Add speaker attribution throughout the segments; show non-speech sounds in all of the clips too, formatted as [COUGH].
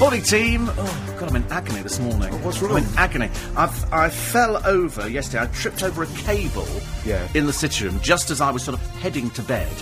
Speaker 1: Morning, team. Oh, God, I'm in agony this morning.
Speaker 2: Oh, what's
Speaker 1: I'm
Speaker 2: wrong?
Speaker 1: in agony. I've, I fell over yesterday. I tripped over a cable
Speaker 2: Yeah.
Speaker 1: in the sitting room just as I was sort of heading to bed,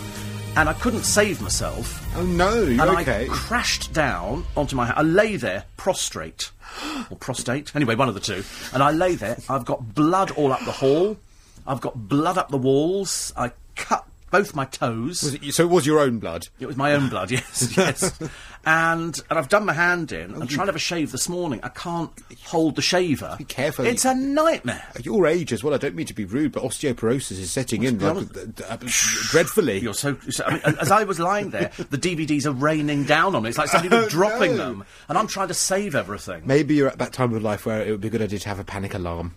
Speaker 1: and I couldn't save myself.
Speaker 2: Oh no, you're
Speaker 1: And
Speaker 2: okay.
Speaker 1: I crashed down onto my. I lay there prostrate, [GASPS] or prostate. Anyway, one of the two. And I lay there. I've got blood all up the hall. I've got blood up the walls. I cut both my toes.
Speaker 2: Was it- so it was your own blood.
Speaker 1: It was my own blood, [LAUGHS] yes, yes. and and I've done my hand in.
Speaker 2: Oh,
Speaker 1: I'm trying to have a shave this morning. I can't hold the shaver. Be
Speaker 2: careful.
Speaker 1: It's a nightmare.
Speaker 2: At your age as well, I don't mean to be rude, but osteoporosis is setting in
Speaker 1: be
Speaker 2: like, d- d- uh, dreadfully.
Speaker 1: You're so. so- I mean, as I was lying there, the DVDs are raining down on me. It's like somebody was dropping
Speaker 2: Oh, no.
Speaker 1: them, and I'm trying to save everything.
Speaker 2: Maybe you're at that time of life where it would be a good idea to have a panic alarm.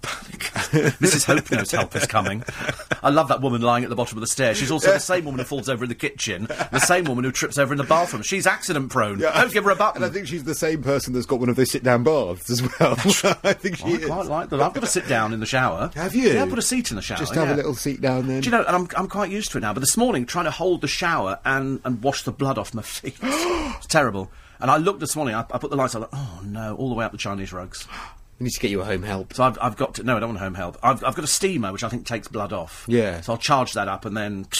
Speaker 1: Panic. [LAUGHS] Mrs. Hope knows help is coming. I love that woman lying at the bottom of the stairs. She's also the same woman who falls over in the kitchen, the same woman who trips over in the bathroom. She's accident prone. Don't give her a button.
Speaker 2: And I think she's the same person that's got one of those sit down baths as well. [LAUGHS] I think she
Speaker 1: I
Speaker 2: is.
Speaker 1: quite like that. I've got to sit down in the shower.
Speaker 2: Have you?
Speaker 1: Yeah, I put a seat in the shower.
Speaker 2: Just have
Speaker 1: yeah.
Speaker 2: a little seat down then.
Speaker 1: Do you know? And I'm, I'm quite used to it now. But this morning, trying to hold the shower and, and wash the blood off my [LAUGHS] feet, it's terrible. And I looked this morning. I, I put the lights. on. oh no, all the way up the Chinese rugs.
Speaker 2: we need to get you a home help.
Speaker 1: So I've, I've got to. No, I don't want home help. I've, I've got a steamer which I think takes blood off.
Speaker 2: Yeah.
Speaker 1: So I'll charge that up and then [SNIFFS]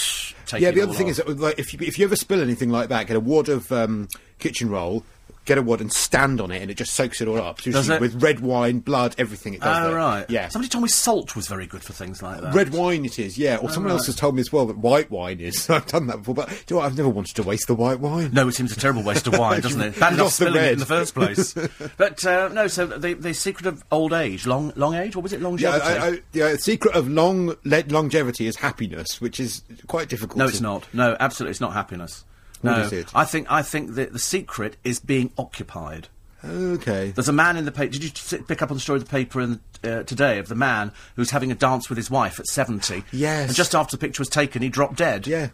Speaker 1: take.
Speaker 2: Yeah,
Speaker 1: it
Speaker 2: the
Speaker 1: all
Speaker 2: other thing
Speaker 1: off.
Speaker 2: is, that, like, if you, if you ever spill anything like that, get a wad of um, kitchen roll, get a wad and stand on it, and it just soaks it all up. So
Speaker 1: Does
Speaker 2: usually
Speaker 1: it?
Speaker 2: With red wine, blood, everything. It does.
Speaker 1: Oh
Speaker 2: that.
Speaker 1: right.
Speaker 2: Yeah.
Speaker 1: Somebody told me salt was very good for things like that.
Speaker 2: Red wine it is, yeah. Or someone else has told me as well that white wine is. [LAUGHS] I've done that before, but do you know what? I've never wanted to waste the white wine.
Speaker 1: No, it seems a terrible waste of
Speaker 2: [LAUGHS]
Speaker 1: wine, doesn't it? Bad
Speaker 2: You
Speaker 1: enough
Speaker 2: lost the
Speaker 1: spilling it in
Speaker 2: red.
Speaker 1: the first
Speaker 2: [LAUGHS]
Speaker 1: place. but uh, no, so the, the secret of old age, long long age, what was it?
Speaker 2: Yeah,
Speaker 1: Longevity.
Speaker 2: I, I, the uh, secret of long le- longevity is happiness, which is quite difficult.
Speaker 1: no,
Speaker 2: to-
Speaker 1: it's not. No, absolutely, it's not happiness. No,
Speaker 2: What is it?
Speaker 1: I think I think that the secret is being occupied.
Speaker 2: Okay.
Speaker 1: There's a man in the paper. Did you t- pick up on the story of the paper in, uh, today of the man who's having a dance with his wife at 70?
Speaker 2: Yes.
Speaker 1: And just after the picture was taken, he dropped dead.
Speaker 2: Yeah.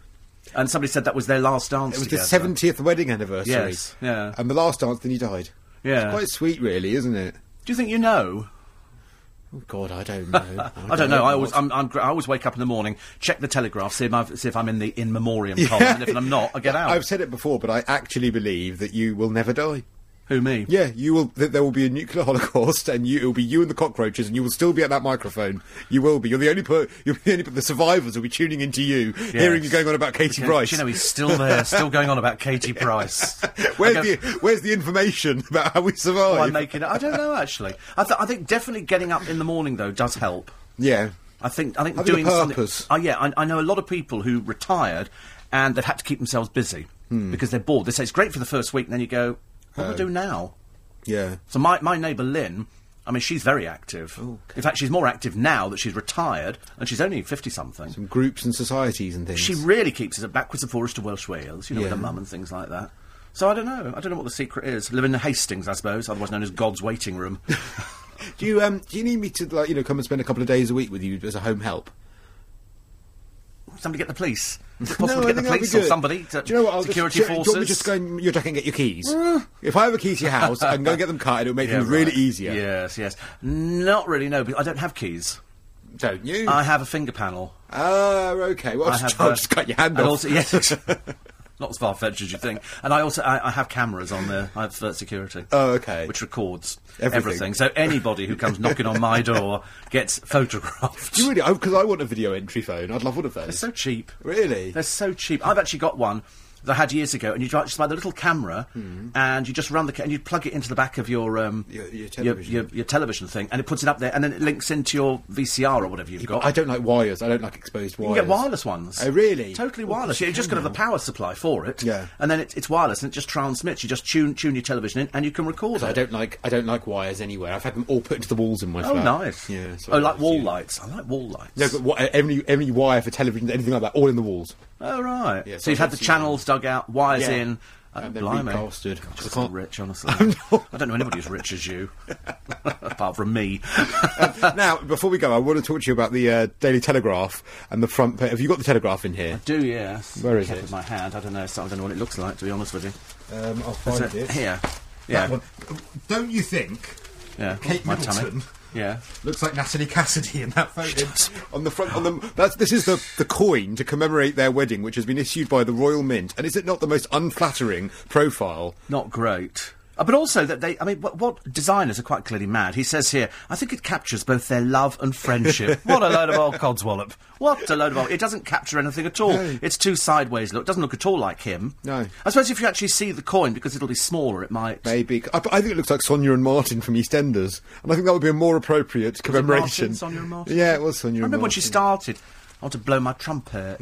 Speaker 1: And somebody said that was their last dance.
Speaker 2: It was the
Speaker 1: together.
Speaker 2: seventieth wedding anniversary.
Speaker 1: Yes, yeah.
Speaker 2: And the last dance, then he died.
Speaker 1: Yeah.
Speaker 2: It's quite sweet, really, isn't it?
Speaker 1: Do you think you know?
Speaker 2: Oh God, I don't
Speaker 1: [LAUGHS]
Speaker 2: know.
Speaker 1: I don't know. I always, I'm, [LAUGHS] I'm, gr- I always wake up in the morning, check the Telegraph, see if, I've, see if I'm in the in memoriam column, and if I'm not, I get out.
Speaker 2: [LAUGHS] I've said it before, but I actually believe that you will never die.
Speaker 1: Who me?
Speaker 2: Yeah, you will. Th- there will be a nuclear holocaust, and you, it will be you and the cockroaches, and you will still be at that microphone. You will be. You're the only. Per- you'll be the only. But the survivors will be tuning into you, hearing you going on about Katie
Speaker 1: Yeah,
Speaker 2: Price.
Speaker 1: Do you know he's still there, still going on about
Speaker 2: [LAUGHS]
Speaker 1: Katie Price?
Speaker 2: where's
Speaker 1: I go,
Speaker 2: the Where's the information [LAUGHS] about how we survive?
Speaker 1: "Oh, I'm making it. I don't know actually. I, th- I think definitely getting up in the morning though does help.
Speaker 2: yeah.
Speaker 1: I think I think
Speaker 2: Having a
Speaker 1: doing
Speaker 2: purpose.
Speaker 1: something. Oh yeah, I, I know a lot of people who retired and they've had to keep themselves busy
Speaker 2: Hmm.
Speaker 1: because they're bored. They say it's great for the first week, and then you go, what do I
Speaker 2: Um.
Speaker 1: do now?
Speaker 2: Yeah.
Speaker 1: So my, my neighbour Lynn, I mean, she's very active.
Speaker 2: Oh,
Speaker 1: In fact, she's more active now that she's retired, and she's only 50-something.
Speaker 2: Some groups and societies and things.
Speaker 1: She really keeps us backwards and forwards to Welsh Wales, you know, with
Speaker 2: Yeah.
Speaker 1: her mum and things like that. So I don't know. I don't know what the secret is. Live in Hastings, I suppose, otherwise known as God's waiting
Speaker 2: [LAUGHS]
Speaker 1: room.
Speaker 2: do you um Do you need me to like you know come and spend a couple of days a week with you as a home help?
Speaker 1: somebody get the police. Is it
Speaker 2: [LAUGHS]
Speaker 1: possible
Speaker 2: I
Speaker 1: to get
Speaker 2: think
Speaker 1: the
Speaker 2: that'd
Speaker 1: police
Speaker 2: be
Speaker 1: or
Speaker 2: good.
Speaker 1: somebody? To,
Speaker 2: do you know what? I'll
Speaker 1: security
Speaker 2: just, do you-
Speaker 1: forces. Uh.
Speaker 2: Do you want me to just go in your deck and get your keys? if I have a key to your house, I can go and get them cut. It'll
Speaker 1: [LAUGHS]
Speaker 2: make
Speaker 1: Yeah,
Speaker 2: things really
Speaker 1: right.
Speaker 2: easier.
Speaker 1: Yes, yes. Not really. No, because I don't have keys.
Speaker 2: Don't you?
Speaker 1: I have a finger
Speaker 2: [LAUGHS]
Speaker 1: panel.
Speaker 2: Ah, okay. Well,
Speaker 1: I
Speaker 2: [LAUGHS] I'll just,
Speaker 1: have,
Speaker 2: I'll
Speaker 1: uh,
Speaker 2: just cut your hand
Speaker 1: and
Speaker 2: off.
Speaker 1: Also, yes,
Speaker 2: [LAUGHS]
Speaker 1: [LAUGHS] not as far fetched as you think. And I also I, I have cameras on there. I have uh, security.
Speaker 2: Oh, okay.
Speaker 1: Which records everything.
Speaker 2: Everything.
Speaker 1: So anybody who comes knocking on my door
Speaker 2: [LAUGHS]
Speaker 1: gets photographed.
Speaker 2: Do you really? Because I want a video entry phone. I'd love one of those.
Speaker 1: They're so cheap.
Speaker 2: Really?
Speaker 1: They're so cheap. I've actually got one that I had years ago, and you just buy the little camera, and you just run the ca- and you plug it into the back of your um,
Speaker 2: Hmm. Your- your television.
Speaker 1: your, your television thing, and it puts it up there, and then it links into your VCR or whatever you've got.
Speaker 2: I don't like wires. I don't like exposed wires.
Speaker 1: You can get wireless ones.
Speaker 2: Oh, really?
Speaker 1: Totally
Speaker 2: Oh,
Speaker 1: wireless.
Speaker 2: gosh, you
Speaker 1: You've just got
Speaker 2: can
Speaker 1: to have the power supply for it.
Speaker 2: Yeah.
Speaker 1: And then it, it's wireless and it just transmits. You just tune tune your television in and you can record it.
Speaker 2: I don't like. I don't like wires anywhere. I've had them all put into the walls in my
Speaker 1: oh,
Speaker 2: flat.
Speaker 1: nice.
Speaker 2: Yeah. so
Speaker 1: oh,
Speaker 2: I
Speaker 1: like
Speaker 2: always
Speaker 1: wall
Speaker 2: use-
Speaker 1: lights. I like wall lights.
Speaker 2: No, but what, any any wire for television, anything like that, all in
Speaker 1: [LAUGHS]
Speaker 2: the walls.
Speaker 1: oh, right.
Speaker 2: Yeah,
Speaker 1: so,
Speaker 2: so
Speaker 1: you've
Speaker 2: I
Speaker 1: had
Speaker 2: don't
Speaker 1: the
Speaker 2: see
Speaker 1: channels dug out, wires
Speaker 2: Yeah.
Speaker 1: in. Oh,
Speaker 2: And they're
Speaker 1: blimey.
Speaker 2: replastered.
Speaker 1: God,
Speaker 2: I
Speaker 1: you're so
Speaker 2: can't-
Speaker 1: rich,
Speaker 2: [LAUGHS]
Speaker 1: honestly. I don't know anybody as rich as you, [LAUGHS] apart from
Speaker 2: [LAUGHS]
Speaker 1: me.
Speaker 2: now, before we go, I want to talk to you about the uh, Daily Telegraph and the front. Pa- have you got the Telegraph in here?
Speaker 1: Do yes.
Speaker 2: Where is
Speaker 1: Kept
Speaker 2: it?
Speaker 1: With my hand, I don't know. So I don't know what it looks like. To be honest with you,
Speaker 2: Um, I'll
Speaker 1: Is
Speaker 2: find
Speaker 1: it here. Yeah.
Speaker 2: Don't you think?
Speaker 1: yeah.
Speaker 2: Kate
Speaker 1: my tummy.
Speaker 2: Middleton.
Speaker 1: Yeah.
Speaker 2: Looks like Natalie Cassidy in that photo. on the front, on the that's, this is the, the coin to commemorate their wedding, which has been issued by the Royal Mint. And is it not the most unflattering profile?
Speaker 1: Not great. Uh, but also that they, I mean, what, what designers are quite clearly mad. He says here, I think it captures both their love and
Speaker 2: [LAUGHS]
Speaker 1: friendship. what a load of old codswallop. What a load of old. It doesn't capture anything at all.
Speaker 2: No.
Speaker 1: It's too sideways look. It doesn't look at all like him.
Speaker 2: No.
Speaker 1: I suppose if you actually see the coin, because it'll be smaller, it might.
Speaker 2: Maybe I, I think it looks like Sonia and Martin from EastEnders, and I think that would be a more appropriate
Speaker 1: it Martin,
Speaker 2: commemoration.
Speaker 1: Sonia and Martin?
Speaker 2: Yeah, it was
Speaker 1: I
Speaker 2: Sonia.
Speaker 1: remember
Speaker 2: and Martin.
Speaker 1: when she started, I want to blow my
Speaker 2: [LAUGHS]
Speaker 1: trumpet.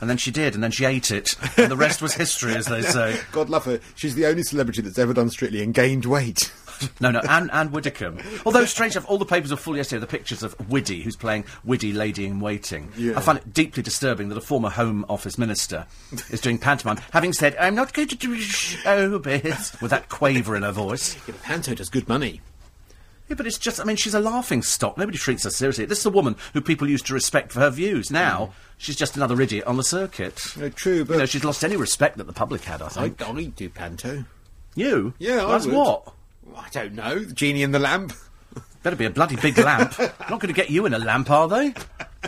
Speaker 1: and then she did, and then she ate it. And the rest was history, as
Speaker 2: [LAUGHS]
Speaker 1: they say.
Speaker 2: God love her. She's the only celebrity that's ever done Strictly and gained weight.
Speaker 1: No, no, Anne, Anne Widdicombe. Although, strange enough, all the papers were full yesterday of the pictures of Widdy, who's playing Widdy Lady in Waiting.
Speaker 2: Yeah.
Speaker 1: I find it deeply disturbing that a former Home Office Minister is doing pantomime, having said, I'm not going to do showbiz, with that quaver in her voice.
Speaker 2: yeah, but Panto does good money.
Speaker 1: Yeah, but it's just, I mean, she's a laughing stock. Nobody treats her seriously. This is a woman who people used to respect for her views. Now, she's just another idiot on the circuit.
Speaker 2: No, true, but
Speaker 1: You know, she's lost any respect that the public had, I think.
Speaker 2: I do Panto.
Speaker 1: you?
Speaker 2: Yeah, I
Speaker 1: That's
Speaker 2: would.
Speaker 1: what?
Speaker 2: I don't know. The genie in the lamp.
Speaker 1: Better be a bloody big lamp. not going to get you in a lamp, are they?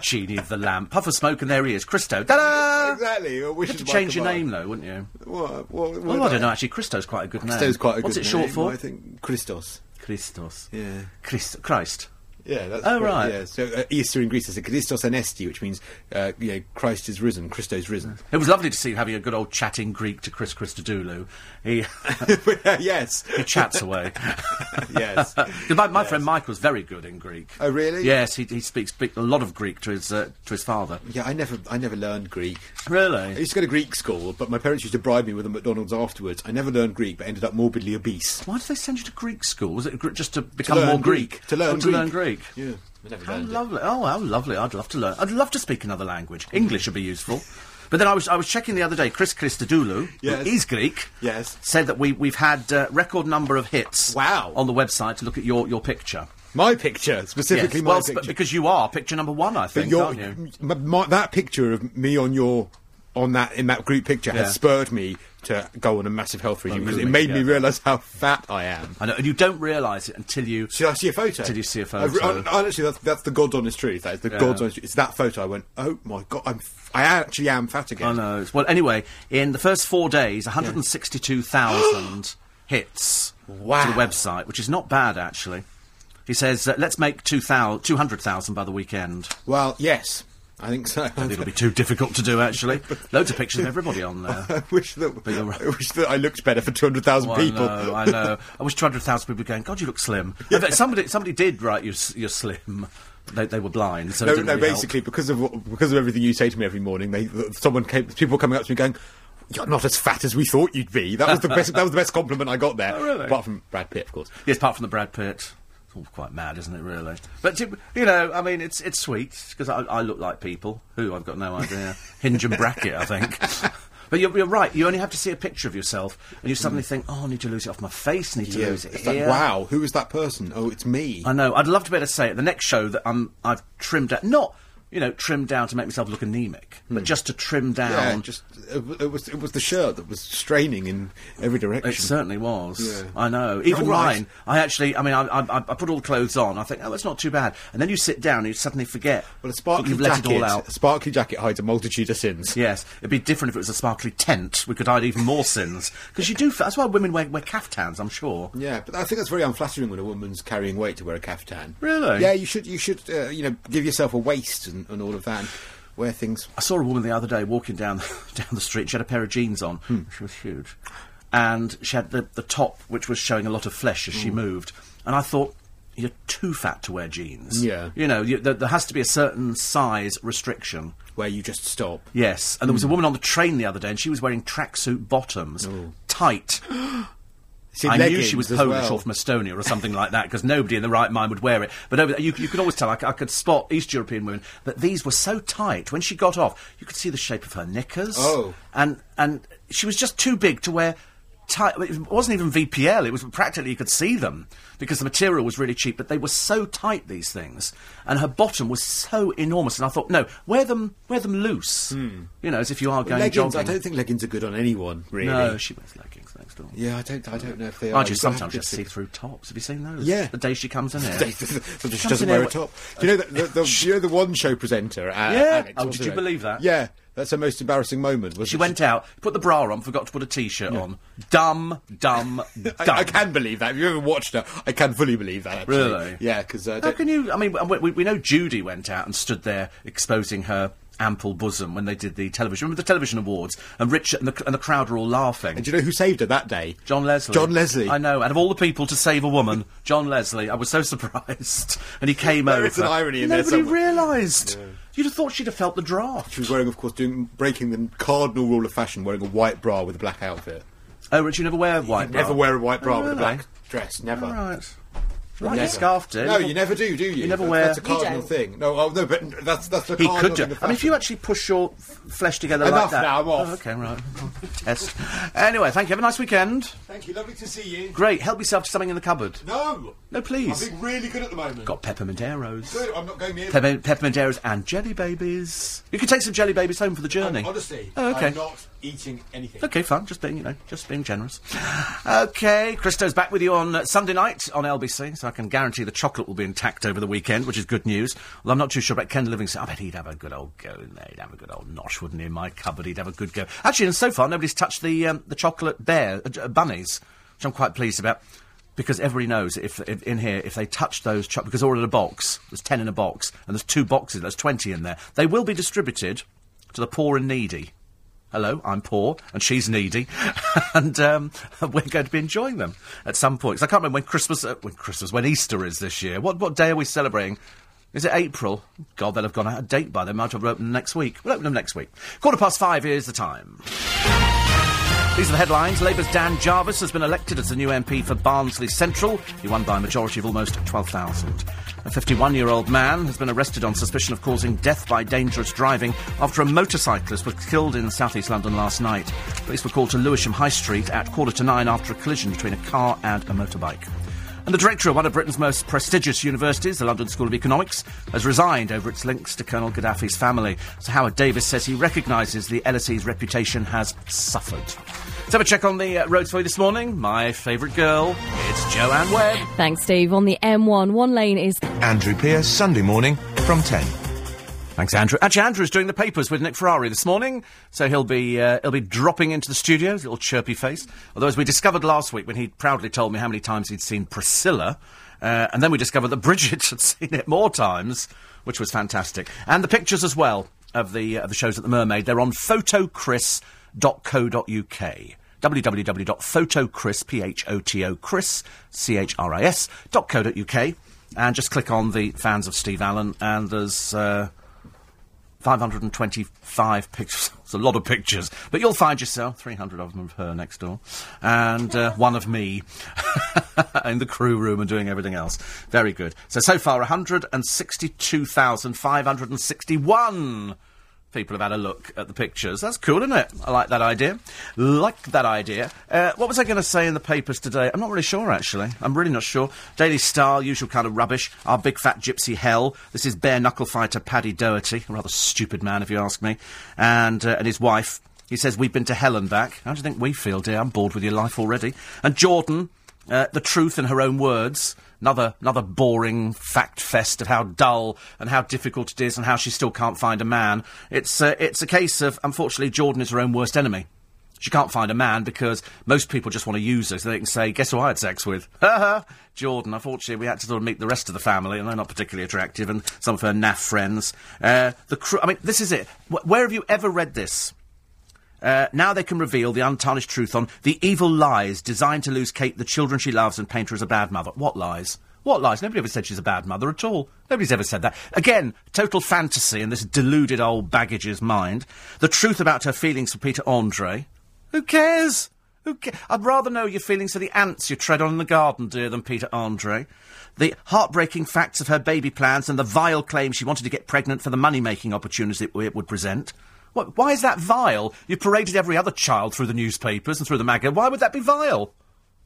Speaker 1: Genie of the lamp. Puff of smoke, and there he is. Christo. Da da!
Speaker 2: Exactly. Uh, You
Speaker 1: You have to change your name, though, wouldn't you?
Speaker 2: What? what,
Speaker 1: Well, I don't know, actually. Christo's quite a good name.
Speaker 2: Christo's quite a
Speaker 1: What's it
Speaker 2: good
Speaker 1: short
Speaker 2: name,
Speaker 1: for?
Speaker 2: I think Christos.
Speaker 1: Christos.
Speaker 2: Yeah.
Speaker 1: Christ. Christ.
Speaker 2: Yeah, that's
Speaker 1: Oh,
Speaker 2: correct,
Speaker 1: right.
Speaker 2: Yeah, so uh, Easter in Greece is a Christos Anesti, which means uh, you know, Christ is risen, Christos risen.
Speaker 1: It was lovely to see you having a good old chat in Greek to Chris Christodoulou. He,
Speaker 2: [LAUGHS]
Speaker 1: [LAUGHS]
Speaker 2: yes.
Speaker 1: he chats away.
Speaker 2: [LAUGHS]
Speaker 1: [LAUGHS]
Speaker 2: Yes.
Speaker 1: 'Cause my my friend Michael's very good in Greek.
Speaker 2: Oh, really?
Speaker 1: Yes, he, he speaks big, a lot of Greek to his uh, to his father.
Speaker 2: Yeah, I never, I never learned Greek. I
Speaker 1: Really?
Speaker 2: used to go to Greek school, but my parents used to bribe me with a McDonald's afterwards. I never learned Greek, but ended up morbidly obese.
Speaker 1: Why did they send you to Greek school? Was it gr- just to become
Speaker 2: learn
Speaker 1: more
Speaker 2: Greek.
Speaker 1: Greek?
Speaker 2: To learn
Speaker 1: Oh,
Speaker 2: Greek.
Speaker 1: learn Greek.
Speaker 2: Yeah, I never
Speaker 1: How
Speaker 2: learned it.
Speaker 1: lovely! Oh, how lovely! I'd love to learn. I'd love to speak another language. English would be useful. But then I was I was checking the other day. Chris Christodoulou,
Speaker 2: Yes.
Speaker 1: who is Greek,
Speaker 2: Yes.
Speaker 1: said that we we've had uh, record number of hits.
Speaker 2: Wow.
Speaker 1: On the website to look at your your picture.
Speaker 2: My picture, specifically
Speaker 1: Yes.
Speaker 2: my
Speaker 1: well, sp-
Speaker 2: picture.
Speaker 1: because you are picture number one, I
Speaker 2: But
Speaker 1: think,
Speaker 2: your-
Speaker 1: aren't you?
Speaker 2: m- my- that picture of me on your on that in that group picture
Speaker 1: Yeah.
Speaker 2: has spurred me to go on a massive health regime because it
Speaker 1: grooming,
Speaker 2: made me
Speaker 1: yeah.
Speaker 2: realise how fat I am.
Speaker 1: I know, and you don't realise it until you.
Speaker 2: Did I see a photo?
Speaker 1: Did you see a
Speaker 2: I-
Speaker 1: photo?
Speaker 2: I- I- actually, that's, that's the God's honest truth. That's the God's honest truth. It's that photo. I went, oh my god, I'm f- I actually am fat again.
Speaker 1: I know. Oh, Well, anyway, in the first four days,
Speaker 2: [GASPS]
Speaker 1: 162,000 hits
Speaker 2: Wow.
Speaker 1: to the website, which is not bad actually. He says, uh, "Let's make 2,000 200,000 by the
Speaker 2: [LAUGHS]
Speaker 1: weekend."
Speaker 2: Well, yes, I think so.
Speaker 1: It'll be too difficult to do actually. Loads of pictures of everybody on there.
Speaker 2: [LAUGHS] [LAUGHS] I wish that
Speaker 1: you're right.
Speaker 2: I wish that I looked better for two hundred thousand
Speaker 1: Well,
Speaker 2: people.
Speaker 1: I know. I know. I wish 200,000 people were going, God, you look slim. In fact, somebody, somebody did write, you, s- you're slim. They, they were blind, so it
Speaker 2: No,
Speaker 1: didn't
Speaker 2: no.
Speaker 1: really help.
Speaker 2: Basically, because of what, because of everything you say to me every morning, they th- someone came, people coming up to me going, "You're not as fat as we thought you'd be." That was the best. that was the best compliment I got
Speaker 1: [LAUGHS]
Speaker 2: there.
Speaker 1: Oh, really?
Speaker 2: Apart from Brad Pitt, of course.
Speaker 1: Yes, apart from the Brad Pitt. It's all quite mad, isn't it, really? But, you you know, I mean, it's it's sweet, because I, I look like people. Who? I've got no idea. Hinge and bracket, I think. [LAUGHS] But you're, you're right, you only have to see a picture of yourself, and you suddenly think, oh, I need to lose it off my face, need to lose it
Speaker 2: It's like,
Speaker 1: here.
Speaker 2: wow, who is that person? Oh, it's me.
Speaker 1: I know. I'd love to be able to say at the next show that I'm, I've trimmed out, not, you know, trimmed down to make myself look anemic, but just to trim down.
Speaker 2: Hmm. yeah, just it, w- it was it was the shirt that was straining in every direction.
Speaker 1: It certainly was.
Speaker 2: Yeah.
Speaker 1: I know. Even
Speaker 2: Oh, right.
Speaker 1: mine. I actually. I mean, I, I, I put all the clothes on. I think, oh, that's not too bad. And then you sit down and you suddenly forget.
Speaker 2: Well, a sparkly
Speaker 1: you've
Speaker 2: jacket.
Speaker 1: let it all out.
Speaker 2: A sparkly jacket hides a multitude of sins.
Speaker 1: Yes, it'd be different if it was a sparkly tent. We could hide even more sins because you do. f- That's why women wear, wear caftans. I'm sure.
Speaker 2: Yeah, but I think that's very unflattering when a woman's carrying weight to wear a caftan.
Speaker 1: Really?
Speaker 2: Yeah, you should you should uh, you know give yourself a waist and, and all of that. And wear things.
Speaker 1: I saw a woman the other day walking down down the [LAUGHS] street. She had a pair of jeans on.
Speaker 2: Hmm.
Speaker 1: She was huge, and she had the the top which was showing a lot of flesh as she
Speaker 2: Hmm.
Speaker 1: moved. And I thought. You're too fat to wear jeans.
Speaker 2: Yeah.
Speaker 1: You know, you, there, there has to be a certain size restriction.
Speaker 2: where you just stop.
Speaker 1: Yes, and there was a woman on the train the other day, and she was wearing tracksuit bottoms, tight.
Speaker 2: See,
Speaker 1: I knew
Speaker 2: leggings
Speaker 1: she was
Speaker 2: as
Speaker 1: Polish
Speaker 2: well.
Speaker 1: or from Estonia or something like that, because nobody in the right mind would wear it. But over there, you, you could always tell. I, c- I could spot East European women that these were so tight. When she got off, you could see the shape of her knickers.
Speaker 2: Oh.
Speaker 1: and and she was just too big to wear. Tight. It wasn't even VPL. It was practically you could see them because the material was really cheap, but they were so tight these things, and her bottom was so enormous. And I thought, no, wear them, wear them loose. You know, as if you are going
Speaker 2: Hmm. leggings.
Speaker 1: jogging.
Speaker 2: I don't think leggings are good on anyone, really.
Speaker 1: no, she wears leggings next door.
Speaker 2: Yeah, I don't. I don't know if they are.
Speaker 1: I do
Speaker 2: You've got to
Speaker 1: sometimes
Speaker 2: have
Speaker 1: just
Speaker 2: good
Speaker 1: see
Speaker 2: [LAUGHS]
Speaker 1: through tops. Have you seen those?
Speaker 2: Yeah.
Speaker 1: The day she
Speaker 2: [LAUGHS]
Speaker 1: comes in here.
Speaker 2: things. so that she
Speaker 1: Comes
Speaker 2: doesn't
Speaker 1: in here
Speaker 2: wear a
Speaker 1: wi-
Speaker 2: top. Do you know the the, the, you know the one show presenter? At,
Speaker 1: Yeah.
Speaker 2: Alex,
Speaker 1: Oh,
Speaker 2: what's
Speaker 1: did
Speaker 2: her
Speaker 1: you
Speaker 2: name?
Speaker 1: believe that?
Speaker 2: Yeah. That's her most embarrassing moment. Was
Speaker 1: She went out, put the bra on, forgot to put a t-shirt on. Dumb, dumb, dumb.
Speaker 2: [LAUGHS] I, I can believe that. If you ever watched her, I can fully believe that. Actually.
Speaker 1: Really?
Speaker 2: Yeah, because uh,
Speaker 1: How
Speaker 2: don't-
Speaker 1: can you? I mean, we, we- we know Judy went out and stood there exposing her ample bosom when they did the television. Remember the television awards, and Richard and the, and the crowd were all laughing.
Speaker 2: do you know who saved her that day?
Speaker 1: John Leslie.
Speaker 2: John Leslie.
Speaker 1: I know. Out of all the people to save a woman, John Leslie. I was so surprised, and he came over.
Speaker 2: There is an irony in there
Speaker 1: Nobody
Speaker 2: somewhere.
Speaker 1: realised. You'd have thought she'd have felt the draft.
Speaker 2: She was wearing, of course, doing breaking the cardinal rule of fashion, wearing a white bra with a black outfit.
Speaker 1: Oh, Richard, you never wear a white. bra.
Speaker 2: Never wear a white bra
Speaker 1: Oh,
Speaker 2: with a
Speaker 1: really?
Speaker 2: black dress. Never.
Speaker 1: Right. Right,
Speaker 2: Never.
Speaker 1: you scarfed it.
Speaker 2: No, you never do, do you?
Speaker 1: You never
Speaker 2: That-
Speaker 1: wear-
Speaker 2: That's a
Speaker 1: You
Speaker 2: cardinal
Speaker 3: don't.
Speaker 2: thing. No, oh, no, but that's that's the
Speaker 1: He
Speaker 2: cardinal
Speaker 1: could do.
Speaker 2: thing of
Speaker 1: I mean, if you
Speaker 2: fashion.
Speaker 1: actually push your f- flesh together
Speaker 2: Enough
Speaker 1: like that.
Speaker 2: now, I'm off.
Speaker 1: Oh, okay, right. [LAUGHS] Test. Anyway, thank you. Have a nice weekend.
Speaker 2: Thank you. Lovely to see you.
Speaker 1: Great. Help yourself to something in the cupboard.
Speaker 2: No.
Speaker 1: No, please.
Speaker 2: really good at the moment.
Speaker 1: Got peppermint arrows.
Speaker 2: Good, I'm not going near.
Speaker 1: Pepper- peppermint arrows and jelly babies. You can take some jelly babies home for the journey. Oh, okay.
Speaker 2: Um, not eating anything.
Speaker 1: Okay, fine. Just being, you know, just being generous. Okay, Christo's back with you on uh, Sunday night on LBC, so I can guarantee the chocolate will be intact over the weekend, which is good news. Well, I'm not too sure about Ken Livingstone. I bet he'd have a good old go in there. He'd have a good old nosh, wouldn't he? In my cupboard, he'd have a good go. Actually, and so far, nobody's touched the um, the chocolate bear uh, j- uh, bunnies, which I'm quite pleased about. Because everybody knows if, if in here if they touch those cho- because they're all in a box there's ten in a box and there's two boxes there's twenty in there they will be distributed to the poor and needy Hello, I'm poor and she's needy, [LAUGHS] and um, [LAUGHS] we're going to be enjoying them at some point. 'Cause I can't remember when Christmas, uh, when Christmas, when Easter is this year. What what day are we celebrating? Is it April? God, they'll have gone out of date by then. Might have opened next week. We'll open them next week. Quarter past five is the time. These are the headlines. Labour's Dan Jarvis has been elected as the new MP for Barnsley Central. He won by a majority of almost 12,000. A 51 year old man has been arrested on suspicion of causing death by dangerous driving after a motorcyclist was killed in southeast London last night. Police were called to Lewisham High Street at quarter to nine after a collision between a car and a motorbike. And the director of one of Britain's most prestigious universities, the London School of Economics, has resigned over its links to Colonel Gaddafi's family. So Howard Davis says he recognises the LSE's reputation has suffered. Let's have a check on the uh, roads for you this morning. My favourite girl, it's Joanne Webb.
Speaker 3: Thanks, Steve. On the M1, one lane is
Speaker 4: Andrew Pearce, Sunday morning from 10.
Speaker 1: Thanks, Andrew. Actually, Andrew's doing the papers with Nick Ferrari this morning, so he'll be uh, he'll be dropping into the studio, his little chirpy face. Although, as we discovered last week when he proudly told me how many times he'd seen Priscilla, uh, and then we discovered that [LAUGHS] Bridget had seen it more times, which was fantastic. And the pictures as well of the uh, of the shows at the Mermaid. They're on photochris.co.uk www.photochris, P-H-O-T-O, Chris, C-H-R-I-S, dot co dot UK, and just click on the fans of Steve Allen, and there's, uh, 525 pictures. [LAUGHS] It's a lot of pictures. But you'll find yourself 300 of them of her next door. And uh, one of me [LAUGHS] in the crew room and doing everything else. Very good. So, so far, 162,561 people have had a look at the pictures. That's cool, isn't it? I like that idea. Like that idea. Uh, what was I going to say in the papers today? I'm not really sure, actually. I'm really not sure. Daily Star, usual kind of rubbish. Our big fat gypsy hell. This is bare knuckle fighter Paddy Doherty, a rather stupid man, if you ask me, and, uh, and his wife. He says, We've been to hell and back. How do you think we feel, dear? I'm bored with your life already. And Jordan, uh, the truth in her own words. Another, another boring fact fest of how dull and how difficult it is and how she still can't find a man. It's, uh, it's a case of, unfortunately, Jordan is her own worst enemy. She can't find a man because most people just want to use her so they can say, guess who I had sex with? [LAUGHS] Jordan. Unfortunately, we had to sort of meet the rest of the family and they're not particularly attractive and some of her naff friends. Uh, the cru- I mean, this is it. Wh- where have you ever read this? Uh, now they can reveal the untarnished truth on the evil lies designed to lose Kate, the children she loves, and paint her as a bad mother. What lies? What lies? Nobody ever said she's a bad mother at all. Nobody's ever said that. Again, total fantasy in this deluded old baggage's mind. The truth about her feelings for Peter Andre. Who cares? Who ca- I'd rather know your feelings for the ants you tread on in the garden, dear, than Peter Andre. The heartbreaking facts of her baby plans and the vile claim she wanted to get pregnant for the money making opportunity it w- it would present. What, why is that vile? You've paraded every other child through the newspapers and through the magazine. Why would that be vile?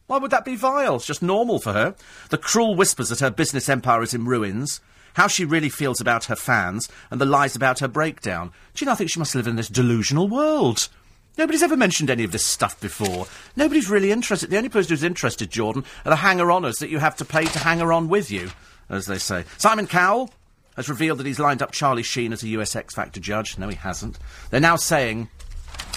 Speaker 1: Why would that be vile? It's just normal for her. The cruel whispers that her business empire is in ruins, how she really feels about her fans, and the lies about her breakdown. Do you know, I think she must live in this delusional world. Nobody's ever mentioned any of this stuff before. Nobody's really interested. The only person who's interested, Jordan, are the hanger-oners that you have to pay to hanger on with you, as they say. Simon Cowell has revealed that he's lined up Charlie Sheen as a US X Factor judge. No, he hasn't. They're now saying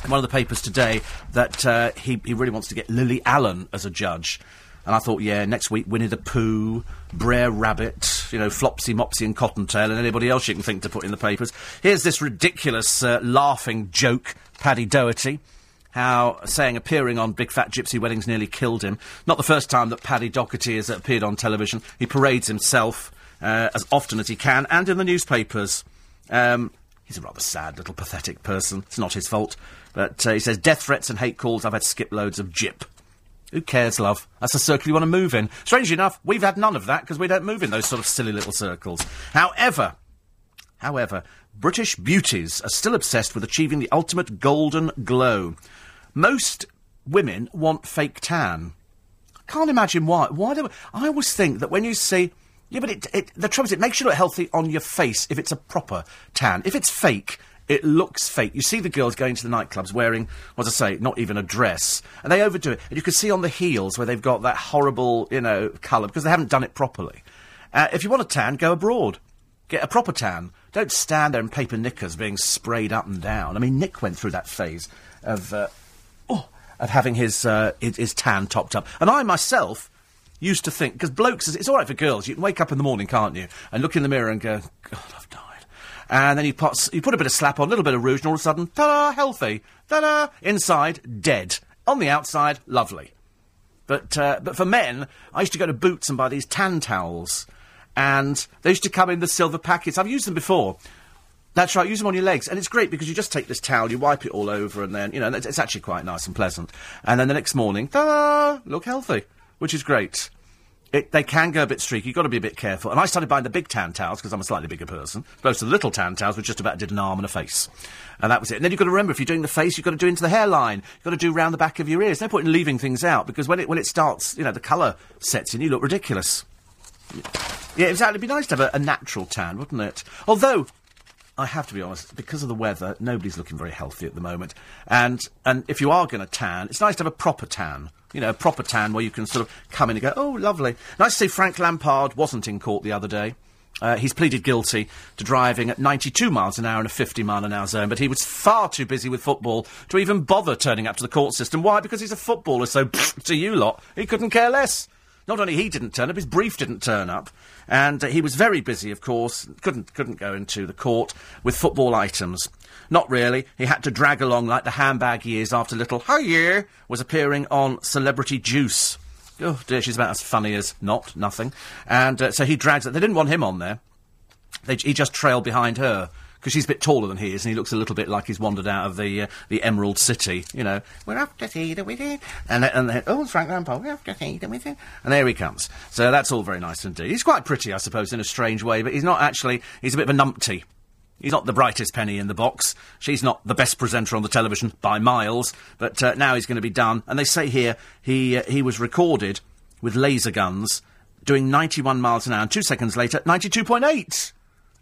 Speaker 1: in one of the papers today that uh, he, he really wants to get Lily Allen as a judge. And I thought, yeah, next week Winnie the Pooh, Brer Rabbit, you know, Flopsy, Mopsy, and Cottontail, and anybody else you can think to put in the papers. Here's this ridiculous uh, laughing joke, Paddy Doherty. How saying appearing on Big Fat Gypsy Weddings nearly killed him. Not the first time that Paddy Doherty has appeared on television. He parades himself uh, as often as he can and in the newspapers. Um, He's a rather sad little pathetic person. It's not his fault. But uh, he says, death threats and hate calls. I've had skip loads of jip. Who cares, love? That's the circle you want to move in. Strangely enough, we've had none of that because we don't move in those sort of silly little circles. However, however, British beauties are still obsessed with achieving the ultimate golden glow. Most women want fake tan. I can't imagine why. Why do I always think that when you see yeah, but it, it, the trouble is, it makes you look healthy on your face if it's a proper tan. If it's fake, it looks fake. You see the girls going to the nightclubs wearing, what I say, not even a dress, and they overdo it. And you can see on the heels where they've got that horrible, you know, colour because they haven't done it properly. Uh, if you want a tan, go abroad. Get a proper tan. Don't stand there in paper knickers being sprayed up and down. I mean, Nick went through that phase of, uh, oh, of having his, uh, his, his tan topped up. And I myself used to think because blokes, it's all right for girls. You can wake up in the morning, can't you, and look in the mirror and go, God, I've died. And then you put you put a bit of slap on, a little bit of rouge, and all of a sudden, ta-da, healthy, ta-da, inside dead, on the outside lovely. But uh, but for men, I used to go to Boots and buy these tan towels, and they used to come in the silver packets. I've used them before. That's right. Use them on your legs, and it's great because you just take this towel, you wipe it all over, and then you know and it's, it's actually quite nice and pleasant. And then the next morning, ta-da, look healthy which is great. It, they can go a bit streaky. You've got to be a bit careful. And I started buying the big tan towels because I'm a slightly bigger person. Most of the little tan towels were just about did an arm and a face, and that was it. And then you've got to remember if you're doing the face, you've got to do into the hairline. You've got to do round the back of your ears. No point in leaving things out because when it when it starts, you know, the colour sets in, you look ridiculous. Yeah, exactly. It'd be nice to have a, a natural tan, wouldn't it? Although I have to be honest, because of the weather, nobody's looking very healthy at the moment. And and if you are going to tan, it's nice to have a proper tan. You know, a proper tan where you can sort of come in and go, oh, lovely. Nice to see Frank Lampard wasn't in court the other day. Uh, he's pleaded guilty to driving at 92 miles an hour in a 50 mile an hour zone, but he was far too busy with football to even bother turning up to the court system. Why? Because he's a footballer, so [LAUGHS] to you lot, he couldn't care less. Not only he didn't turn up, his brief didn't turn up, and uh, he was very busy, of course. couldn't couldn't go into the court with football items. Not really. He had to drag along like the handbag he is after little Hiya was appearing on Celebrity Juice. Oh dear, she's about as funny as not nothing. And uh, so he drags it. They didn't want him on there. They, he just trailed behind her because she's a bit taller than he is, and he looks a little bit like he's wandered out of the uh, the Emerald City. You know, we're off to see the wizard, and they- and they- oh, it's Frank Lampard, we're off to see the wizard, and there he comes. So that's all very nice indeed. He's quite pretty, I suppose, in a strange way, but he's not actually. He's a bit of a numpty. He's not the brightest penny in the box. She's not the best presenter on the television by miles. But uh, now he's going to be done. And they say here he uh, he was recorded with laser guns doing 91 miles an hour. And two seconds later, 92.8.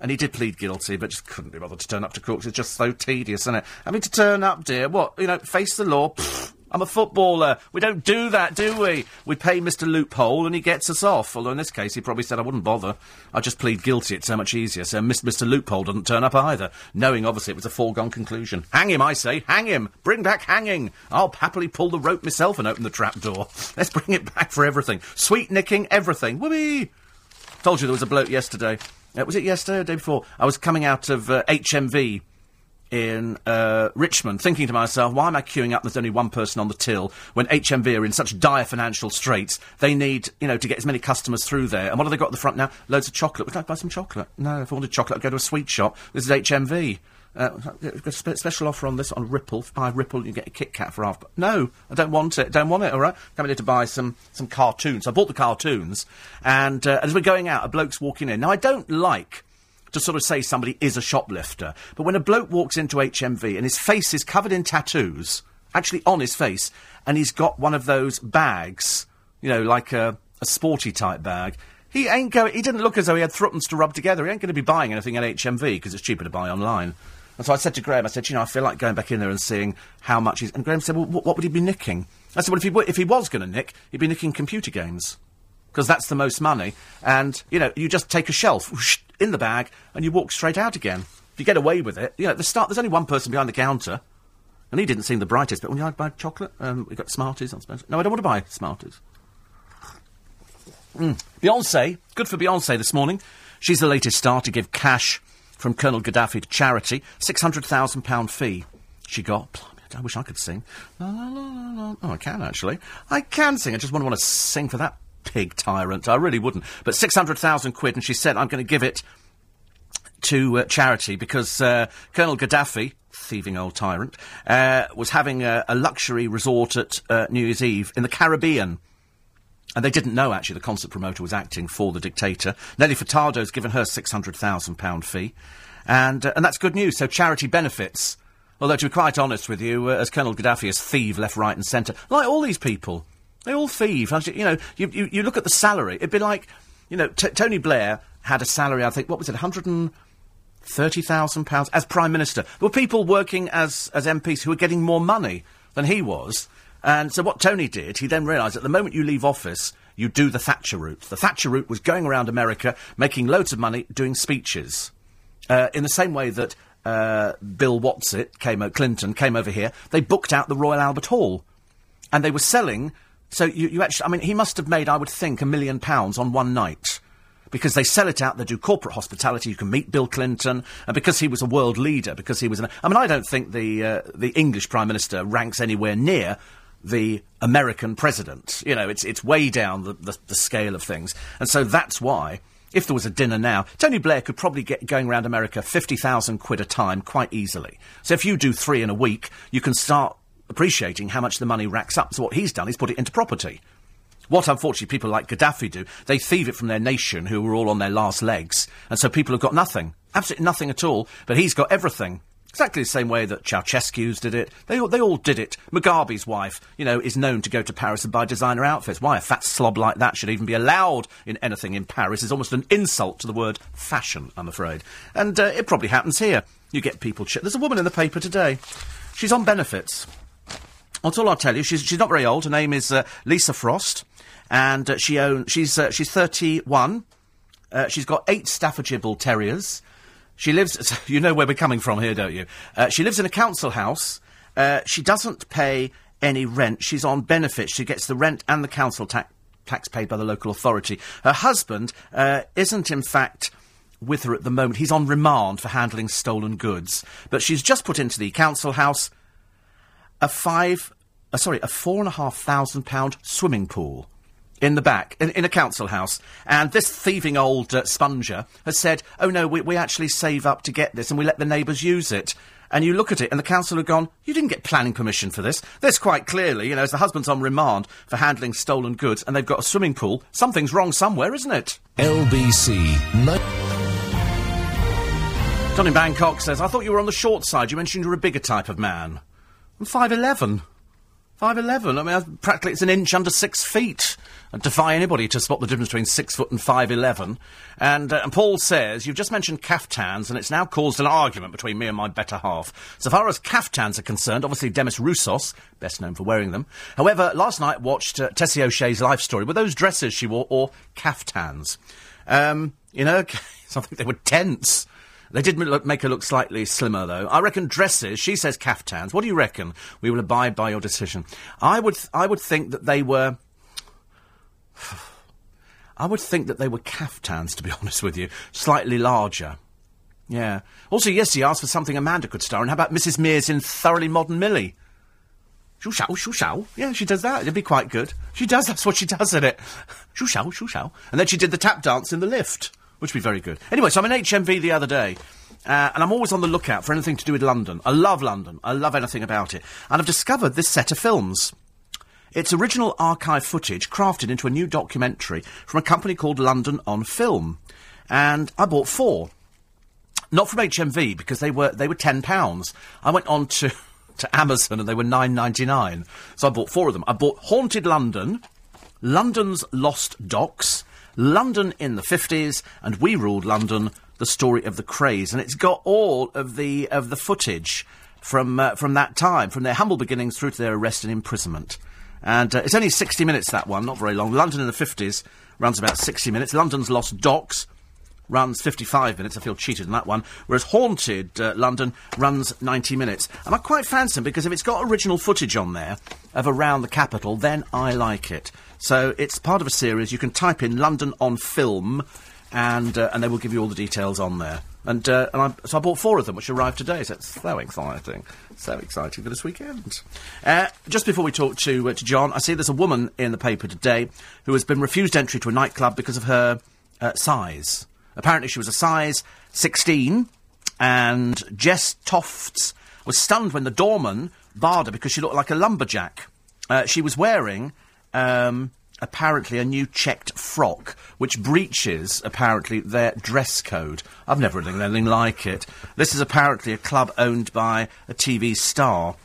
Speaker 1: And he did plead guilty, but just couldn't be bothered to turn up to court. 'cause It's just so tedious, isn't it? I mean, to turn up, dear, what? You know, face the law. Pfft, I'm a footballer. We don't do that, do we? We pay Mr. Loophole and he gets us off. Although in this case, he probably said, I wouldn't bother. I just plead guilty. It's so much easier. So Mis- Mr. Loophole doesn't turn up either, knowing obviously it was a foregone conclusion. Hang him, I say. Hang him. Bring back hanging. I'll happily pull the rope myself and open the trap door. [LAUGHS] Let's bring it back for everything. Sweet nicking, everything. Whoopee! Told you there was a bloke yesterday. Uh, was it yesterday or the day before? I was coming out of uh, HMV in uh, Richmond, thinking to myself, why am I queuing up? There's only one person on the till when HMV are in such dire financial straits. They need, you know, to get as many customers through there. And what have they got at the front now? Loads of chocolate. Would I buy some chocolate? No, if I wanted chocolate, I'd go to a sweet shop. This is HMV. Uh, we've got a spe- special offer on this on Ripple. If you buy Ripple, you get a Kit Kat for half. No, I don't want it. Don't want it. All right, coming here to buy some some cartoons. I bought the cartoons, and uh, as we're going out, a bloke's walking in. Now I don't like to sort of say somebody is a shoplifter. But when a bloke walks into HMV and his face is covered in tattoos, actually on his face, and he's got one of those bags, you know, like a, a sporty type bag, he ain't going. He didn't look as though he had threepence to rub together. He ain't going to be buying anything at HMV because it's cheaper to buy online. And so I said to Graham, I said, you know, I feel like going back in there and seeing how much he's. And Graham said, well, wh- what would he be nicking? I said, well, if he, w- if he was going to nick, he'd be nicking computer games because that's the most money. And you know, you just take a shelf, whoosh, in the bag, and you walk straight out again. If you get away with it, you know, at the start, there's only one person behind the counter, and he didn't seem the brightest, but when you like buy chocolate, um, we got Smarties, I suppose. No, I don't want to buy Smarties. Mm. Beyonce, good for Beyonce this morning. She's the latest star to give cash from Colonel Gaddafi to charity. £600,000 fee she got. Blimey, I wish I could sing. La, la, la, la, la. Oh, I can actually. I can sing. I just wouldn't want to sing for that pig tyrant. I really wouldn't. But 600,000 quid, and she said, I'm going to give it to uh, charity because uh, Colonel Gaddafi, thieving old tyrant, uh, was having a, a luxury resort at uh, New Year's Eve in the Caribbean. And they didn't know, actually, the concert promoter was acting for the dictator. Nelly Furtado's given her £600,000 fee. And, uh, and that's good news. So charity benefits. Although, to be quite honest with you, uh, as Colonel Gaddafi is thieve left, right, and centre, like all these people, they all thieve. Actually, You know, you, you, you look at the salary, it'd be like, you know, t- Tony Blair had a salary, I think, what was it, 100 and thirty thousand pounds as prime minister. There were people working as as MPs who were getting more money than he was. And so what Tony did, he then realised that the moment you leave office, you do the Thatcher route. The Thatcher route was going around America, making loads of money, doing speeches. Uh, in the same way that uh, Bill Watsit came, o- Clinton came over here, they booked out the Royal Albert Hall, and they were selling. So you, you actually, I mean, he must have made, I would think, a million pounds on one night because they sell it out. They do corporate hospitality. You can meet Bill Clinton, and because he was a world leader, because he was an. I mean, I don't think the uh, the English Prime Minister ranks anywhere near the American president. You know, it's it's way down the, the, the scale of things, and so that's why. If there was a dinner now, Tony Blair could probably get going around America fifty thousand quid a time quite easily. So if you do three in a week, you can start appreciating how much the money racks up. So what he's done is put it into property. What, unfortunately, people like Gaddafi do, they thieve it from their nation who were all on their last legs. And so people have got nothing. Absolutely nothing at all. But he's got everything. Exactly the same way that Ceausescu's did it. They all, they all did it. Mugabe's wife, you know, is known to go to Paris and buy designer outfits. Why a fat slob like that should even be allowed in anything in Paris is almost an insult to the word fashion, I'm afraid. And uh, it probably happens here. You get people... Ch- There's a woman in the paper today. She's on benefits. That's all I'll tell you. She's, she's not very old. Her name is uh, Lisa Frost, and uh, she own, she's, uh, she's 31. Uh, she's got eight Staffordshire Bull Terriers. She lives, [LAUGHS] you know where we're coming from here, don't you? Uh, she lives in a council house. Uh, she doesn't pay any rent. She's on benefits. She gets the rent and the council ta- tax paid by the local authority. Her husband uh, isn't, in fact, with her at the moment. He's on remand for handling stolen goods. But she's just put into the council house a five, uh, sorry, a four and a half thousand pound swimming pool in the back, in, in a council house. And this thieving old uh, sponger has said, oh no, we, we actually save up to get this and we let the neighbours use it. And you look at it, and the council have gone, you didn't get planning permission for this. This quite clearly, you know, as the husband's on remand for handling stolen goods and they've got a swimming pool, something's wrong somewhere, isn't it?
Speaker 5: LBC. Ni-
Speaker 1: John in Bangkok says, I thought you were on the short side. You mentioned you were a bigger type of man. I'm 5'11. 5'11. I mean, I- practically it's an inch under six feet. I defy anybody to spot the difference between six foot and 5'11. And, uh, and Paul says, You've just mentioned caftans, and it's now caused an argument between me and my better half. So far as caftans are concerned, obviously Demis Roussos, best known for wearing them. However, last night watched uh, Tessie O'Shea's life story. Were those dresses she wore or caftans? Um, in her [LAUGHS] case, I think they were tents. They did m- look, make her look slightly slimmer, though. I reckon dresses. She says caftans. What do you reckon? We will abide by your decision. I would, th- I would think that they were. [SIGHS] I would think that they were caftans, to be [LAUGHS] honest with you, slightly larger. Yeah. Also, yes, he asked for something Amanda could star in. How about Mrs. Mears in Thoroughly Modern Millie? Shoo shao, shoo shao. Yeah, she does that. It'd be quite good. She does. That's what she does in it. Shoo shao, shoo shao. And then she did the tap dance in the lift, which would be very good. Anyway, so I'm in HMV the other day. Uh, and I'm always on the lookout for anything to do with London. I love London. I love anything about it. And I've discovered this set of films. It's original archive footage crafted into a new documentary from a company called London on Film. And I bought four not from HMV because they were they were ten pounds. I went on to [LAUGHS] to Amazon and they were nine ninety nine. So I bought four of them. I bought Haunted London, London's Lost Docks, London in the fifties, and We Ruled London: The Story of the Craze. And it's got all of the of the footage from uh, from that time, from their humble beginnings through to their arrest and imprisonment. And uh, it's only 60 minutes, that one, not very long. London in the 50s runs about 60 minutes. London's Lost Docks, runs 55 minutes. I feel cheated on that one. Whereas Haunted uh, London runs 90 minutes. And I quite fancy him because if it's got original footage on there of around the capital, then I like it. So it's part of a series. You can type in London on film, and uh, and they will give you all the details on there. And uh, and I, so I bought four of them, which arrived today. So it's so exciting, so exciting for this weekend. Uh, just before we talk to uh, to John, I see there's a woman in the paper today who has been refused entry to a nightclub because of her uh, size. Apparently, she was a size 16, and Jess Tofts was stunned when the doorman barred her because she looked like a lumberjack. Uh, she was wearing, um, apparently, a new checked frock, which breaches, apparently, their dress code. I've never heard anything like it. This is apparently a club owned by a TV star.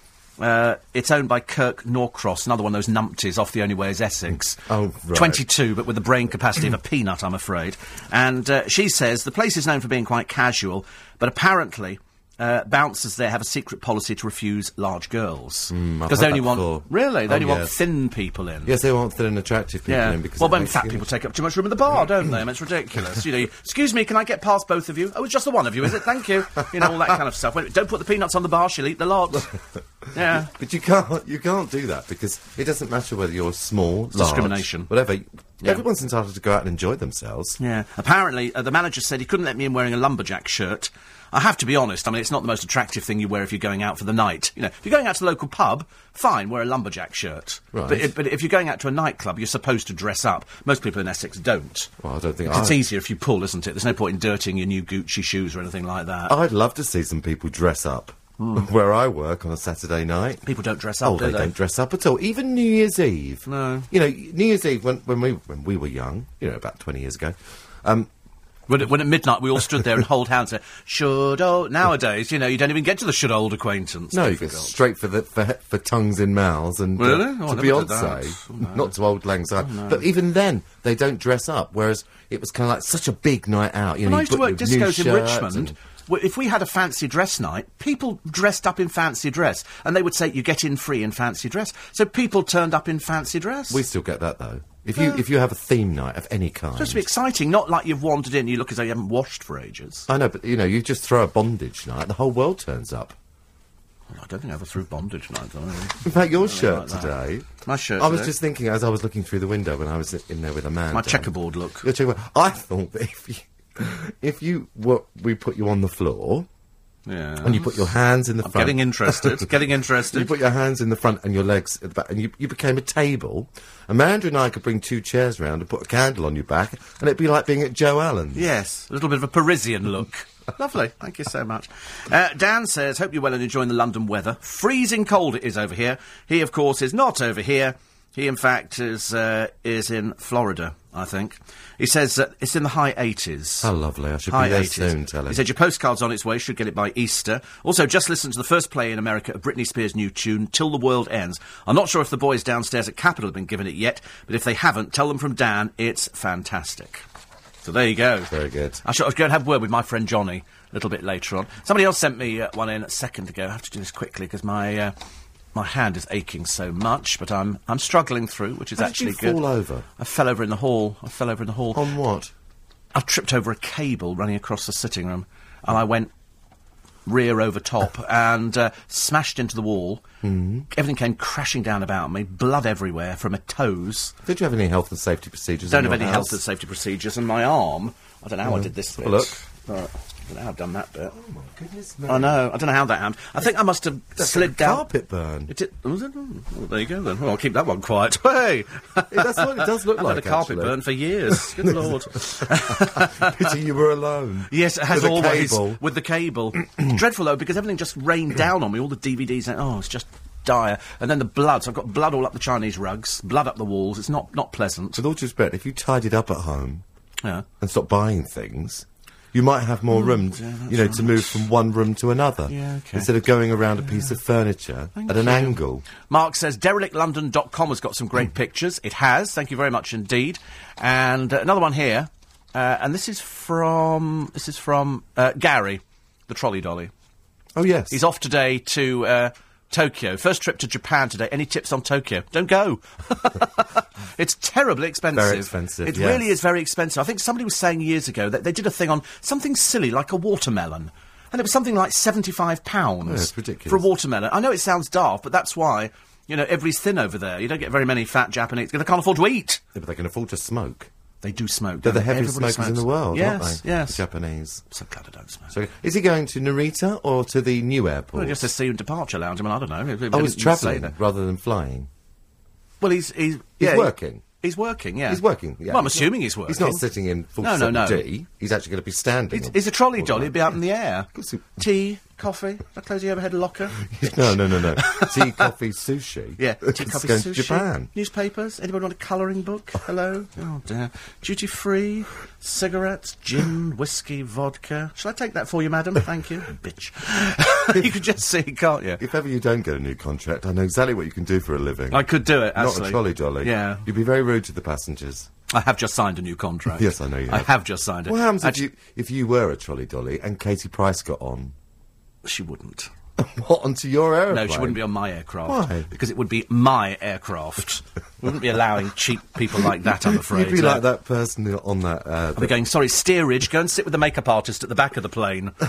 Speaker 1: Uh, it's owned by Kirk Norcross, another one of those numpties off The Only Way is Essex.
Speaker 2: Oh, right.
Speaker 1: 22, but with the brain capacity of a peanut, I'm afraid. And uh, she says the place is known for being quite casual, but apparently uh, bouncers there have a secret policy to refuse large girls.
Speaker 6: Hmm, I've
Speaker 1: they
Speaker 6: had
Speaker 1: only
Speaker 6: that
Speaker 1: want.
Speaker 6: before.
Speaker 1: Really? They
Speaker 6: Oh,
Speaker 1: only want
Speaker 6: yes.
Speaker 1: thin people in.
Speaker 6: Yes, they want thin and attractive people
Speaker 1: Yeah.
Speaker 6: in because
Speaker 1: well,
Speaker 6: it
Speaker 1: when
Speaker 6: makes
Speaker 1: fat
Speaker 6: you-
Speaker 1: people take up too much room in the
Speaker 6: [LAUGHS]
Speaker 1: bar, don't they? I mean, it's ridiculous. you know, you, excuse me, can I get past both of you? Oh, it's just the one of you, is it? Thank you. You know, all that kind of stuff. Wait, don't put the peanuts on the bar, she'll eat the lot.
Speaker 6: [LAUGHS]
Speaker 1: yeah.
Speaker 6: But you can't you can't do that because it doesn't matter whether you're small, large,
Speaker 1: discrimination.
Speaker 6: whatever. Everyone's entitled to go out and enjoy themselves.
Speaker 1: Yeah. Apparently, uh, the manager said he couldn't let me in wearing a lumberjack shirt. I have to be honest. I mean, it's not the most attractive thing you wear if you're going out for the night. You know, if you're going out to the local pub, fine, wear a lumberjack shirt.
Speaker 6: Right.
Speaker 1: But, it, but if you're going out to a nightclub, you're supposed to dress up. Most people in Essex don't.
Speaker 6: Well, I don't think
Speaker 1: It's
Speaker 6: I-
Speaker 1: easier if you pull, isn't it? There's no point in dirtying your new Gucci shoes or anything like that.
Speaker 6: I'd love to see some people dress up [LAUGHS] where I work on a Saturday night.
Speaker 1: Hmm. People don't dress up,
Speaker 6: Oh,
Speaker 1: do
Speaker 6: they, don't dress up at all. Even New Year's Eve.
Speaker 1: No.
Speaker 6: You know, New Year's Eve when, when we when we were young, you know, about twenty years ago. Um,
Speaker 1: When, at- when at midnight we all stood
Speaker 6: [LAUGHS]
Speaker 1: there and hold hands and said, should old... Nowadays, you know, you don't even get to the should old acquaintance.
Speaker 6: no, you go
Speaker 1: Difficult.
Speaker 6: straight for the for, he- for tongues in mouths and uh,
Speaker 1: Really? Oh, I
Speaker 6: to
Speaker 1: never did that.
Speaker 6: Beyonce,
Speaker 1: Oh, no.
Speaker 6: not to old lang syne. But even then, they don't dress up. Whereas it was kind of like such a big night out. You know,
Speaker 1: When I
Speaker 6: you
Speaker 1: used to
Speaker 6: put
Speaker 1: work
Speaker 6: your new
Speaker 1: discos in
Speaker 6: shirts
Speaker 1: Richmond,
Speaker 6: and-
Speaker 1: w if we had a fancy dress night, people dressed up in fancy dress, and they would say you get in free in fancy dress. So people turned up in fancy dress.
Speaker 6: We still get that though. If you if you have a theme night of any kind,
Speaker 1: supposed to be exciting, not like you've wandered in and you look as though you haven't washed for ages.
Speaker 6: I know, but you know, you just throw a bondage night, the whole world turns up.
Speaker 1: I don't think I ever threw bondage night. though.
Speaker 6: In fact, your
Speaker 1: Oh, like
Speaker 6: shirt
Speaker 1: that.
Speaker 6: today.
Speaker 1: My shirt
Speaker 6: I was
Speaker 1: today?
Speaker 6: just thinking as I was looking through the window when I was in there with a man.
Speaker 1: My
Speaker 6: down.
Speaker 1: checkerboard look.
Speaker 6: Your checkerboard. I thought that if you, if you, what we put you on the floor
Speaker 1: Yeah.
Speaker 6: and you put your hands in the
Speaker 1: I'm
Speaker 6: front.
Speaker 1: getting interested. getting [LAUGHS] interested.
Speaker 6: You put your hands in the front and your legs at the back, and you, you became a table. Amanda and I could bring two chairs round and put a candle on your back, and it'd be like being at Joe Allen's.
Speaker 1: Yes, a little bit of a Parisian look. [LAUGHS] Lovely, thank you so much. Uh, Dan says, Hope you're well and enjoying the London weather. Freezing cold it is over here. He, of course, is not over here. He, in fact, is, uh, is in Florida, I think. He says uh, it's in the high 80s.
Speaker 6: How lovely. I should
Speaker 1: High
Speaker 6: be there
Speaker 1: 80s.
Speaker 6: soon, tell him.
Speaker 1: He said your postcard's on its way, should get it by Easter. Also, just listen to the first play in America of Britney Spears' new tune, Till the World Ends. I'm not sure if the boys downstairs at Capitol have been given it yet, but if they haven't, tell them from Dan, it's fantastic. So there you go.
Speaker 6: Very good.
Speaker 1: I shall I shall go and have a word with my friend Johnny a little bit later on. Somebody else sent me uh, one in a second ago. I have to do this quickly because my. Uh, my hand is aching so much, but I'm I'm struggling through, which is
Speaker 6: How did
Speaker 1: actually
Speaker 6: you
Speaker 1: good.
Speaker 6: fall over? Oh,
Speaker 1: I fell over in the hall. I fell over in the hall.
Speaker 6: On what?
Speaker 1: I tripped over a cable running across the sitting room, and I went rear over top and uh, smashed into the wall.
Speaker 6: Mm-hmm.
Speaker 1: Mm. Everything came crashing down about me, blood everywhere from my toes.
Speaker 6: Did you have any health and safety procedures?
Speaker 1: Don't
Speaker 6: in
Speaker 1: have any
Speaker 6: your house?
Speaker 1: health and safety procedures, and my arm. I don't know how I did this
Speaker 6: have
Speaker 1: bit.
Speaker 6: a look.
Speaker 1: All right. I don't know how I've done that bit.
Speaker 6: Oh, Goodness
Speaker 1: I know. I don't know how that happened. I think I must have slid
Speaker 6: like a
Speaker 1: down.
Speaker 6: carpet burn.
Speaker 1: It did, was it? Oh, well, there you go then. Well, I'll keep that one quiet. [LAUGHS] Hey,
Speaker 6: that's what
Speaker 1: [LAUGHS]
Speaker 6: it does look
Speaker 1: I've
Speaker 6: like,
Speaker 1: had a carpet
Speaker 6: actually.
Speaker 1: burn for years. Good lord.
Speaker 6: [LAUGHS] Pity you were alone.
Speaker 1: [LAUGHS] Yes, it has
Speaker 6: With a
Speaker 1: always
Speaker 6: cable.
Speaker 1: with the cable. Dreadful though, because everything just rained down on me. All the DVDs. And, oh, it's just dire. And then the blood. So I've got blood all up the Chinese rugs, blood up the walls. It's not not pleasant.
Speaker 6: With all due respect, if you tidied up at home
Speaker 1: Yeah.
Speaker 6: and stopped buying things, you might have more
Speaker 1: Oh,
Speaker 6: room, you know, to move from one room to another
Speaker 1: Yeah, okay.
Speaker 6: instead of going around a piece of furniture at an angle.
Speaker 1: Mark says derelictlondon.com has got some great pictures. It has. Thank you very much indeed. And uh, another one here. Uh, and this is from this is from uh, Gary, the trolley dolly.
Speaker 6: Oh yes,
Speaker 1: He's off today to uh, Tokyo. First trip to Japan today. Any tips on Tokyo? Don't go. [LAUGHS] It's terribly expensive.
Speaker 6: expensive,
Speaker 1: It
Speaker 6: yes.
Speaker 1: really is very expensive. I think somebody was saying years ago that they did a thing on something silly like a watermelon. And it was something like seventy-five pounds
Speaker 6: Yeah, it's ridiculous.
Speaker 1: for a watermelon. I know it sounds daft, but that's why you know everybody's thin over there. You don't get very many fat Japanese because they can't afford to eat.
Speaker 6: Yeah, but they can afford to smoke.
Speaker 1: They do smoke.
Speaker 6: They're the
Speaker 1: don't they?
Speaker 6: heaviest
Speaker 1: Everybody
Speaker 6: smokers in
Speaker 1: smokes.
Speaker 6: the world,
Speaker 1: Yes,
Speaker 6: aren't they?
Speaker 1: yes.
Speaker 6: The Japanese.
Speaker 1: so glad I don't smoke.
Speaker 6: So, is he going to Narita or to the new
Speaker 1: Well,
Speaker 6: airport?
Speaker 1: I guess they see him departure lounge. I mean, I don't know. It- it
Speaker 6: oh, he's
Speaker 1: didn't say
Speaker 6: travelling
Speaker 1: that.
Speaker 6: rather than flying.
Speaker 1: Well, he's he's,
Speaker 6: He's
Speaker 1: yeah, he-
Speaker 6: working.
Speaker 1: He's working. Yeah,
Speaker 6: He's working. Yeah.
Speaker 1: Well, I'm
Speaker 6: He's not-
Speaker 1: assuming he's working.
Speaker 6: He's not sitting in full
Speaker 1: No, no, no.
Speaker 6: 7D. He's actually going to be standing.
Speaker 1: He's,
Speaker 6: all-
Speaker 1: he's a trolley
Speaker 6: all
Speaker 1: jolly. He'd
Speaker 6: night.
Speaker 1: be out in the air.
Speaker 6: course he-
Speaker 1: Tea, coffee. I close the overhead
Speaker 6: [LAUGHS]
Speaker 1: locker.
Speaker 6: [LAUGHS] no, no,
Speaker 1: [LAUGHS]
Speaker 6: no, no. Tea, coffee, sushi. [LAUGHS]
Speaker 1: Yeah, tea,
Speaker 6: It's
Speaker 1: coffee,
Speaker 6: going
Speaker 1: sushi.
Speaker 6: to Japan.
Speaker 1: Newspapers. Anybody want a colouring book? Hello. oh dear. Duty free. Cigarettes, gin, whiskey, vodka. Shall I take that for you, madam? Thank
Speaker 6: [LAUGHS]
Speaker 1: you, bitch. [LAUGHS] you can just see, can't you?
Speaker 6: If ever you don't get a new contract, I know exactly what you can do for a living.
Speaker 1: I could do it.
Speaker 6: Not
Speaker 1: actually.
Speaker 6: a trolley jolly.
Speaker 1: Yeah.
Speaker 6: You'd be very rude to the passengers.
Speaker 1: I have just signed a new contract.
Speaker 6: Yes, I know you
Speaker 1: I
Speaker 6: have.
Speaker 1: have just signed it.
Speaker 6: What happens if
Speaker 1: Actually,
Speaker 6: you, if you were a trolley dolly and Katie Price got on? [LAUGHS]
Speaker 1: She wouldn't.
Speaker 6: What, onto your aeroplane?
Speaker 1: No, she wouldn't be on my aircraft.
Speaker 6: Why?
Speaker 1: Because it would be my aircraft. we wouldn't be allowing cheap people like that, I'm afraid.
Speaker 6: You'd be
Speaker 1: No.
Speaker 6: like that person on that uh, [LAUGHS]
Speaker 1: I'd be going, sorry, steerage, go and sit with the makeup artist at the back of the plane.
Speaker 6: da- [LAUGHS]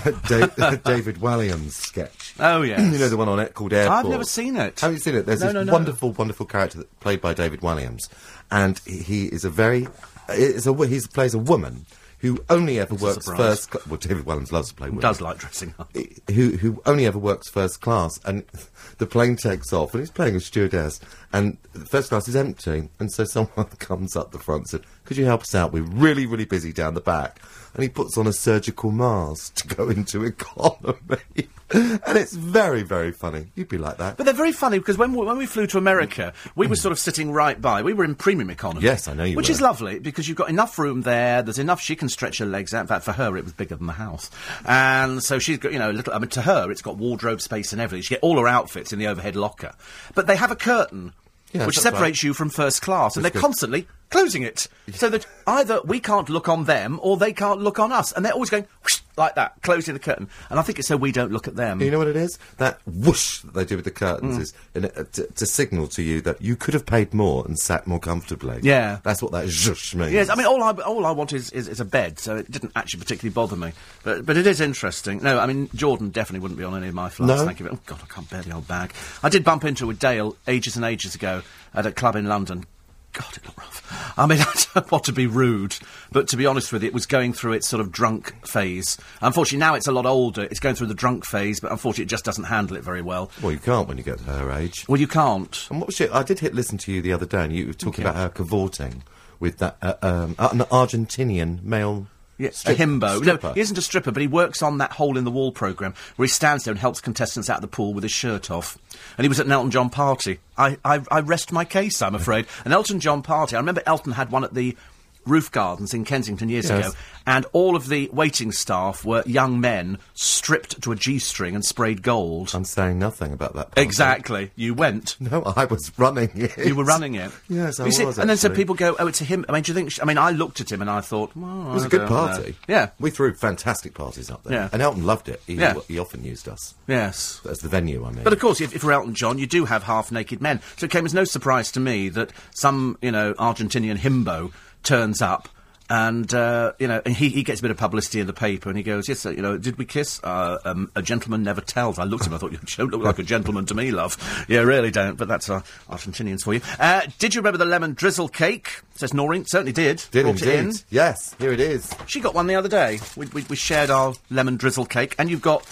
Speaker 6: David Walliams sketch.
Speaker 1: [LAUGHS] Oh, yes.
Speaker 6: you know the one on it called Airport.
Speaker 1: never seen it.
Speaker 6: Have you seen it? There's
Speaker 1: No,
Speaker 6: this
Speaker 1: no, no.
Speaker 6: wonderful, wonderful character that, played by David Walliams, and he, he is a very is a wo- he plays a woman who only ever works
Speaker 1: surprise.
Speaker 6: first. Cl- well, David Walliams loves to play women.
Speaker 1: Does like dressing up.
Speaker 6: who who only ever works first class, and [LAUGHS] the plane takes off, and he's playing a stewardess, and the first class is empty, and so someone [LAUGHS] comes up the front and said, "Could you help us out? We're really really busy down the back." And he puts on a surgical mask to go [LAUGHS] into economy, [LAUGHS] and it's very very funny. You'd be like that.
Speaker 1: But they're very funny because when we, when we flew to America, we were sort of sitting right by. We were in premium economy.
Speaker 6: Yes, I know you
Speaker 1: Which
Speaker 6: were.
Speaker 1: is lovely because you've got enough room there. There's enough. She can stretch her legs out. In fact, for her, it was bigger than the house. And so she's got, you know, a little. I mean, to her, it's got wardrobe space and everything. She get all her outfits in the overhead locker. But they have a curtain.
Speaker 6: Yeah,
Speaker 1: which
Speaker 6: that's right.
Speaker 1: separates you from first class, and they're
Speaker 6: good.
Speaker 1: constantly closing it so that either we can't look on them or they can't look on us, and they're always going whoosh, like that, closing the curtain. And I think it's so we don't look at them.
Speaker 6: You know what it is? That whoosh that they do with the
Speaker 1: Mm.
Speaker 6: curtains is in a, to, to signal to you that you could have paid more and sat more comfortably.
Speaker 1: Yeah.
Speaker 6: that's what that zhush means.
Speaker 1: Yes, I mean all I all I want is, is, is a bed, so it didn't actually particularly bother me. But but it is interesting. No, I mean Jordan definitely wouldn't be on any of my flights.
Speaker 6: No?
Speaker 1: Thank you. Oh God, I can't bear the old bag. I did bump into with Dale ages and ages ago at a club in London. God, it looked rough. I mean, [LAUGHS] I don't want to be rude, but to be honest with you, it was going through its sort of drunk phase. Unfortunately, now it's a lot older. It's going through the drunk phase, but unfortunately, it just doesn't handle it very well.
Speaker 6: well, you can't when you get to her age.
Speaker 1: Well, you can't.
Speaker 6: And what was it? I did hit listen to you the other day, and you were talking about her cavorting with that uh, um, uh, an Argentinian male.
Speaker 1: Yes,
Speaker 6: strip-
Speaker 1: a himbo.
Speaker 6: stripper.
Speaker 1: No, he isn't a stripper, but he works on that hole in the wall program where he stands there and helps contestants out of the pool with his shirt off. And he was at an Elton John party. I, I, I rest my case, I'm
Speaker 6: [LAUGHS]
Speaker 1: afraid. An Elton John party. I remember Elton had one at the Roof Gardens in Kensington years
Speaker 6: Yes.
Speaker 1: ago, and all of the waiting staff were young men stripped to a g-string and sprayed gold.
Speaker 6: I'm saying nothing about that. part.
Speaker 1: exactly. You went.
Speaker 6: No, I was running it.
Speaker 1: You were running it.
Speaker 6: Yes, I
Speaker 1: You see,
Speaker 6: was,
Speaker 1: And then some
Speaker 6: actually.
Speaker 1: people go, "Oh, it's a him." I mean, do you think? Sh- I mean, I looked at him and I thought, well,
Speaker 6: It was
Speaker 1: I
Speaker 6: a good
Speaker 1: don't know."
Speaker 6: party.
Speaker 1: uh, Yeah.
Speaker 6: we threw fantastic parties up there,
Speaker 1: Yeah.
Speaker 6: and Elton loved it. He,
Speaker 1: Yeah.
Speaker 6: he often used us
Speaker 1: Yes.
Speaker 6: as the venue. I mean,
Speaker 1: But of course, if, if we're Elton John, you do have half-naked men. So it came as no surprise to me that some, you know, Argentinian himbo turns up. And uh, you know, and he, he gets a bit of publicity in the paper, and he goes, "Yes, sir, you know, did we kiss? Uh, um, a gentleman never tells." I looked at him, I thought, "You don't look like a gentleman to me, love." Yeah, really don't. But that's uh, Argentinians for you. Uh, did you remember the lemon drizzle cake? Says Noreen. Certainly did.
Speaker 6: did
Speaker 1: Brought it in.
Speaker 6: indeed. Yes, here it is.
Speaker 1: She got one the other day. We, we, we shared our lemon drizzle cake, and you've got.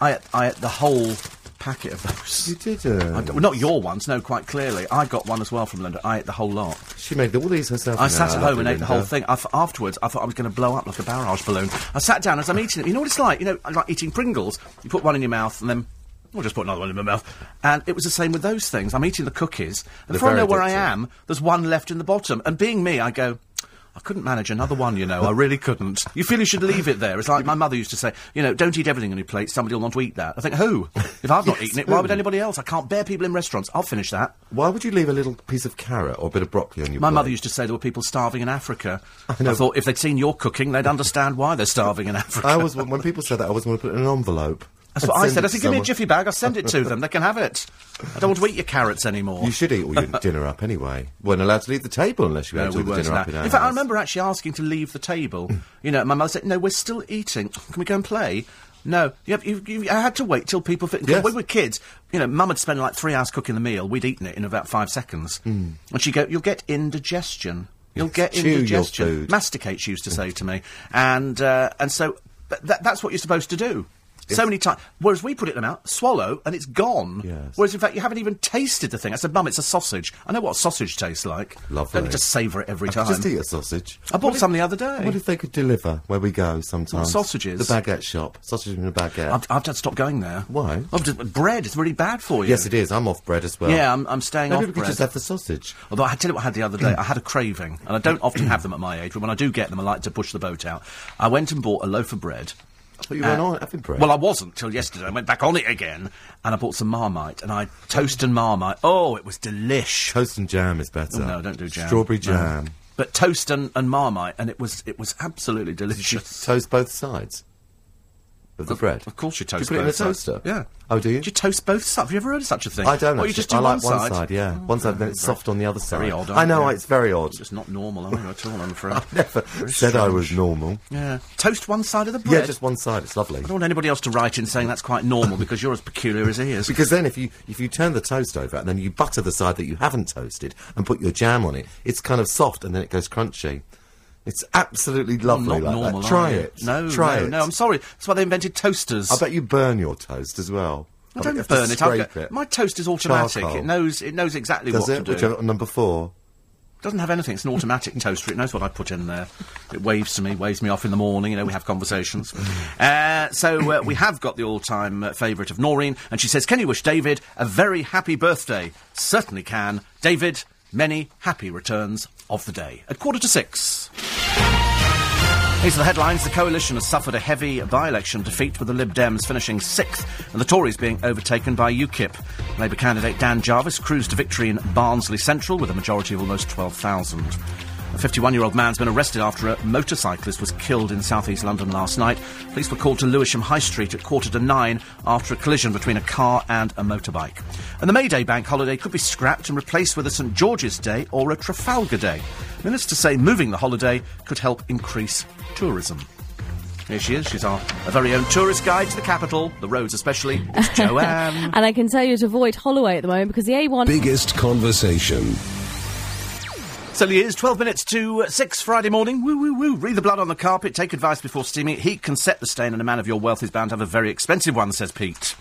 Speaker 1: I ate, I ate the whole packet of those.
Speaker 6: You did. Uh,
Speaker 1: I d- well, not your ones, no, quite clearly. I got one as well from Linda. I ate the whole lot.
Speaker 6: she made all these herself.
Speaker 1: I
Speaker 6: No,
Speaker 1: sat at
Speaker 6: love
Speaker 1: home and
Speaker 6: you,
Speaker 1: ate the whole
Speaker 6: Linda.
Speaker 1: thing. I f- afterwards, I thought I was going to blow up like a barrage balloon. I sat down as I'm eating it. You know what it's like? You know, like eating Pringles. You put one in your mouth and then. I'll just put another one in my mouth. And it was the same with those things. I'm eating the cookies, and before I
Speaker 6: very
Speaker 1: know where I
Speaker 6: addictive.
Speaker 1: am, there's one left in the bottom. And being me, I go, I couldn't manage another one, you know. I really couldn't. You feel you should leave it there. It's like my mother used to say, you know, don't eat everything on your plate. Somebody will want to eat that. I think, who? If I've not eaten it, why would anybody else? I can't bear people in restaurants. I'll finish that.
Speaker 6: Why would you leave a little piece of carrot or a bit of broccoli on your?
Speaker 1: My
Speaker 6: plate?
Speaker 1: mother used to say there were people starving in
Speaker 6: [LAUGHS]
Speaker 1: Africa. I,
Speaker 6: know.
Speaker 1: thought if
Speaker 6: [LAUGHS]
Speaker 1: they'd seen your cooking, they'd understand why they're starving in Africa.
Speaker 6: I always, when people say that, I always want to put it in an envelope.
Speaker 1: That's what I
Speaker 6: Send
Speaker 1: said.
Speaker 6: it
Speaker 1: I said, give
Speaker 6: to
Speaker 1: me a
Speaker 6: someone.
Speaker 1: jiffy bag. I'll send it
Speaker 6: [LAUGHS]
Speaker 1: to them. They can have it. I don't want to eat your carrots anymore.
Speaker 6: You should eat all your
Speaker 1: [LAUGHS]
Speaker 6: dinner up anyway. Weren't allowed to leave the table unless you
Speaker 1: No,
Speaker 6: had
Speaker 1: we
Speaker 6: all the
Speaker 1: weren't
Speaker 6: dinner
Speaker 1: allowed.
Speaker 6: up
Speaker 1: In
Speaker 6: in our
Speaker 1: fact, I
Speaker 6: house.
Speaker 1: remember actually asking to leave the
Speaker 6: [LAUGHS]
Speaker 1: table. you know, my mother said, "No, we're still eating. Can we go and play?" No, you, have- you, you, I had to wait till people. Fit. 'cause
Speaker 6: Yes.
Speaker 1: When we were kids, you know, Mum would spend like three hours cooking the meal. We'd eaten it in about five seconds, and she'd go, "You'll get indigestion. You'll get
Speaker 6: Mm. Chew your
Speaker 1: indigestion."
Speaker 6: food.
Speaker 1: Masticate, she used to say to me, and uh, and so but that, that's what you're supposed to do. So many times. Whereas we put it in the mouth, swallow, and it's gone.
Speaker 6: Yes.
Speaker 1: Whereas in fact, you haven't even tasted the thing. I said, "Mum, it's a sausage. I know what a sausage tastes like.
Speaker 6: Lovely.
Speaker 1: Don't you just savour it every
Speaker 6: I
Speaker 1: time.
Speaker 6: could just eat a sausage.
Speaker 1: I bought
Speaker 6: What if-
Speaker 1: some the other day.
Speaker 6: What if they could deliver where we go sometimes?
Speaker 1: sausages?
Speaker 6: The baguette shop. Sausage in a baguette.
Speaker 1: I've, I've had to stop going there.
Speaker 6: Why?
Speaker 1: I've just- bread is really bad for you.
Speaker 6: yes, it is. I'm off bread as well.
Speaker 1: Yeah, I'm, I'm staying
Speaker 6: Maybe
Speaker 1: off
Speaker 6: we could
Speaker 1: bread.
Speaker 6: just have the sausage.
Speaker 1: Although I tell you what I had the other
Speaker 6: Mm.
Speaker 1: day, I had a craving, and I
Speaker 6: [CLEARS THROAT]
Speaker 1: don't often have them at my age, but when I do get them, I like to push the boat out. I went and bought a loaf of bread.
Speaker 6: But you weren't on having
Speaker 1: Uh,
Speaker 6: bread.
Speaker 1: Well, I wasn't till yesterday. I went back on it again, and I bought some Marmite, and I had toast and Marmite. Oh, it was delish.
Speaker 6: Toast and jam is better.
Speaker 1: No, don't do jam.
Speaker 6: Strawberry
Speaker 1: No.
Speaker 6: jam.
Speaker 1: But toast and, and Marmite, and it was it was absolutely delicious.
Speaker 6: Toast both sides of the bread.
Speaker 1: Of course, you
Speaker 6: Do
Speaker 1: toast.
Speaker 6: you put it in a
Speaker 1: both sides.
Speaker 6: toaster?
Speaker 1: Yeah.
Speaker 6: Oh, do you?
Speaker 1: Do you toast both sides? Have you ever heard of such a thing?
Speaker 6: I don't.
Speaker 1: Or
Speaker 6: actually.
Speaker 1: you just do
Speaker 6: I like
Speaker 1: one, Oh,
Speaker 6: one side. yeah, one side, then it's soft on the other side.
Speaker 1: Very odd.
Speaker 6: I know
Speaker 1: aren't you?
Speaker 6: it's very odd.
Speaker 1: Just not normal,
Speaker 6: [LAUGHS]
Speaker 1: are you at all? I'm afraid.
Speaker 6: I [LAUGHS] never
Speaker 1: Very
Speaker 6: said I
Speaker 1: strange.
Speaker 6: was normal.
Speaker 1: Yeah. Toast one side of the bread.
Speaker 6: Yeah, just one side. It's lovely.
Speaker 1: I don't want anybody else to write in saying that's quite normal because you're as peculiar as he is.
Speaker 6: Because then, if you if you turn the toast over and then you butter the side that you haven't toasted and put your jam on it, it's kind of soft and then it goes crunchy. It's absolutely
Speaker 1: I'm
Speaker 6: lovely
Speaker 1: not
Speaker 6: like
Speaker 1: normal.
Speaker 6: that.
Speaker 1: are
Speaker 6: Try
Speaker 1: you?
Speaker 6: it.
Speaker 1: No,
Speaker 6: try
Speaker 1: no,
Speaker 6: it.
Speaker 1: no. I'm sorry. That's why they invented toasters.
Speaker 6: I bet you burn your toast as well.
Speaker 1: I
Speaker 6: bet you
Speaker 1: don't
Speaker 6: have to
Speaker 1: burn it. I've
Speaker 6: scrape
Speaker 1: got-
Speaker 6: it.
Speaker 1: My toast is automatic.
Speaker 6: Charcoal.
Speaker 1: It knows. It knows exactly
Speaker 6: Does
Speaker 1: what
Speaker 6: it?
Speaker 1: to do.
Speaker 6: Which are- number four?
Speaker 1: doesn't have anything. It's an automatic [LAUGHS] toaster. It knows what I put in there. It waves to me, waves me off in the morning. You know, we have conversations. uh, so uh, we have got the all-time uh, favourite of Noreen, and she says, "Can you wish David a very happy birthday?" Certainly can, David. Many happy returns of the day. At quarter to six. These are the headlines. The Coalition has suffered a heavy by election defeat, with the Lib Dems finishing sixth and the Tories being overtaken by UKIP. Labour candidate Dan Jarvis cruised to victory in Barnsley Central with a majority of almost 12,000. A 51 year old man's been arrested after a motorcyclist was killed in southeast London last night. Police were called to Lewisham High Street at quarter to nine after a collision between a car and a motorbike. And the May Day bank holiday could be scrapped and replaced with a St George's Day or a Trafalgar Day. Ministers say moving the holiday could help increase tourism. Here she is. She's our, our very own tourist guide to the capital, the roads especially. It's Joanne.
Speaker 3: And I can tell you to avoid Holloway at the moment because the A1.
Speaker 5: Biggest conversation.
Speaker 1: so it is 12 minutes to uh, 6 Friday morning. Woo, woo, woo. Read the blood on the carpet. Take advice before steaming it. Heat can set the stain, and a man of your wealth is bound to have a very expensive one, says Pete.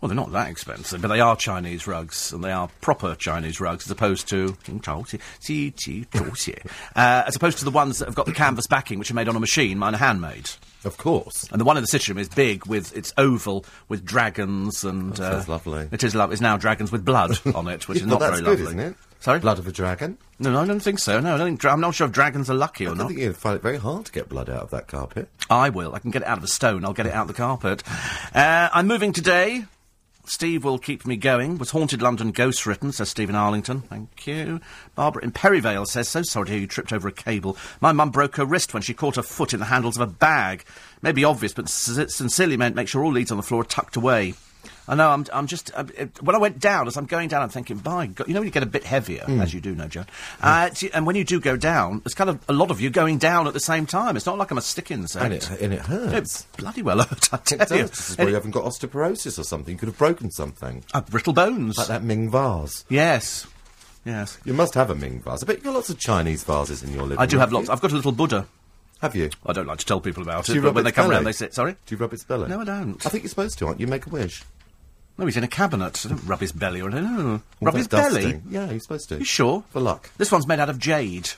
Speaker 1: Well, they're not that expensive, but they are Chinese rugs, and they are proper Chinese rugs, as opposed to uh, as opposed to the ones that have got the canvas backing, which are made on a machine. Mine are handmade.
Speaker 6: Of course.
Speaker 1: And the one in the sitting room is big, with it's oval, with dragons and. uh,
Speaker 6: That sounds lovely.
Speaker 1: It is lovely. It's now dragons with
Speaker 6: [LAUGHS]
Speaker 1: blood on it, which is
Speaker 6: But
Speaker 1: not
Speaker 6: that's
Speaker 1: very
Speaker 6: good,
Speaker 1: lovely.
Speaker 6: isn't it?
Speaker 1: Sorry,
Speaker 6: Blood of a dragon.
Speaker 1: No, I don't think so. No, I don't think dra- I'm not sure if dragons are lucky or
Speaker 6: I
Speaker 1: not.
Speaker 6: think you'd find it very hard to get blood out of that carpet.
Speaker 1: I will. I can get it out of a stone. I'll get it out of the carpet. Uh, I'm moving today. Steve will keep me going. Was Haunted London ghost written, says Stephen Arlington. Thank you. Barbara in Perivale says, So sorry to hear you tripped over a cable. My mum broke her wrist when she caught her foot in the handles of a bag. May be obvious, but s- sincerely meant make sure all leads on the floor are tucked away. I know, I'm, I'm just. uh it, when I went down, as I'm going down, I'm thinking, by God, you know, when you get a bit heavier,
Speaker 6: Hmm.
Speaker 1: as you do know, Joan. Uh, it's- and when you do go down, there's kind of a lot of you going down at the same time. It's not like I'm a stick insect.
Speaker 6: And it, and it hurts.
Speaker 1: It's bloody well hurt, I
Speaker 6: It
Speaker 1: tell
Speaker 6: does.
Speaker 1: you.
Speaker 6: This is why
Speaker 1: And
Speaker 6: you
Speaker 1: it-
Speaker 6: haven't got osteoporosis or something. You could have broken something.
Speaker 1: uh, brittle bones.
Speaker 6: Like that Ming vase.
Speaker 1: Yes. Yes.
Speaker 6: You must have a Ming vase. I bet you've got lots of Chinese vases in your living
Speaker 1: I do
Speaker 6: room.
Speaker 1: have lots. I've got a little Buddha.
Speaker 6: Have you?
Speaker 1: I don't like to tell people about
Speaker 6: Do
Speaker 1: it,
Speaker 6: you
Speaker 1: but
Speaker 6: rub
Speaker 1: when they
Speaker 6: its
Speaker 1: come
Speaker 6: belly?
Speaker 1: round, they say, sorry?
Speaker 6: Do you rub its belly?
Speaker 1: No, I don't.
Speaker 6: I think you're supposed to, aren't you? Make a wish.
Speaker 1: No, he's in a cabinet. I don't rub his belly or anything. No.
Speaker 6: All
Speaker 1: Rub
Speaker 6: that
Speaker 1: his belly?
Speaker 6: dusting. Yeah, you're supposed to.
Speaker 1: You sure?
Speaker 6: For luck.
Speaker 1: This one's made out of jade.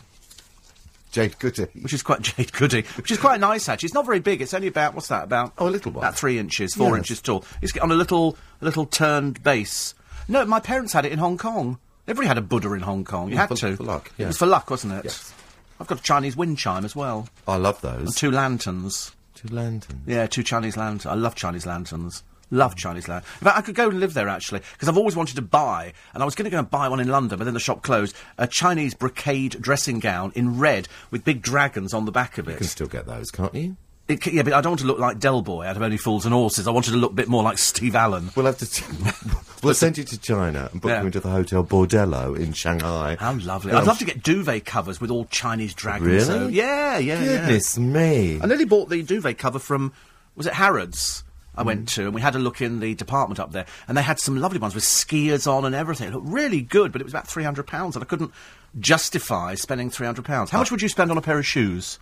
Speaker 6: Jade Goody.
Speaker 1: which is quite [LAUGHS] Jade Goody, which is quite nice actually. It's not very big. It's only about what's that about?
Speaker 6: Oh, a little one.
Speaker 1: About three inches, four
Speaker 6: Yes.
Speaker 1: inches tall. It's g- on a little, a little turned base. No, my parents had it in Hong Kong. Everybody had a Buddha in Hong Kong. You
Speaker 6: Yeah,
Speaker 1: had
Speaker 6: for-
Speaker 1: to
Speaker 6: for luck,
Speaker 1: It
Speaker 6: yeah.
Speaker 1: was for luck, wasn't it?
Speaker 6: Yes.
Speaker 1: I've got a Chinese wind chime as well.
Speaker 6: I love those.
Speaker 1: Two lanterns.
Speaker 6: Two lanterns.
Speaker 1: Yeah, two Chinese lanterns. I love Chinese lanterns. Love Chinese lanterns. In fact, I could go and live there actually, because I've always wanted to buy, and I was going to go and buy one in London, but then the shop closed. A Chinese brocade dressing gown in red with big dragons on the back of it.
Speaker 6: You can still get those, can't you?
Speaker 1: It, c- yeah, but I don't want to look like Del Boy out of Only Fools and Horses. I wanted to look a bit more like Steve Allen.
Speaker 6: We'll have to. T- [LAUGHS] we'll send you to China and book
Speaker 1: Yeah.
Speaker 6: you into the hotel Bordello in Shanghai. Oh,
Speaker 1: How lovely!
Speaker 6: And
Speaker 1: I'd
Speaker 6: I'll-
Speaker 1: love to get duvet covers with all Chinese dragons.
Speaker 6: Really?
Speaker 1: So, yeah, yeah, yeah.
Speaker 6: Goodness me!
Speaker 1: I nearly bought the duvet cover from, was it Harrods? I
Speaker 6: Hmm.
Speaker 1: went to, and we had a look in the department up there, and they had some lovely ones with skiers on and everything. It looked really good, but it was about three hundred pounds, and I couldn't justify spending three hundred pounds. How much would you spend on a pair of shoes?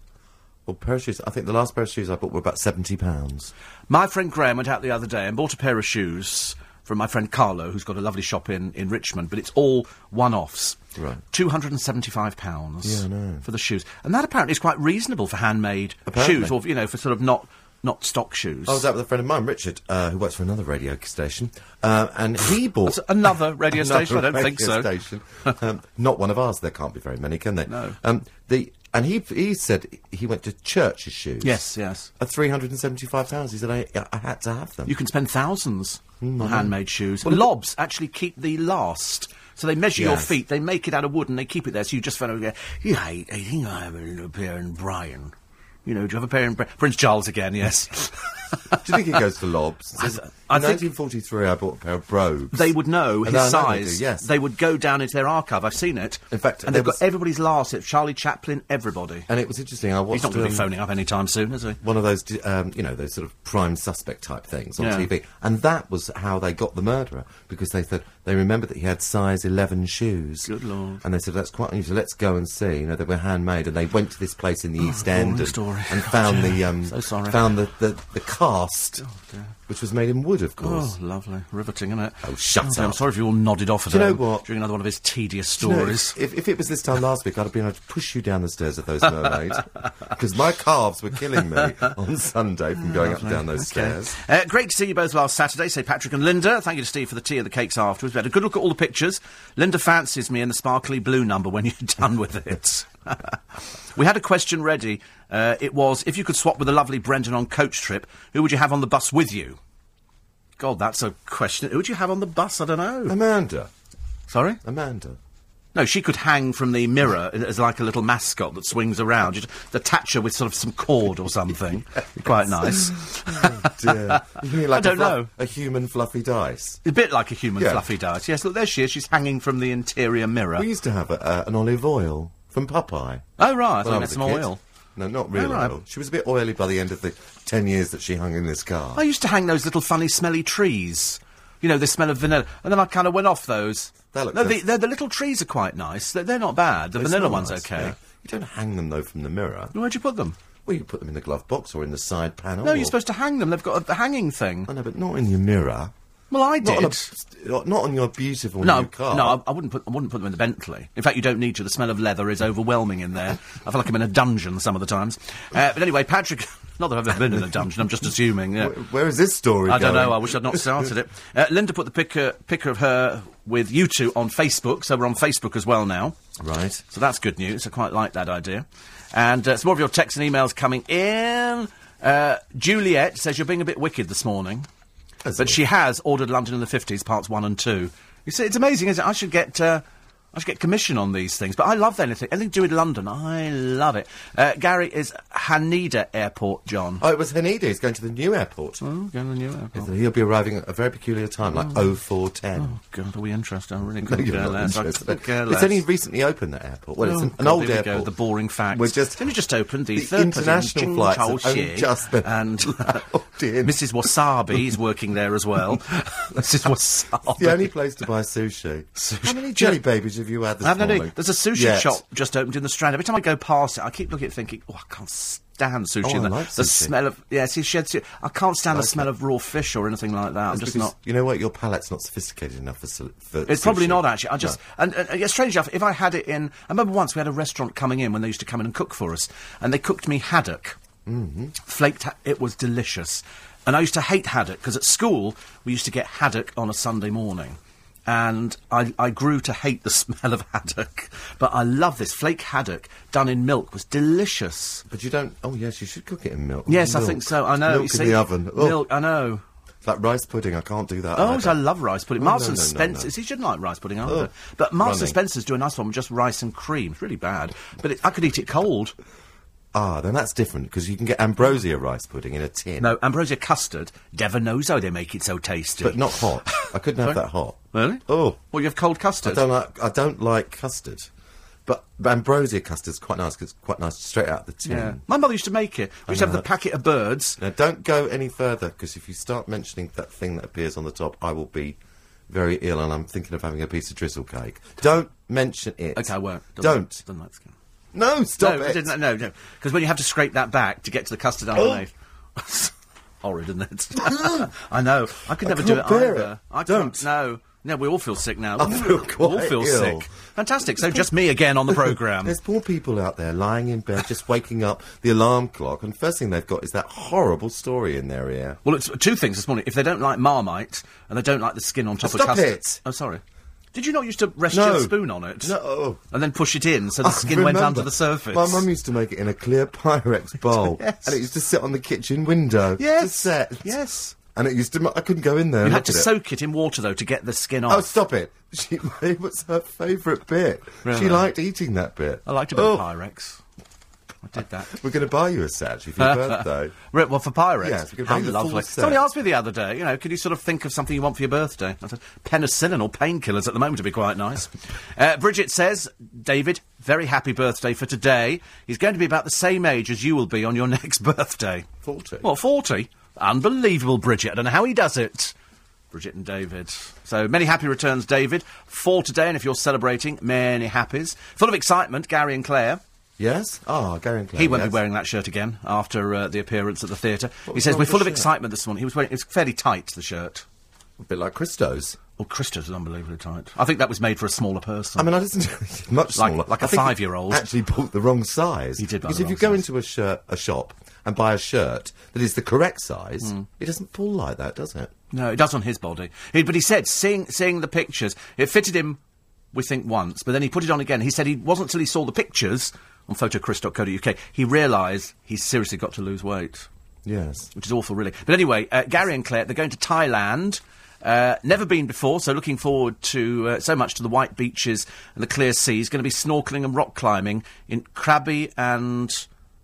Speaker 6: Well, pair of shoes. I think the last pair of shoes I bought were about seventy pounds.
Speaker 1: My friend Graham went out the other day and bought a pair of shoes from my friend Carlo, who's got a lovely shop in, in Richmond, but it's all one offs.
Speaker 6: Right.
Speaker 1: £275 for the shoes. And that apparently is quite reasonable for handmade
Speaker 6: Apparently. Oh,
Speaker 1: shoes, or, you know, for sort of not, not stock shoes.
Speaker 6: I was out with a friend of mine, Richard, uh, who works for another radio station, uh, and
Speaker 1: [COUGHS]
Speaker 6: he bought
Speaker 1: That's another radio
Speaker 6: Another
Speaker 1: station? I don't think
Speaker 6: radio
Speaker 1: so. [LAUGHS]
Speaker 6: station. Um, not one of ours. There can't be very many, can there?
Speaker 1: No.
Speaker 6: Um, the and he he said he went to church's shoes.
Speaker 1: Yes, yes.
Speaker 6: At three hundred and seventy-five pounds, he said I, I had to have them.
Speaker 1: You can spend thousands
Speaker 6: Hmm,
Speaker 1: on handmade shoes. Lobs actually keep the last. So they measure your
Speaker 6: Yes.
Speaker 1: feet, they make it out of wood, and they keep it there. So you just found out, yeah, yeah, I, I think I have a little pair in Brian. You know, do you have a pair in Bri- Prince Charles again? Yes. [LAUGHS]
Speaker 6: Do you think he goes to Lobs?
Speaker 1: I-
Speaker 6: Says,
Speaker 1: I
Speaker 6: in
Speaker 1: think-
Speaker 6: 1943, I bought a pair of brogues.
Speaker 1: they would know his
Speaker 6: And I know they do,
Speaker 1: size.
Speaker 6: yes.
Speaker 1: They would go down into their archive. I've seen it.
Speaker 6: In fact,
Speaker 1: and
Speaker 6: there
Speaker 1: they've
Speaker 6: was-
Speaker 1: got everybody's last. It's Charlie Chaplin, everybody.
Speaker 6: and it was interesting. I watched
Speaker 1: He's not going to be
Speaker 6: um,
Speaker 1: phoning up anytime soon, is he?
Speaker 6: one of those, um, you know, those sort of prime suspect type things on
Speaker 1: Yeah.
Speaker 6: TV, and that was how they got the murderer because they said they remembered that he had size eleven shoes.
Speaker 1: Good lord.
Speaker 6: And they said that's quite unusual. Let's go and see. You know, they were handmade, and they went to this place in the East End
Speaker 1: Oh, boring
Speaker 6: and,
Speaker 1: story.
Speaker 6: and
Speaker 1: [LAUGHS]
Speaker 6: found the um,
Speaker 1: So sorry.
Speaker 6: found the the, the cast, which was made in wood, of course.
Speaker 1: Oh, lovely. Riveting, isn't it?
Speaker 6: Oh, shut
Speaker 1: dear, I'm
Speaker 6: up.
Speaker 1: sorry if you all nodded off at
Speaker 6: Do you know
Speaker 1: home
Speaker 6: what?
Speaker 1: during another one of his tedious
Speaker 6: Do you know,
Speaker 1: stories.
Speaker 6: if, if it was this time last week, I'd have been able to push you down the stairs of those
Speaker 1: [LAUGHS]
Speaker 6: mermaids because my calves were killing me on Sunday from going up and down those stairs.
Speaker 1: Uh, great to see you both last Saturday, say Patrick and Linda. Thank you to Steve for the tea and the cakes afterwards. We had a good look at all the pictures. Linda fancies me in the sparkly blue number when you're [LAUGHS] done with it. [LAUGHS] we had a question ready. Uh, it was if you could swap with the lovely Brendan on coach trip, who would you have on the bus with you? God, that's a question. Who would you have on the bus? I don't
Speaker 6: Um,
Speaker 1: know.
Speaker 6: Amanda,
Speaker 1: Sorry?
Speaker 6: Amanda.
Speaker 1: No, she could hang from the mirror a- as like a little mascot that swings around. You'd attach her with sort of some cord or
Speaker 6: [LAUGHS]
Speaker 1: something. Quite nice.
Speaker 6: Yeah. [LAUGHS] You mean like
Speaker 1: I don't
Speaker 6: a fluff-
Speaker 1: know.
Speaker 6: A human fluffy dice.
Speaker 1: A bit like a human
Speaker 6: Yeah.
Speaker 1: fluffy dice. Yes, look, there she is. She's hanging from the interior mirror.
Speaker 6: We used to have a, uh, an olive oil from Popeye.
Speaker 1: Oh, right. I
Speaker 6: when
Speaker 1: thought
Speaker 6: I
Speaker 1: you meant
Speaker 6: was a
Speaker 1: some
Speaker 6: kid.
Speaker 1: oil.
Speaker 6: No, not real
Speaker 1: Oh, right.
Speaker 6: oil. She was a bit oily by the end of the 10 years that she hung in this car.
Speaker 1: I used to hang those little funny smelly trees. You know, the smell of vanilla. And then I kind of went off those.
Speaker 6: They look
Speaker 1: no, the,
Speaker 6: good.
Speaker 1: the, the little trees are quite nice. They're, they're not bad. The
Speaker 6: They
Speaker 1: vanilla
Speaker 6: smell
Speaker 1: one's
Speaker 6: nice,
Speaker 1: okay.
Speaker 6: yeah. You don't hang them, though, from the mirror.
Speaker 1: Where'd you put them?
Speaker 6: Well, you put them in the glove box or in the side panel.
Speaker 1: No,
Speaker 6: or-
Speaker 1: you're supposed to hang them. They've got a, a hanging thing.
Speaker 6: I know, but not in your mirror.
Speaker 1: Well, I
Speaker 6: Not on, a,
Speaker 1: did.
Speaker 6: st- not on your beautiful
Speaker 1: No,
Speaker 6: new car.
Speaker 1: no, I, I wouldn't put. I wouldn't put them in the Bentley. In fact, you don't need to. The smell of leather is overwhelming in there. I feel like I'm in a dungeon some of the times. Uh, but anyway, Patrick. [LAUGHS] Not that I've ever been in a dungeon. I'm just assuming. Yeah.
Speaker 6: Wh- Where is this story
Speaker 1: I don't
Speaker 6: going?
Speaker 1: know. I wish I'd not started it. Uh, Linda put the picture, picture of her with you two on Facebook, so we're on Facebook as well now.
Speaker 6: Right.
Speaker 1: So that's good news. I quite like that idea. And uh, some more of your texts and emails coming in. Uh, Juliet says you're being a bit wicked this morning,
Speaker 6: As
Speaker 1: but
Speaker 6: always.
Speaker 1: she has ordered London in the Fifties parts one and two. You see, it's amazing, isn't it? I should get. Uh, I should get commission on these things, but I love anything. Anything to do with London, I love it. Uh, Gary is Haneda Airport, John.
Speaker 6: Oh, it was Haneda. He's going to the new airport.
Speaker 1: Oh, going to the new airport.
Speaker 6: He'll be arriving at a very peculiar time, like 0410.
Speaker 1: Oh God, are we interested? I really
Speaker 6: No,
Speaker 1: couldn't
Speaker 6: you're
Speaker 1: care
Speaker 6: not
Speaker 1: less. I
Speaker 6: interested.
Speaker 1: couldn't care
Speaker 6: It's
Speaker 1: less.
Speaker 6: only recently opened that airport. Well,
Speaker 1: Oh,
Speaker 6: it's an, an
Speaker 1: God,
Speaker 6: old
Speaker 1: here we
Speaker 6: airport.
Speaker 1: go, the boring facts.
Speaker 6: We're just
Speaker 1: It's only just opened the,
Speaker 6: the
Speaker 1: third
Speaker 6: international
Speaker 1: Jing
Speaker 6: flies
Speaker 1: Chao
Speaker 6: have only
Speaker 1: Xie,
Speaker 6: just been [LAUGHS]
Speaker 1: and
Speaker 6: allowed
Speaker 1: [LAUGHS]
Speaker 6: in.
Speaker 1: Mrs. Wasabi is working there as
Speaker 6: [LAUGHS]
Speaker 1: well. Mrs. Wasabi.
Speaker 6: [LAUGHS] the only place to buy sushi. How many jelly babies have you had this
Speaker 1: I have no
Speaker 6: morning?
Speaker 1: idea. There's a sushi
Speaker 6: Yes.
Speaker 1: shop just opened in the Strand. Every time I go past it, I keep looking at it thinking, oh, I can't stand sushi.
Speaker 6: Oh, I
Speaker 1: and the,
Speaker 6: like
Speaker 1: the
Speaker 6: sushi.
Speaker 1: smell of yeah, see, she had, su- I can't stand
Speaker 6: Like
Speaker 1: the smell
Speaker 6: it.
Speaker 1: of raw fish or anything like that. I'm
Speaker 6: It's
Speaker 1: just
Speaker 6: because
Speaker 1: not.
Speaker 6: You know what? Your palate's not sophisticated enough for, su- for
Speaker 1: It's probably
Speaker 6: sushi.
Speaker 1: not actually. I just and, and, and yeah, strange enough, if I had it in, I remember once we had a restaurant coming in when they used to come in and cook for us, and they cooked me haddock, mm-hmm. flaked. Ha- it was delicious, and I used to hate haddock because at school we used to get haddock on a Sunday morning. And I, I grew to hate the [LAUGHS] smell of haddock, but I love this flake haddock done in milk was delicious.
Speaker 6: But you don't. Oh yes, you should cook it in milk.
Speaker 1: Yes, I
Speaker 6: Milk.
Speaker 1: think so. I know.
Speaker 6: Milk
Speaker 1: you
Speaker 6: in
Speaker 1: see,
Speaker 6: the oven. Oh,
Speaker 1: Milk, I know.
Speaker 6: That rice pudding. I can't do that.
Speaker 1: Oh,
Speaker 6: either.
Speaker 1: I love rice pudding.
Speaker 6: Oh, no,
Speaker 1: Marks and
Speaker 6: no, no,
Speaker 1: Spencer's.
Speaker 6: no.
Speaker 1: He shouldn't like rice pudding either.
Speaker 6: Ugh.
Speaker 1: but Marks and
Speaker 6: Running.
Speaker 1: Spencer's do a nice one with just rice and cream. It's really bad. But it, I could eat it cold.
Speaker 6: Ah, then that's different because you can get ambrosia rice pudding in a tin,
Speaker 1: No, ambrosia custard. Dever knows how they make it so tasty.
Speaker 6: but not hot. I couldn't have
Speaker 1: Sorry?
Speaker 6: that hot.
Speaker 1: Really?
Speaker 6: Oh,
Speaker 1: Well, you have cold
Speaker 6: I
Speaker 1: custard.
Speaker 6: don't like. I don't like custard, but ambrosia custard's quite nice because it's quite nice straight out the tin.
Speaker 1: Yeah. My mother used to make it. We used to have the packet of birds.
Speaker 6: Now, don't go any further because if you start mentioning that thing that appears on the top, I will be very ill and I'm thinking of having a piece of drizzle cake. Don't mention it.
Speaker 1: Okay, I won't.
Speaker 6: Don't.
Speaker 1: Don't like skin.
Speaker 6: No, stop
Speaker 1: no,
Speaker 6: it. Oh.
Speaker 1: Didn't, no, no. Because when you have to scrape that back to get to the custard underneath. [LAUGHS] Horrid, isn't
Speaker 6: [LAUGHS]
Speaker 1: it? [LAUGHS] I know. I could never do it
Speaker 6: can't bear
Speaker 1: either.
Speaker 6: it.
Speaker 1: I
Speaker 6: Don't.
Speaker 1: Can't, no. No, we all feel sick now.
Speaker 6: I feel
Speaker 1: we all
Speaker 6: quite
Speaker 1: feel
Speaker 6: ill.
Speaker 1: sick. Fantastic. So just me again on the
Speaker 6: [LAUGHS]
Speaker 1: programme.
Speaker 6: There's poor people out there lying in bed, just waking up the alarm clock, and first thing they've got is that horrible story in their ear.
Speaker 1: Well, it's two things this morning. If they don't like Marmite and they don't like the skin on top
Speaker 6: Stop
Speaker 1: of custard.
Speaker 6: it.
Speaker 1: Oh, sorry. Did you not used to rest
Speaker 6: No.
Speaker 1: your spoon on it?
Speaker 6: No.
Speaker 1: And then push it in so the
Speaker 6: I
Speaker 1: skin went
Speaker 6: remember
Speaker 1: under the surface.
Speaker 6: My mum used to make it in a
Speaker 1: [LAUGHS]
Speaker 6: clear Pyrex bowl,
Speaker 1: Yes.
Speaker 6: and it used to sit on the kitchen window.
Speaker 1: Yes.
Speaker 6: just set.
Speaker 1: Yes.
Speaker 6: and it used to. I couldn't go in there.
Speaker 1: You
Speaker 6: and
Speaker 1: had
Speaker 6: look
Speaker 1: to
Speaker 6: at it.
Speaker 1: soak it in water, though, to get the skin off.
Speaker 6: Oh, stop it. [LAUGHS] She, it was her favourite bit. She
Speaker 1: Really?
Speaker 6: liked eating that bit.
Speaker 1: I liked a bit of
Speaker 6: Oh,
Speaker 1: Pyrex. I did that.
Speaker 6: We're going to buy you a satch
Speaker 1: [LAUGHS]
Speaker 6: for your birthday.
Speaker 1: Right, well, for Pyrex.
Speaker 6: Yes, we could
Speaker 1: How
Speaker 6: make the full
Speaker 1: lovely.
Speaker 6: set.
Speaker 1: Somebody asked me the other day, you know, could you sort of think of something you want for your birthday? I said, penicillin or painkillers at the moment would be quite
Speaker 6: [LAUGHS]
Speaker 1: nice. uh, Bridget says, David, very happy birthday for today. He's going to be about the same age as you will be on your [LAUGHS] next birthday.
Speaker 6: 40.
Speaker 1: What, 40? Unbelievable, Bridget. I don't know how he does it. Bridget and David. So many happy returns, David. Four today, and if you're celebrating, many happies. Full of excitement, Gary and Claire.
Speaker 6: Yes? Ah, Gary and Claire.
Speaker 1: He won't
Speaker 6: yes.
Speaker 1: be wearing that shirt again after uh, the appearance at the theatre. He
Speaker 6: was
Speaker 1: says
Speaker 6: wrong
Speaker 1: we're
Speaker 6: with
Speaker 1: full of
Speaker 6: the shirt?"
Speaker 1: excitement this morning. He was wearing it was fairly tight the shirt.
Speaker 6: A bit like Christos.
Speaker 1: Oh, Christos is unbelievably tight. I think that was made for a smaller person.
Speaker 6: I mean, I listened to it [LAUGHS] much
Speaker 1: Like-
Speaker 6: smaller.
Speaker 1: like
Speaker 6: a
Speaker 1: a five-year-old.
Speaker 6: Actually, bought the wrong size.
Speaker 1: He did buy
Speaker 6: Because
Speaker 1: the
Speaker 6: if you
Speaker 1: wrong
Speaker 6: go
Speaker 1: size.
Speaker 6: into a shirt, a shop, and buy a shirt that is the correct size,
Speaker 1: Hmm.
Speaker 6: it doesn't pull like that, does it?
Speaker 1: no, it does on his body. He, but he said seeing seeing the pictures, it fitted him. We think once, but then he put it on again. He said he wasn't till he saw the pictures on photochris.co.uk he realised he's seriously got to lose weight.
Speaker 6: Yes.
Speaker 1: which is awful, really. But anyway, uh, Gary and Claire, they're going to Thailand. Uh, never been before, so looking forward to uh, so much to the white beaches and the clear seas. Going to be snorkeling and rock climbing in Krabi and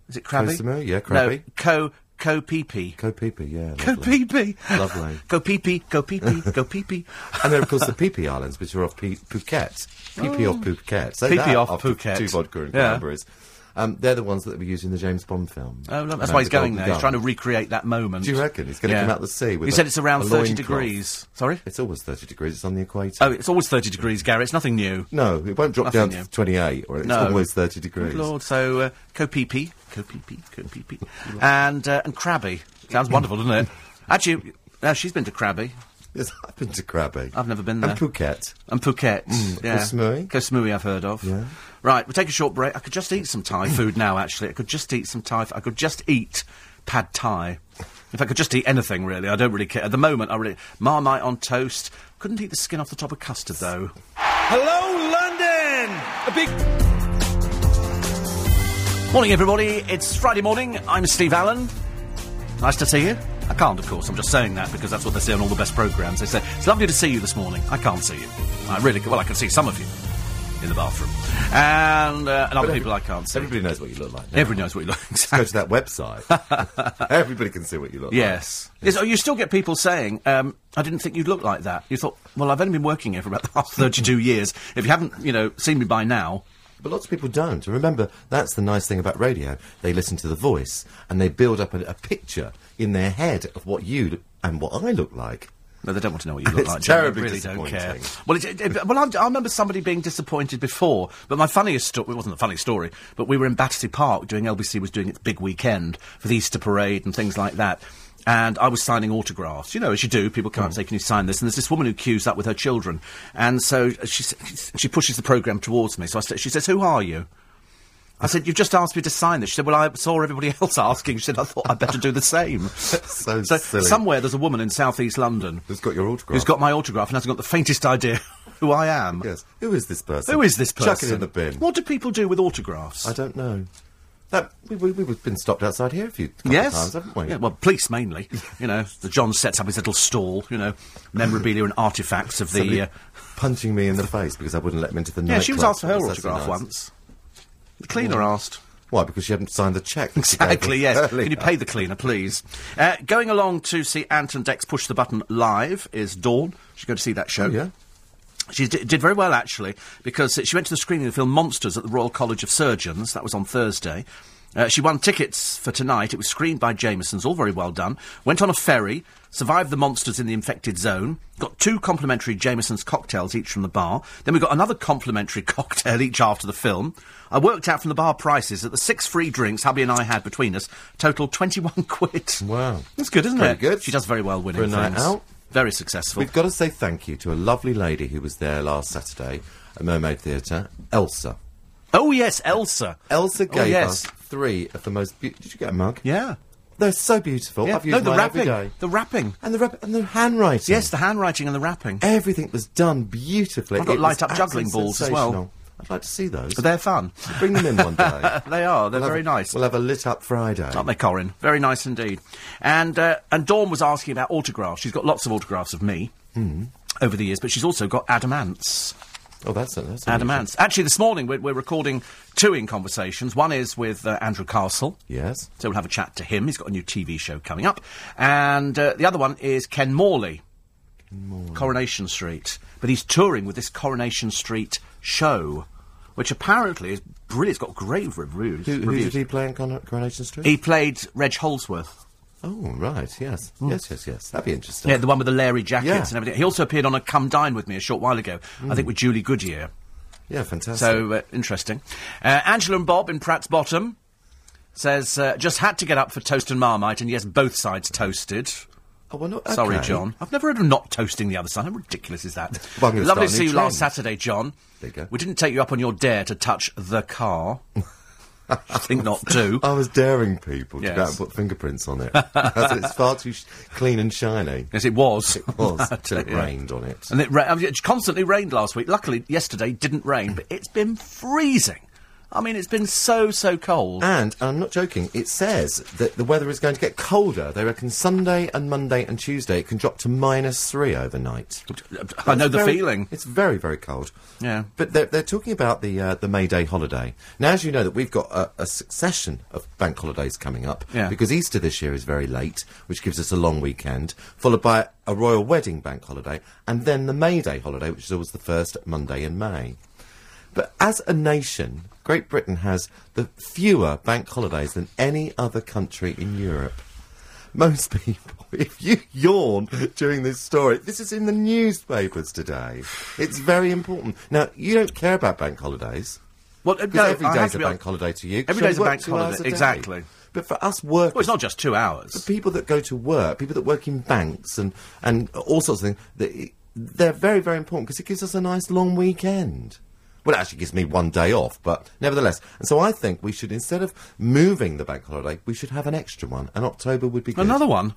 Speaker 1: is it Krabi?
Speaker 6: Koh Samui, yeah,
Speaker 1: No,
Speaker 6: Krabi.
Speaker 1: Ko Ko Pipi.
Speaker 6: Go pee-pee, yeah.
Speaker 1: Ko
Speaker 6: lovely.
Speaker 1: Pipi.
Speaker 6: Lovely.
Speaker 1: Ko Pipi. Ko Pipi. Ko Pipi.
Speaker 6: [LAUGHS] and then, of course, the Pee-Pee Islands, which are off P- Phuket. Pee-Pee off Phuket. Say
Speaker 1: Pee-Pee
Speaker 6: that
Speaker 1: Oh. off
Speaker 6: after
Speaker 1: Phuket.
Speaker 6: Two vodka and
Speaker 1: Yeah.
Speaker 6: cranberries. Um, they're the ones that were used in the James Bond film.
Speaker 1: Oh, lovely.
Speaker 6: About
Speaker 1: that's why he's
Speaker 6: the
Speaker 1: going
Speaker 6: Golden
Speaker 1: there. He's
Speaker 6: Gun.
Speaker 1: trying to recreate that moment.
Speaker 6: Do you reckon he's going to
Speaker 1: Yeah.
Speaker 6: come out the sea with
Speaker 1: He
Speaker 6: a-
Speaker 1: said it's around
Speaker 6: a
Speaker 1: 30
Speaker 6: loincloth?
Speaker 1: degrees. Sorry?
Speaker 6: It's always 30 degrees. It's on the equator.
Speaker 1: Oh, it's always 30 degrees, Gary. It's nothing new.
Speaker 6: no, it won't drop
Speaker 1: Nothing
Speaker 6: down
Speaker 1: new.
Speaker 6: to 28, or it's
Speaker 1: No.
Speaker 6: always 30 degrees.
Speaker 1: Good Lord, so uh, Kopipi, Kopipi, Kopipi, and uh, and Krabby. Sounds wonderful, doesn't it? Actually, no, she's been to Krabby
Speaker 6: Yes, [LAUGHS] I've been to Krabi.
Speaker 1: I've never been there.
Speaker 6: And Phuket.
Speaker 1: and Phuket. yeah.
Speaker 6: Koh Samui.
Speaker 1: Koh Samui I've heard of.
Speaker 6: Yeah.
Speaker 1: Right, we'll take a short break. I could just eat some Thai food now. Actually, I could just eat some Thai. f- I could just eat pad Thai. If I could just eat anything, really, I don't really care. At the moment, I really Marmite on toast. Couldn't eat the skin off the top of custard though.
Speaker 7: Hello, London! A big
Speaker 1: Morning, everybody. It's Friday morning. I'm Steve Allen. Nice to see you. I can't, of course. I'm just saying that because that's what they say on all the best programmes. They say, it's lovely to see you this morning. I can't see you. I really, c- well, I can see some of you in the bathroom. And, uh, and other people I can't see.
Speaker 6: Everybody knows what you look like. Now.
Speaker 1: Everybody knows what you look [LAUGHS]
Speaker 6: Go
Speaker 1: like.
Speaker 6: to
Speaker 1: [LAUGHS]
Speaker 6: that website. Everybody can see what you look
Speaker 1: yes. yes. oh, You still get people saying, um, I didn't think you'd look like that. You thought, well, I've only been working here for about [LAUGHS] the past 32 years. If you haven't, you know, seen me by now,
Speaker 6: like. But lots of people don't. And Remember, that's the nice thing about radio. They listen to the voice and they build up a, a picture in their head of what you look- and what I look like.
Speaker 1: No, they don't want to know
Speaker 6: [LAUGHS]
Speaker 1: what you look
Speaker 6: It's
Speaker 1: like. do they? They
Speaker 6: terribly
Speaker 1: really don't care.
Speaker 6: disappointing.
Speaker 1: Well, it, it- it- well, I, I remember somebody being disappointed before. But my funniest story—it wasn't a funny story—but we were in Battersea Park doing LBC was doing its big weekend for the Easter parade and things like that. And I was signing autographs. You know, as you do, people
Speaker 6: Mm.
Speaker 1: come up and say, "Can you sign this?" And there's this woman who queues up with her children, and so she s- she pushes the program towards me. So I said, she says, "Who are you?" I said, "You've just asked me to sign this." She said, "Well, I saw everybody [LAUGHS] else asking." She said, "I thought I'd better do the same."
Speaker 6: [LAUGHS] So silly.
Speaker 1: somewhere there's a woman in southeast London
Speaker 6: Who's got your autograph?
Speaker 1: who's got my autograph and hasn't got the faintest idea [LAUGHS] who I am.
Speaker 6: Yes. Who is this person?
Speaker 1: Who is this person?
Speaker 6: Chuck it in the bin.
Speaker 1: What do people do with autographs?
Speaker 6: I don't know. That we, we, we've been stopped outside here a few couple of
Speaker 1: yes.
Speaker 6: times, haven't we?
Speaker 1: Yeah, well, police mainly. [LAUGHS] you know, the John sets up his little stall, you know, memorabilia and artefacts of
Speaker 6: Somebody
Speaker 1: the. Uh,
Speaker 6: punching me in the face because I wouldn't let him into the
Speaker 1: yeah, she was
Speaker 6: nightclub.
Speaker 1: asked for her
Speaker 6: That's actually
Speaker 1: autograph
Speaker 6: nice.
Speaker 1: once. The cleaner asked.
Speaker 6: Why? Because she hadn't signed the cheque. that she gave
Speaker 1: Exactly,
Speaker 6: us
Speaker 1: yes.
Speaker 6: earlier.
Speaker 1: Can you pay the cleaner, please? Uh, going along to see Ant and Dex Push the Button live is Dawn. She's going to see that show.
Speaker 6: Oh, yeah.
Speaker 1: She d- did very well, actually, because she went to the screening of the film Monsters at the Royal College of Surgeons. That was on Thursday. Uh, she won tickets for tonight. It was screened by Jameson's, all very well done. Went on a ferry, survived the monsters in the infected zone, got two complimentary Jameson's cocktails, each from the bar. Then we got another complimentary [LAUGHS] cocktail each after the film. I worked out from the bar prices that the six free drinks Hubby and I had between us totaled 21 [LAUGHS] quid.
Speaker 6: Wow.
Speaker 1: That's good, isn't
Speaker 6: Pretty
Speaker 1: it?
Speaker 6: good.
Speaker 1: She does very well winning
Speaker 6: For a night
Speaker 1: things.
Speaker 6: out.
Speaker 1: Very successful.
Speaker 6: We've got to say thank you to a lovely lady who was there last Saturday at Mermaid Theatre, Elsa.
Speaker 1: Oh, yes, Elsa.
Speaker 6: Elsa
Speaker 1: Oh,
Speaker 6: gave
Speaker 1: yes.
Speaker 6: us three of the most. beautiful... Did you get a mug?
Speaker 1: Yeah.
Speaker 6: They're so beautiful.
Speaker 1: Yeah.
Speaker 6: I've used
Speaker 1: no, the
Speaker 6: mine
Speaker 1: wrapping.
Speaker 6: every day.
Speaker 1: The wrapping.
Speaker 6: and the rep- and the handwriting.
Speaker 1: Yes, the handwriting and the wrapping.
Speaker 6: everything was done beautifully.
Speaker 1: I've got
Speaker 6: It was
Speaker 1: light-up juggling
Speaker 6: absolutely
Speaker 1: balls as well.
Speaker 6: sensational. I'd like to see those.
Speaker 1: But they're
Speaker 6: [LAUGHS]
Speaker 1: fun.
Speaker 6: Bring them in
Speaker 1: [LAUGHS]
Speaker 6: one day.
Speaker 1: They are. They're
Speaker 6: We'll have
Speaker 1: very
Speaker 6: a-
Speaker 1: nice.
Speaker 6: We'll have a lit up Friday.
Speaker 1: Aren't they, Corin? Very nice indeed. And uh, and Dawn was asking about autographs. She's got lots of autographs of me
Speaker 6: Hmm.
Speaker 1: over the years, but she's also got Adam Ants.
Speaker 6: Oh, that's a, that's
Speaker 1: Adam
Speaker 6: unusual.
Speaker 1: Ants. Actually, this morning we're, we're recording two in conversations. One is with uh, Andrew Castle.
Speaker 6: Yes.
Speaker 1: So we'll have a chat to him. He's got a new TV show coming up. And uh, the other one is Ken Morley, Coronation Street. But he's touring with this Coronation Street show, which apparently is brilliant. It's got great reviews.
Speaker 6: Who, who
Speaker 1: reviews.
Speaker 6: did he play in Coron- Coronation Street?
Speaker 1: He played Reg Holdsworth.
Speaker 6: Oh, right. Yes. Yes. Yes. Yes. That'd be interesting.
Speaker 1: Hmm. Yeah, the one with the Larry jackets
Speaker 6: Yeah. Mm.
Speaker 1: and everything. He also appeared on a Come Dine with Me a short while ago, I think with Julie Goodyear.
Speaker 6: Yeah, Fantastic.
Speaker 1: So uh, interesting. Uh, Angela and Bob in Pratt's Bottom says, uh, just had to get up for toast and marmite, and yes, both sides toasted.
Speaker 6: oh, well, no,
Speaker 1: Sorry,
Speaker 6: okay.
Speaker 1: John. I've never heard of not toasting the other side. How ridiculous is that?
Speaker 6: Well, I'm gonna
Speaker 1: Lovely
Speaker 6: start
Speaker 1: to
Speaker 6: a
Speaker 1: see
Speaker 6: new
Speaker 1: you last
Speaker 6: trend.
Speaker 1: Saturday, John.
Speaker 6: There you go.
Speaker 1: We didn't take you up on your dare to touch the
Speaker 6: [LAUGHS]
Speaker 1: car. I think not too.
Speaker 6: I was daring people to go
Speaker 1: Yes.
Speaker 6: out and put fingerprints on it. Because it's far too sh- clean and
Speaker 1: [LAUGHS]
Speaker 6: shiny.
Speaker 1: Yes, it was.
Speaker 6: It was till it
Speaker 1: Yeah.
Speaker 6: rained on it.
Speaker 1: And it, ra- I mean, it constantly rained last week. Luckily, yesterday didn't rain, but it's been freezing. I mean, it's been so, so cold.
Speaker 6: And I'm not joking, it says that the weather is going to get colder. They reckon Sunday and Monday and Tuesday it can drop to minus three overnight.
Speaker 1: I know
Speaker 6: It's
Speaker 1: the
Speaker 6: very-
Speaker 1: feeling.
Speaker 6: It's very, very cold.
Speaker 1: Yeah.
Speaker 6: But they're, they're talking about the uh, the May Day holiday. Now, as you know, that we've got a, a succession of bank holidays coming up
Speaker 1: Yeah.
Speaker 6: because Easter this year is very late, which gives us a long weekend, followed by a royal wedding bank holiday, and then the May Day holiday, which is always the first Monday in May. But as a nation, Great Britain has the fewer bank holidays than any other country in Europe. Most people, [LAUGHS] if you yawn during this story, this is in the newspapers today. It's very important. Now, you don't care about bank holidays.
Speaker 1: Well, uh,
Speaker 6: Because
Speaker 1: no,
Speaker 6: every
Speaker 1: I have
Speaker 6: day's
Speaker 1: to
Speaker 6: a
Speaker 1: be
Speaker 6: bank
Speaker 1: hon-
Speaker 6: holiday to you. 'cause
Speaker 1: Every
Speaker 6: you
Speaker 1: day's a
Speaker 6: only work
Speaker 1: bank
Speaker 6: two hours
Speaker 1: holiday,
Speaker 6: a day.
Speaker 1: exactly.
Speaker 6: But for us workers,
Speaker 1: Well, it's not just two hours.
Speaker 6: people that go to work, people that work in banks and, and all sorts of things, they, they're very, very important because it gives us a nice long weekend. Well, it actually gives me one day off, but nevertheless. And so I think we should, instead of moving the bank holiday, we should have an extra one, and October would be good.
Speaker 1: Another one.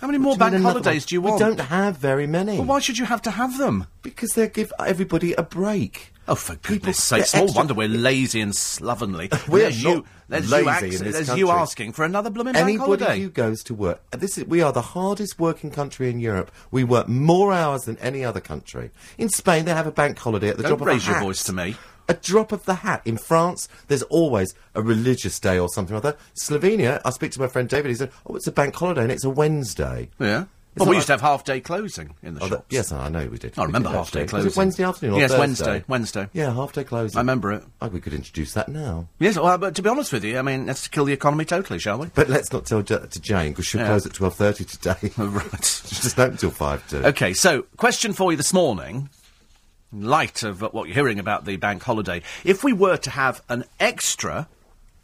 Speaker 1: How many more
Speaker 6: Do you mean
Speaker 1: bank
Speaker 6: another
Speaker 1: holidays
Speaker 6: one?
Speaker 1: do you want?
Speaker 6: We don't have very many.
Speaker 1: Well, why should you have to have them?
Speaker 6: Because they give everybody a break.
Speaker 1: Oh, for
Speaker 6: People
Speaker 1: goodness sake.
Speaker 6: get
Speaker 1: It's no
Speaker 6: extra-
Speaker 1: wonder we're lazy and slovenly.
Speaker 6: [LAUGHS] We're
Speaker 1: there's you,
Speaker 6: not
Speaker 1: there's you,
Speaker 6: lazy
Speaker 1: ax-
Speaker 6: in this
Speaker 1: there's you
Speaker 6: country.
Speaker 1: asking for another blooming bank
Speaker 6: Anybody
Speaker 1: holiday.
Speaker 6: who goes to work, this is, we are the hardest working country in Europe. We work more hours than any other country. In Spain, they have a bank holiday at the
Speaker 1: Don't
Speaker 6: drop
Speaker 1: raise
Speaker 6: of a
Speaker 1: your
Speaker 6: hat.
Speaker 1: voice to me.
Speaker 6: A drop of the hat. In France, there's always a religious day or something or other. Slovenia, I speak to my friend David. He said, "Oh, it's a bank holiday and it's a Wednesday."
Speaker 1: Yeah.
Speaker 6: It's
Speaker 1: Well, we
Speaker 6: not
Speaker 1: used to have half day closing in the
Speaker 6: Oh, that-
Speaker 1: shops.
Speaker 6: yes, I know we did.
Speaker 1: I
Speaker 6: We
Speaker 1: remember
Speaker 6: did,
Speaker 1: half day
Speaker 6: actually. Was
Speaker 1: closing.
Speaker 6: it Wednesday afternoon or
Speaker 1: Yes,
Speaker 6: Thursday?
Speaker 1: Wednesday, Wednesday.
Speaker 6: Yeah, half day closing.
Speaker 1: I remember it.
Speaker 6: Oh, we could introduce that now.
Speaker 1: Yes, well, but to be honest with you, I mean, let's kill the economy totally, shall
Speaker 6: [LAUGHS]
Speaker 1: we?
Speaker 6: But let's not tell J- to Jane because she'll
Speaker 1: Yeah.
Speaker 6: close at twelve thirty today.
Speaker 1: [LAUGHS] right.
Speaker 6: She's just open till five. too.
Speaker 1: Okay, so question for you this morning, in light of uh, what you're hearing about the bank holiday. If we were to have an extra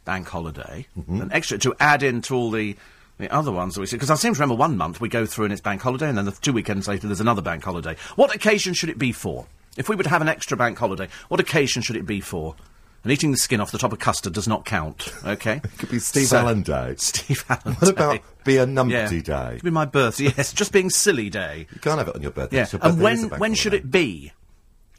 Speaker 1: bank holiday,
Speaker 6: Mm-hmm.
Speaker 1: an extra to add into all the the other ones that we see, because I seem to remember one month we go through and it's bank holiday, and then the two weekends later there's another bank holiday. What occasion should it be for? If we were to have an extra bank holiday, what occasion should it be for? And eating the skin off the top of custard does not count. Okay, it
Speaker 6: [LAUGHS] could be Steve Allen Day.
Speaker 1: uh, [LAUGHS] Steve Allen.
Speaker 6: What about
Speaker 1: Day.
Speaker 6: be a numpty
Speaker 1: Yeah.
Speaker 6: day?
Speaker 1: It could be my birthday. Yes, just being silly day.
Speaker 6: You can't have it on your birthday.
Speaker 1: Yeah,
Speaker 6: it's your
Speaker 1: and
Speaker 6: birthday,
Speaker 1: when
Speaker 6: it's a bank
Speaker 1: when should
Speaker 6: holiday.
Speaker 1: it be?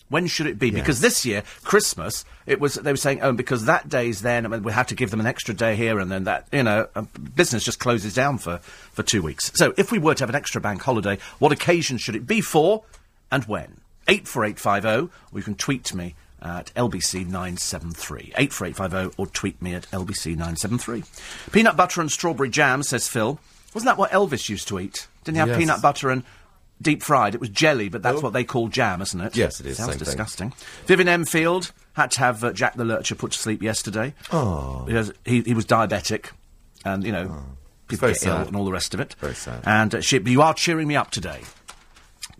Speaker 1: When should it be? Because
Speaker 6: Yes.
Speaker 1: this year Christmas, it was they were saying, oh, because that day's then, and we have to give them an extra day here, and then that you know uh, business just closes down for for two weeks. So if we were to have an extra bank holiday, what occasion should it be for, and when? Eight four eight five zero. Or you oh, can tweet me at LBC973, 84850, oh, or tweet me at LBC973. Peanut butter and strawberry jam, says Phil. Wasn't that what Elvis used to eat? Didn't he have
Speaker 6: Yes.
Speaker 1: peanut butter and deep fried? It was jelly, but that's what they call jam, isn't it?
Speaker 6: Yes, it is,
Speaker 1: Sounds
Speaker 6: same thing.
Speaker 1: disgusting. Vivian Enfield had to have uh, Jack the Lurcher put to sleep yesterday. Oh. Because he, he was diabetic, and, you know, people
Speaker 6: Oh. very
Speaker 1: get ill
Speaker 6: sad.
Speaker 1: and all the rest of it.
Speaker 6: Very sad.
Speaker 1: And uh, she, but you are cheering me up today.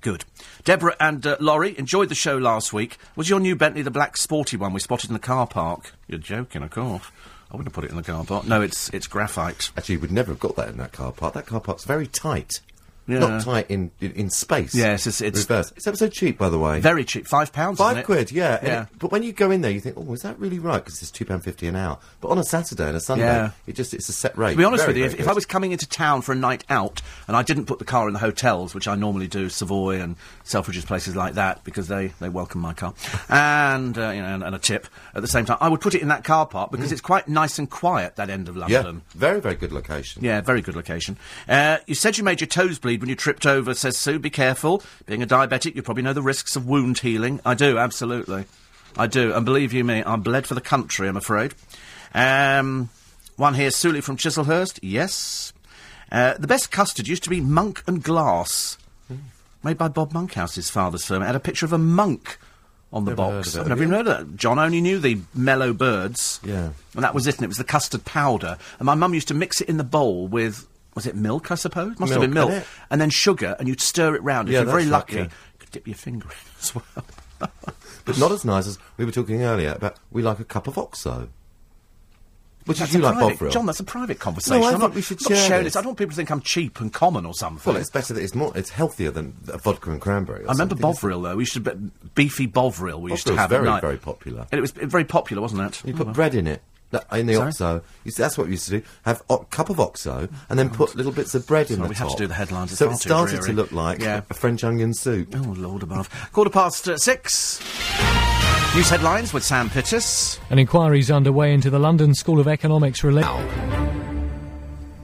Speaker 1: Good. Deborah and uh, Laurie enjoyed the show last week. Was your new Bentley the black sporty one we spotted in the car park? You're joking, of course. I wouldn't have put it in the car park. No, it's it's graphite.
Speaker 6: Actually, you would never have got that in that car park. That car park's very tight.
Speaker 1: Yeah.
Speaker 6: Not tight in, in, in space.
Speaker 1: Yes, it's- it's-
Speaker 6: reverse. It's ever so cheap, by the way.
Speaker 1: Very cheap, five pounds. isn't
Speaker 6: Five
Speaker 1: it?
Speaker 6: quid, yeah. and
Speaker 1: yeah.
Speaker 6: it- but when you go in there, you think, oh, is that really right? Because it's two pound fifty an hour. But on a Saturday and a Sunday,
Speaker 1: Yeah.
Speaker 6: it just it's a set rate.
Speaker 1: to be honest
Speaker 6: Very,
Speaker 1: with you,
Speaker 6: very
Speaker 1: if, if
Speaker 6: good.
Speaker 1: I was coming into town for a night out and I didn't put the car in the hotels, which I normally do, Savoy and Selfridges, places like that, because they, they welcome my
Speaker 6: [LAUGHS]
Speaker 1: car, and, uh, you know, and, and a tip at the same time, I would put it in that car park because it's quite nice and quiet, that end of
Speaker 6: Mm. yeah,
Speaker 1: London.
Speaker 6: very very good location.
Speaker 1: Yeah, very good location. Uh, you said you made your toes bleed when you tripped over, says Sue. Be careful. Being a diabetic, you probably know the risks of wound healing. I do, absolutely. I do. And believe you me, I'm bled for the country, I'm afraid. Um, one here, Suley from Chislehurst. Yes. Uh, the best custard used to be monk and glass,
Speaker 6: Hmm.
Speaker 1: made by Bob Monkhouse's father's firm. It had a picture of a monk on the
Speaker 6: Never
Speaker 1: box.
Speaker 6: heard of it,
Speaker 1: I've never even heard of that. John only knew the mellow birds.
Speaker 6: Yeah.
Speaker 1: And that was it, and it was the custard powder. And my mum used to mix it in the bowl with, was it milk, I suppose? Must have been
Speaker 6: Milk,
Speaker 1: milk.
Speaker 6: innit?
Speaker 1: And then sugar, and you'd stir it round. If
Speaker 6: Yeah,
Speaker 1: you're very
Speaker 6: that's right,
Speaker 1: lucky,
Speaker 6: yeah.
Speaker 1: you could dip your finger in as
Speaker 6: [LAUGHS]
Speaker 1: well.
Speaker 6: but not as nice as we were talking earlier about. We like a cup of Oxo. Which
Speaker 1: That's
Speaker 6: you
Speaker 1: a
Speaker 6: like
Speaker 1: private,
Speaker 6: Bob Frill.
Speaker 1: John, that's a private conversation.
Speaker 6: No, I
Speaker 1: I'm
Speaker 6: think
Speaker 1: not,
Speaker 6: we should
Speaker 1: I'm not
Speaker 6: share
Speaker 1: sharing
Speaker 6: this.
Speaker 1: I don't want people to think I'm cheap and common or something.
Speaker 6: Well, it's better that it's more. It's healthier than a vodka and cranberry. Or
Speaker 1: I remember
Speaker 6: something, isn't it?
Speaker 1: Bovril though. We used to be, beefy Bovril. We used to
Speaker 6: Bovril's
Speaker 1: have at
Speaker 6: very,
Speaker 1: night.
Speaker 6: very popular.
Speaker 1: And it was uh, very popular, wasn't it?
Speaker 6: You
Speaker 1: Oh,
Speaker 6: put
Speaker 1: well.
Speaker 6: bread in it. that- In the
Speaker 1: Sorry?
Speaker 6: oxo, you see, that's what we used to do. Have a cup of oxo, and then put little bits of bread in
Speaker 1: Oh, Sorry,
Speaker 6: the
Speaker 1: we have
Speaker 6: top.
Speaker 1: to do the headlines, it's
Speaker 6: So
Speaker 1: far
Speaker 6: it
Speaker 1: too
Speaker 6: started to
Speaker 1: dreary.
Speaker 6: look like
Speaker 1: Yeah.
Speaker 6: a French onion soup.
Speaker 1: Oh, Lord above. Quarter past uh, six. News headlines with Sam Pittis.
Speaker 8: An inquiry is underway into the London School of Economics related.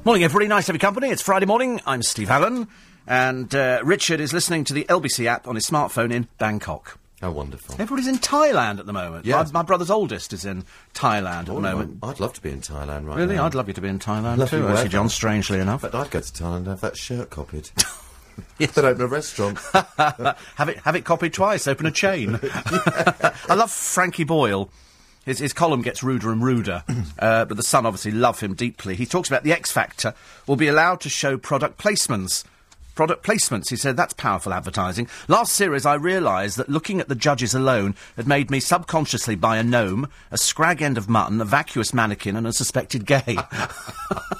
Speaker 1: Morning, everybody. Nice to have your company. It's Friday morning. I'm Steve Allen. And uh, Richard is listening to the LBC app on his smartphone in Bangkok.
Speaker 6: How wonderful!
Speaker 1: Everybody's in Thailand at the moment.
Speaker 6: Yes.
Speaker 1: My, my brother's oldest is in Thailand at the
Speaker 6: Oh,
Speaker 1: moment.
Speaker 6: I'd love to be in Thailand right
Speaker 1: Really?
Speaker 6: now.
Speaker 1: I'd love you to be in Thailand
Speaker 6: Lovely
Speaker 1: too, actually,
Speaker 6: weather.
Speaker 1: John, strangely enough.
Speaker 6: In fact, I'd go to Thailand and have that
Speaker 1: [LAUGHS]
Speaker 6: shirt copied. Then open a restaurant.
Speaker 1: have it have it copied twice. Open a chain. I love Frankie Boyle. His, his column gets ruder and ruder, uh, but the Sun obviously love him deeply. He talks about the X Factor will be allowed to show product placements. Product placements, he said, that's powerful advertising. Last series, I realised that looking at the judges alone had made me subconsciously buy a gnome, a scrag end of mutton, a vacuous mannequin, and a suspected gay. [LAUGHS]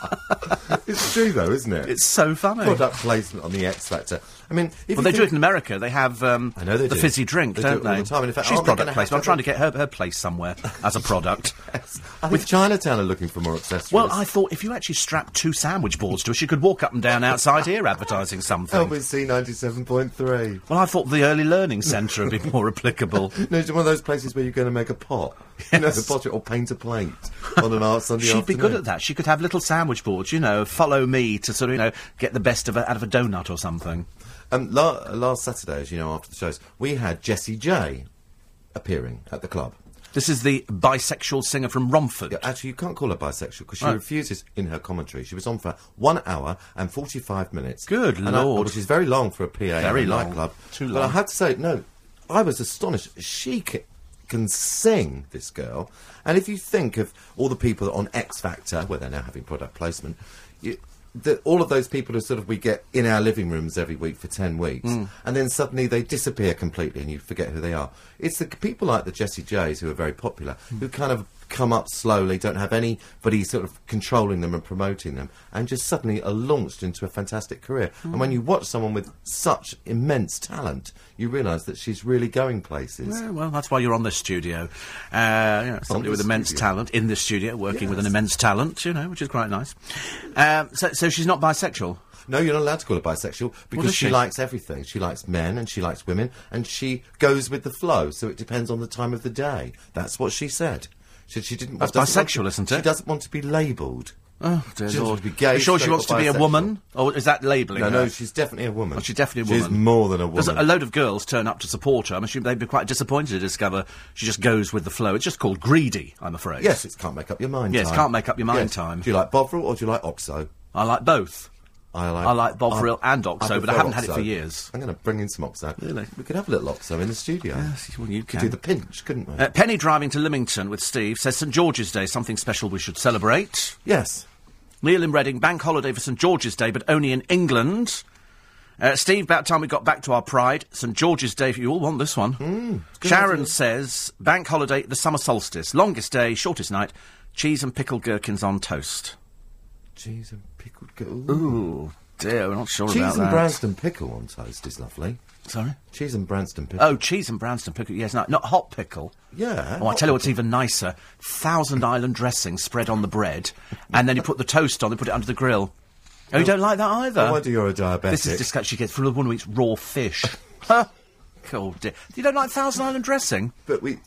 Speaker 6: it's true though, isn't it?
Speaker 1: it's so funny.
Speaker 6: product placement on the X Factor. I mean,
Speaker 1: Well,
Speaker 6: if you
Speaker 1: they do it
Speaker 6: think-
Speaker 1: in America. They have um,
Speaker 6: I know they
Speaker 1: the
Speaker 6: do.
Speaker 1: fizzy drink,
Speaker 6: They do
Speaker 1: don't
Speaker 6: it all
Speaker 1: they?
Speaker 6: the time, and in fact,
Speaker 1: She's
Speaker 6: aren't they
Speaker 1: product
Speaker 6: gonna
Speaker 1: placement.
Speaker 6: have
Speaker 1: I'm trying to
Speaker 6: to-
Speaker 1: get her her place somewhere as a
Speaker 6: [LAUGHS]
Speaker 1: product.
Speaker 6: I think Chinatown are looking for more accessories.
Speaker 1: well, I thought if you actually strapped two sandwich boards to her, she could walk up and down outside here advertising something.
Speaker 6: LBC ninety seven point three.
Speaker 1: well, I thought the early learning centre
Speaker 6: [LAUGHS]
Speaker 1: would be more applicable.
Speaker 6: No, it's one of those places where you're going to make a pot. You know, a pot or paint a plate on an art Sunday
Speaker 1: She'd be
Speaker 6: afternoon.
Speaker 1: good at that. She could have little sandwich boards, you know, follow me to sort of, you know, get the best of a, out of a donut or something.
Speaker 6: Um, la- last Saturday, as you know, after the shows, we had Jessie J appearing at the club.
Speaker 1: This is the bisexual singer from Romford.
Speaker 6: Yeah, Actually, you can't call her bisexual because she
Speaker 1: Right.
Speaker 6: refuses in her commentary. She was on for one hour and 45 minutes.
Speaker 1: Good
Speaker 6: And
Speaker 1: Lord.
Speaker 6: I, which is very long for a PA
Speaker 1: Very
Speaker 6: at a
Speaker 1: long.
Speaker 6: nightclub.
Speaker 1: Too
Speaker 6: But
Speaker 1: long.
Speaker 6: I have to say, no, I was astonished. She can, can sing, this girl. And if you think of all the people on X Factor, where they're now having product placement, you, the, all of those people who sort of we get in our living rooms every week for 10 weeks,
Speaker 1: Hmm.
Speaker 6: and then suddenly they disappear completely and you forget who they are. It's the people like the Jesse J's who are very popular,
Speaker 1: Hmm.
Speaker 6: who kind of come up slowly, don't have anybody sort of controlling them and promoting them, and just suddenly are launched into a fantastic career. And
Speaker 1: Hmm.
Speaker 6: when you watch someone with such immense talent, you realise that she's really going places.
Speaker 1: Yeah, well, that's why you're on this studio. Uh, you know, somebody
Speaker 6: the
Speaker 1: with immense
Speaker 6: studio.
Speaker 1: talent in this studio, working with an
Speaker 6: Yes.
Speaker 1: immense talent, you know, which is quite nice. Um, so, so she's not bisexual.
Speaker 6: No, you're not allowed to call her bisexual because
Speaker 1: does
Speaker 6: she,
Speaker 1: she?
Speaker 6: likes everything. She likes men and she likes women and she goes with the flow. So it depends on the time of the day. That's what she said. She, she didn't.
Speaker 1: That's
Speaker 6: doesn't want
Speaker 1: bisexual,
Speaker 6: to-
Speaker 1: isn't
Speaker 6: She
Speaker 1: it?
Speaker 6: doesn't want to be labelled.
Speaker 1: Oh, dear
Speaker 6: She doesn't
Speaker 1: Lord.
Speaker 6: want to be gay,
Speaker 1: you sure she
Speaker 6: straight,
Speaker 1: wants
Speaker 6: or
Speaker 1: to be a
Speaker 6: bisexual.
Speaker 1: woman? Or is that labelling
Speaker 6: No,
Speaker 1: her?
Speaker 6: no, she's definitely a woman.
Speaker 1: Oh, she's definitely a
Speaker 6: She's
Speaker 1: woman.
Speaker 6: more than a
Speaker 1: There's
Speaker 6: woman.
Speaker 1: A load of girls turn up to support her. I'm assuming they'd be quite disappointed to discover she just goes with the flow. It's just called greedy, I'm afraid.
Speaker 6: Yes, it's can't make up your mind.
Speaker 1: Yes,
Speaker 6: time.
Speaker 1: can't make up your mind time.
Speaker 6: Do you like Bovril or do you like Oxo?
Speaker 1: I like both.
Speaker 6: like,
Speaker 1: I like Bovril and Oxo, but I
Speaker 6: prefer
Speaker 1: haven't had it for
Speaker 6: Oxo.
Speaker 1: years.
Speaker 6: I'm going to bring in some Oxo.
Speaker 1: Really?
Speaker 6: We could have a little Oxo in the studio.
Speaker 1: Yes, well, you
Speaker 6: We could
Speaker 1: can.
Speaker 6: do the pinch, couldn't we?
Speaker 1: Uh, Penny driving to Lymington with Steve says St George's Day, something special we should celebrate.
Speaker 6: yes.
Speaker 1: Neil in Reading, bank holiday for St George's Day, but only in England. Uh, Steve, about time we got back to our pride. St George's Day, you all want this one. Sharon says, bank holiday, the summer solstice. Longest day, shortest night. Cheese and pickled gherkins on toast.
Speaker 6: Cheese and pickled go.
Speaker 1: Ooh, dear, we're not sure about
Speaker 6: Cheese and
Speaker 1: that.
Speaker 6: Branston pickle on toast is lovely.
Speaker 1: Sorry?
Speaker 6: Cheese and Branston pickle.
Speaker 1: Oh, cheese and Branston pickle. Yes, no, not hot pickle.
Speaker 6: Yeah,
Speaker 1: Oh, I
Speaker 6: hot
Speaker 1: tell you what's even nicer: Thousand Island dressing spread on the bread, and then you put the toast on. They put it under the grill. Oh, you don't like that either.
Speaker 6: No wonder you're a diabetic.
Speaker 1: This is disgusting. She gets for the one who eats raw
Speaker 6: [LAUGHS]
Speaker 1: fish. Huh? oh dear. You don't like Thousand Island dressing?
Speaker 6: But we.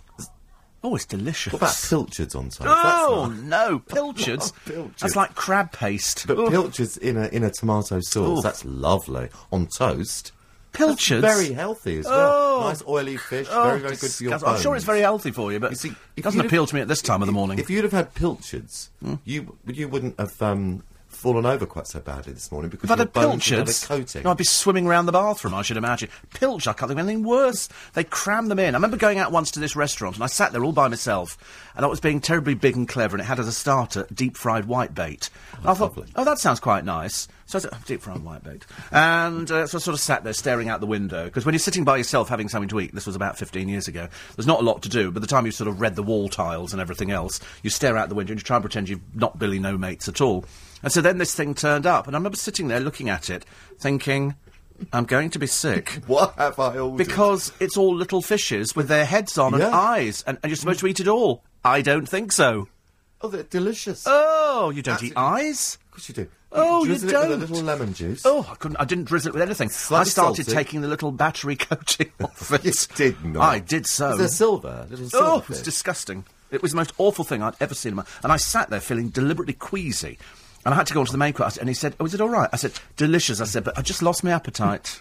Speaker 1: Oh, it's delicious.
Speaker 6: What about pilchards on toast?
Speaker 1: Oh
Speaker 6: That's nice.
Speaker 1: no, pilchards.
Speaker 6: [LAUGHS] Pilchards.
Speaker 1: That's like crab paste.
Speaker 6: But
Speaker 1: Ugh.
Speaker 6: pilchards in a in a tomato sauce.
Speaker 1: Oof.
Speaker 6: That's lovely on toast.
Speaker 1: pilchards.
Speaker 6: Very healthy as well.
Speaker 1: Oh.
Speaker 6: Nice oily fish.
Speaker 1: Oh,
Speaker 6: very very good for your
Speaker 1: disgusting. I'm sure it's
Speaker 6: bones.
Speaker 1: very healthy for you, but
Speaker 6: You see,
Speaker 1: it
Speaker 6: if
Speaker 1: doesn't
Speaker 6: you'd have-
Speaker 1: appeal to me at this time of the morning. Hmm?
Speaker 6: If you'd have had pilchards, you you wouldn't have um, fallen over quite so badly this morning because
Speaker 1: If I'd
Speaker 6: your
Speaker 1: had
Speaker 6: bones would
Speaker 1: pilchards,
Speaker 6: have a coating.
Speaker 1: no, I'd be swimming round the bathroom, I should imagine. Pilch, I can't think of anything worse. They cram them in. I remember going out once to this restaurant, and I sat there all by myself, and I was being terribly big and clever, and it had as a starter deep-fried whitebait. and I thought,
Speaker 6: lovely.
Speaker 1: oh, that sounds quite nice. So I said, oh, deep-fried whitebait. And uh, so I sort of sat there staring out the window, because when you're sitting by yourself having something to eat, this was about 15 years ago, there's not a lot to do, but the time you've sort of read the wall tiles and everything else, you stare out the window and you try and pretend you've not Billy No Mates at all. And so then this thing turned up, and I remember sitting there looking at it, thinking, I'm going to be [LAUGHS] sick.
Speaker 6: What have I ordered?
Speaker 1: Because it's all little fishes with their heads on and
Speaker 6: Yeah.
Speaker 1: eyes, and, and you're supposed to eat it all. I don't think so.
Speaker 6: oh, they're delicious.
Speaker 1: Oh, you don't eat
Speaker 6: Absolutely.
Speaker 1: eyes?
Speaker 6: of course you do.
Speaker 1: Oh, you
Speaker 6: drizzle It with
Speaker 1: don't.
Speaker 6: a little lemon juice.
Speaker 1: Oh, I couldn't. I didn't drizzle it with anything. I
Speaker 6: Slightly
Speaker 1: started
Speaker 6: salty.
Speaker 1: taking the little battery [LAUGHS] coating off it.
Speaker 6: You did not.
Speaker 1: I did so.
Speaker 6: Is there silver? Little silver
Speaker 1: Oh, it was
Speaker 6: bit?
Speaker 1: disgusting. It was the most awful thing I'd ever seen in my... And I sat there feeling deliberately queasy. And I had to go on to the main course, and he said, oh, is it all right? I said, delicious. I said, but I just lost my appetite.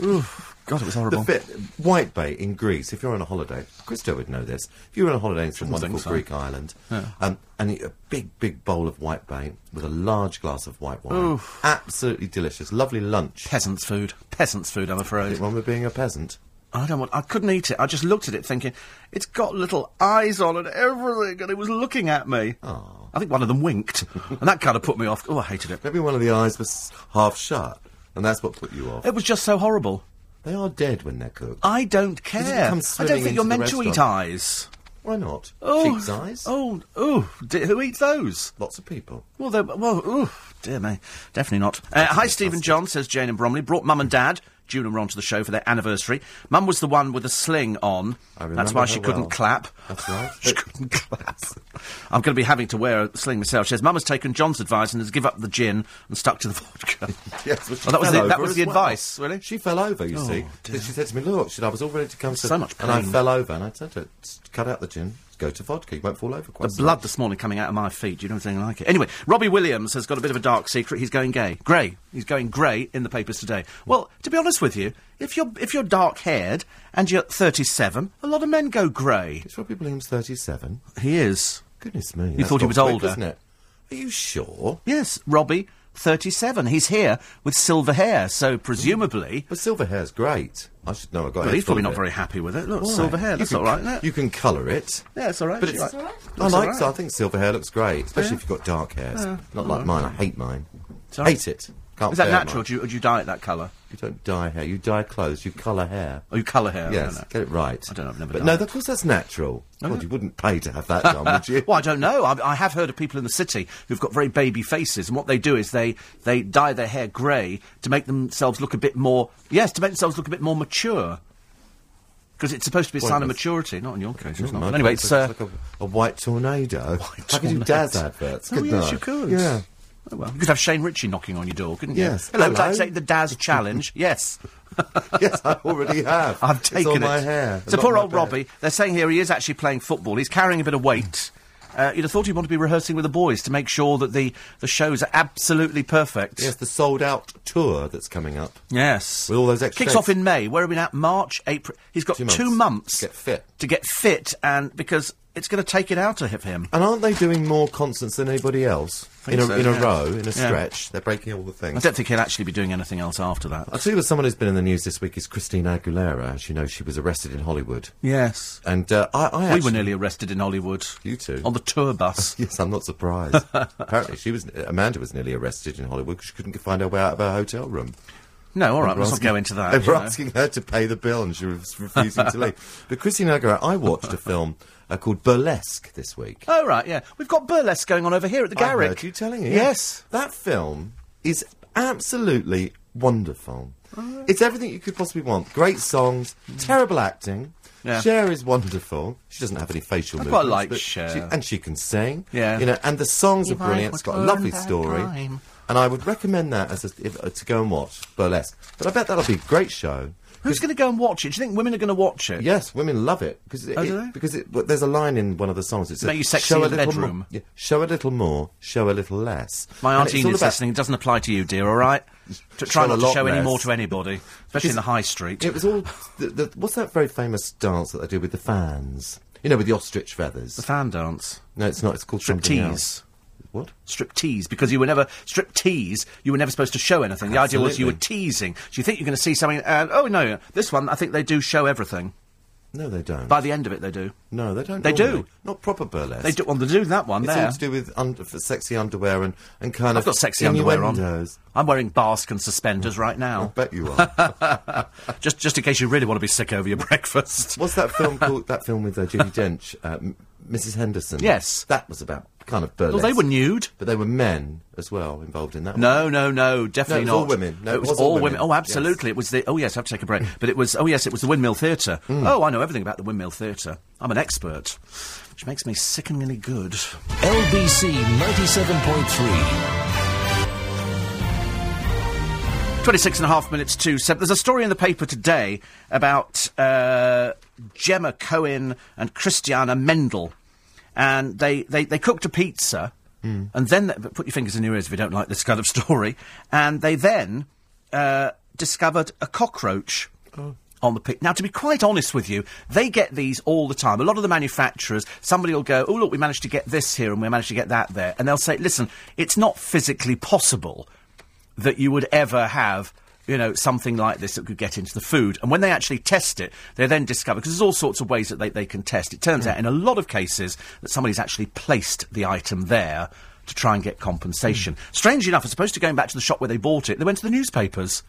Speaker 1: Oof. God, it was
Speaker 6: The
Speaker 1: horrible.
Speaker 6: bit, whitebait in Greece, if you're on a holiday, Christo would know this. If you were on a holiday in some
Speaker 1: Shouldn't think so.
Speaker 6: wonderful Greek island, um, and you- a big, big bowl of whitebait with a large glass of white wine, absolutely delicious, lovely lunch.
Speaker 1: Peasants' food. Peasants' food, I'm afraid.
Speaker 6: One with being a peasant.
Speaker 1: I don't want... I couldn't eat it. I just looked at it thinking, it's got little eyes on and everything, and it was looking at me.
Speaker 6: Oh.
Speaker 1: I think one of them winked, and that kind of put me off. Oh, I hated it.
Speaker 6: Maybe one of the eyes was half shut, and that's what put you off.
Speaker 1: It was just so horrible.
Speaker 6: They are dead when they're cooked.
Speaker 1: I don't
Speaker 6: it
Speaker 1: care.
Speaker 6: come
Speaker 1: I don't
Speaker 6: swimming
Speaker 1: think you're
Speaker 6: into the
Speaker 1: meant to eat
Speaker 6: restaurant?
Speaker 1: eyes.
Speaker 6: Why not? Sheep's eyes.
Speaker 1: Oh, oh, d- who eats those?
Speaker 6: Lots of people.
Speaker 1: Well, they're, well, ooh, dear me, definitely not. Uh, hi, Stephen John, says Jane and Bromley. Brought mum and dad, June and Ron, to the show for their anniversary. Mum was the one with the sling on.
Speaker 6: I remember
Speaker 1: That's why
Speaker 6: her
Speaker 1: she
Speaker 6: well.
Speaker 1: couldn't clap.
Speaker 6: That's right.
Speaker 1: [LAUGHS] she couldn't clap. I'm going to be having to wear a sling myself. She says, Mum has taken John's advice and has given up the gin and stuck to the [LAUGHS] vodka.
Speaker 6: [LAUGHS] Yes, well, she
Speaker 1: Oh, that was
Speaker 6: fell
Speaker 1: the,
Speaker 6: over
Speaker 1: that was
Speaker 6: as
Speaker 1: the
Speaker 6: well.
Speaker 1: advice, really? Oh,
Speaker 6: She fell over, you see.
Speaker 1: dear.
Speaker 6: Then she said to me, "Look," she said, "I was all ready to come to."
Speaker 1: So much
Speaker 6: And I
Speaker 1: pain.
Speaker 6: fell over, and I said, to her, "Just "Cut out the gin, go to vodka. You won't fall over quite."
Speaker 1: The
Speaker 6: so
Speaker 1: blood
Speaker 6: much."
Speaker 1: this morning coming out of my feet. You know anything like it? Anyway, Robbie Williams has got a bit of a dark secret. He's going gay, grey. He's going grey in the papers today. Well, to be honest with you, if you're if you're dark haired and you're 37, a lot of men go grey.
Speaker 6: It's Robbie Williams, thirty-seven.
Speaker 1: He is.
Speaker 6: Goodness me!
Speaker 1: You
Speaker 6: that's
Speaker 1: thought he
Speaker 6: gone
Speaker 1: was
Speaker 6: quick,
Speaker 1: older.
Speaker 6: isn't it? Are you sure?
Speaker 1: Yes, Robbie, 37. He's here with silver hair, so presumably.
Speaker 6: But silver hair's great. I should know. I got.
Speaker 1: But
Speaker 6: it
Speaker 1: he's probably
Speaker 6: full
Speaker 1: not
Speaker 6: of
Speaker 1: very
Speaker 6: it.
Speaker 1: happy with it. Look,
Speaker 6: Why?
Speaker 1: silver hair.
Speaker 6: You
Speaker 1: That's
Speaker 6: can-
Speaker 1: all right, isn't it?
Speaker 6: You can colour it.
Speaker 1: yeah, it's all right.
Speaker 6: But
Speaker 1: she's
Speaker 6: it's,
Speaker 1: right.
Speaker 6: I
Speaker 1: Looks all
Speaker 6: like.
Speaker 1: right.
Speaker 6: so I think silver hair looks great, especially if you've got dark hairs. Not like mine. I hate mine.
Speaker 1: all right.
Speaker 6: Hate it. Can't
Speaker 1: Oh. Is that
Speaker 6: bear
Speaker 1: natural? Or
Speaker 6: mine.
Speaker 1: do you, or do you dye it that colour?
Speaker 6: You don't dye hair. You dye clothes. You colour hair.
Speaker 1: Or you colour hair? I
Speaker 6: yes,
Speaker 1: don't know.
Speaker 6: get it right.
Speaker 1: Oh, I don't know, I've never
Speaker 6: But
Speaker 1: done Oh,
Speaker 6: no,
Speaker 1: it.
Speaker 6: of course that's natural. God, you wouldn't pay to
Speaker 1: [LAUGHS]
Speaker 6: have that done, would you?
Speaker 1: Well, I don't know. I, I have heard of people in the city who've got very baby faces, and what they do is they, they dye their hair grey to make themselves look a bit more yes, to make themselves look a bit more mature. Because it's supposed to be a sign of
Speaker 6: Pointless.
Speaker 1: maturity, not in your case. It's
Speaker 6: Never
Speaker 1: not.
Speaker 6: mind,
Speaker 1: But anyway, it's, uh,
Speaker 6: like a, a white tornado.
Speaker 1: [LAUGHS] White
Speaker 6: I could do
Speaker 1: tornado.
Speaker 6: Daz adverts.
Speaker 1: Oh,
Speaker 6: couldn't
Speaker 1: yes,
Speaker 6: I?
Speaker 1: you could. [LAUGHS]
Speaker 6: Yeah.
Speaker 1: oh, well, you could have Shane Ritchie knocking on your door, couldn't you?
Speaker 6: Yes.
Speaker 1: Hello, would I
Speaker 6: Hello.
Speaker 1: take the Daz
Speaker 6: [LAUGHS]
Speaker 1: challenge? yes.
Speaker 6: yes, I already
Speaker 1: [LAUGHS]
Speaker 6: have.
Speaker 1: I've
Speaker 6: It's
Speaker 1: taken
Speaker 6: on
Speaker 1: it.
Speaker 6: my hair.
Speaker 1: So
Speaker 6: not
Speaker 1: poor
Speaker 6: my
Speaker 1: old
Speaker 6: bed.
Speaker 1: Robbie. They're saying here he is actually playing football. He's carrying a bit of weight. uh, you'd have thought he'd want to be rehearsing with the boys to make sure that the, the shows are absolutely perfect.
Speaker 6: Yes, the sold out tour that's coming up.
Speaker 1: Yes.
Speaker 6: With all those extra
Speaker 1: Kicks
Speaker 6: dates.
Speaker 1: off in May. Where are we now? March, April. He's got two
Speaker 6: Two
Speaker 1: months, months
Speaker 6: months to get fit.
Speaker 1: to get fit, and because it's going to take it out of him.
Speaker 6: And aren't they doing more concerts than anybody else?
Speaker 1: Think
Speaker 6: In a,
Speaker 1: so,
Speaker 6: in a
Speaker 1: yeah.
Speaker 6: row, in a
Speaker 1: Yeah.
Speaker 6: stretch. They're breaking all the
Speaker 1: I
Speaker 6: things.
Speaker 1: don't think he'll actually be doing anything else after that.
Speaker 6: I'll tell you what, someone who's been in the news this week is Christina Aguilera. As you know, she was arrested in Hollywood.
Speaker 1: Yes.
Speaker 6: And uh, I, I
Speaker 1: We
Speaker 6: actually-
Speaker 1: were nearly arrested in Hollywood.
Speaker 6: You too.
Speaker 1: On the tour
Speaker 6: [LAUGHS]
Speaker 1: bus.
Speaker 6: Yes, I'm not
Speaker 1: [LAUGHS]
Speaker 6: surprised. Apparently, she was Amanda was nearly arrested in Hollywood because she couldn't find her way out of her hotel room.
Speaker 1: no, all right,
Speaker 6: They were
Speaker 1: let's not
Speaker 6: asking-
Speaker 1: go into that.
Speaker 6: They
Speaker 1: you
Speaker 6: were
Speaker 1: know.
Speaker 6: asking her to pay the bill, and she was refusing
Speaker 1: [LAUGHS]
Speaker 6: to leave. But Christina Aguilera, I watched a film uh, called Burlesque this week.
Speaker 1: Oh, right, yeah. We've got burlesque going on over here at the Garrick.
Speaker 6: I heard you telling you.
Speaker 1: Yes.
Speaker 6: That film is absolutely wonderful. It's everything you could possibly want. Great songs, terrible acting.
Speaker 1: Hmm. Yeah.
Speaker 6: Cher is wonderful. She doesn't have any facial
Speaker 1: I quite
Speaker 6: movements.
Speaker 1: like
Speaker 6: but
Speaker 1: Cher.
Speaker 6: she- and she can sing.
Speaker 1: Yeah.
Speaker 6: You know, and the songs
Speaker 1: If
Speaker 6: are
Speaker 1: I
Speaker 6: brilliant. It's
Speaker 1: could
Speaker 6: got a
Speaker 1: turn
Speaker 6: lovely
Speaker 1: back
Speaker 6: story.
Speaker 1: time.
Speaker 6: And I would recommend that as a, if, uh, to go and watch Burlesque. But I bet that'll be a great
Speaker 1: [LAUGHS]
Speaker 6: show.
Speaker 1: Who's going to go and watch it? Do you think women are going to watch it?
Speaker 6: Yes, women love it because it,
Speaker 1: Oh,
Speaker 6: it-
Speaker 1: do they?
Speaker 6: because it, well, there's a line in one of the songs. It's
Speaker 1: Make you sexy
Speaker 6: show
Speaker 1: in
Speaker 6: a
Speaker 1: the
Speaker 6: little
Speaker 1: bedroom."
Speaker 6: More, yeah, show a little more, show a little less.
Speaker 1: My
Speaker 6: And
Speaker 1: aunt
Speaker 6: it's all
Speaker 1: Enid's
Speaker 6: about-
Speaker 1: listening. It doesn't apply to you, dear, all right? To try
Speaker 6: Show
Speaker 1: not
Speaker 6: a
Speaker 1: to
Speaker 6: lot
Speaker 1: show any
Speaker 6: less.
Speaker 1: more to anybody, especially in the high street.
Speaker 6: It was all the, the, what's that very famous dance that they do with the fans? You know, with the ostrich feathers.
Speaker 1: the fan dance.
Speaker 6: no, it's not. It's called something
Speaker 1: Striptease.
Speaker 6: else. What?
Speaker 1: strip tease because you were never strip tease you were never supposed to show anything the idea was you were teasing so you think you're going to see something and oh no this one i think they do show everything
Speaker 6: No, they don't.
Speaker 1: by the end of it they do
Speaker 6: no, they don't.
Speaker 1: They do.
Speaker 6: normally. Not proper burlesque.
Speaker 1: they do well they do that one
Speaker 6: It's
Speaker 1: there
Speaker 6: all to do with under, f- sexy underwear and, and kind of
Speaker 1: i've got sexy underwear on
Speaker 6: innuendos.
Speaker 1: i'm wearing basque and suspenders right now
Speaker 6: Bet you
Speaker 1: [LAUGHS]
Speaker 6: are.
Speaker 1: just just in case you really want to be sick over your [LAUGHS] breakfast
Speaker 6: What's that
Speaker 1: [LAUGHS]
Speaker 6: film called? That film with uh, Judy Dench, uh, M- Mrs. Henderson.
Speaker 1: Yes.
Speaker 6: that was about kind of burlesque.
Speaker 1: well they were nude
Speaker 6: but they were men as well involved in that.
Speaker 1: no, no, no, definitely
Speaker 6: No, it was all
Speaker 1: not.
Speaker 6: women. No,
Speaker 1: it was, all women. Oh,
Speaker 6: yes.
Speaker 1: absolutely. It was the. Oh, yes, I have to take a break. but it was. Oh, yes, it was the Windmill Theatre.
Speaker 6: Hmm.
Speaker 1: Oh, I know everything about the Windmill Theatre. I'm an expert, which makes me sickeningly good.
Speaker 5: LBC 97.3.
Speaker 1: 26 and a half minutes to seven. There's a story in the paper today about uh, Gemma Cohen and Christiana Mendel. And they, they, they cooked a pizza. And then, but put your fingers in your ears if you don't like this kind of [LAUGHS] story. And they then uh, discovered a cockroach on the pic. Now, to be quite honest with you, they get these all the time. A lot of the manufacturers, somebody will go, oh, look, we managed to get this here and we managed to get that there. And they'll say, listen, it's not physically possible that you would ever have. You know, something like this that could get into the food. And when they actually test it, they then discover, because there's all sorts of ways that they, they can test. It turns out in a lot of cases that somebody's actually placed the item there to try and get compensation. Strangely enough, as opposed to going back to the shop where they bought it, they went to the newspapers.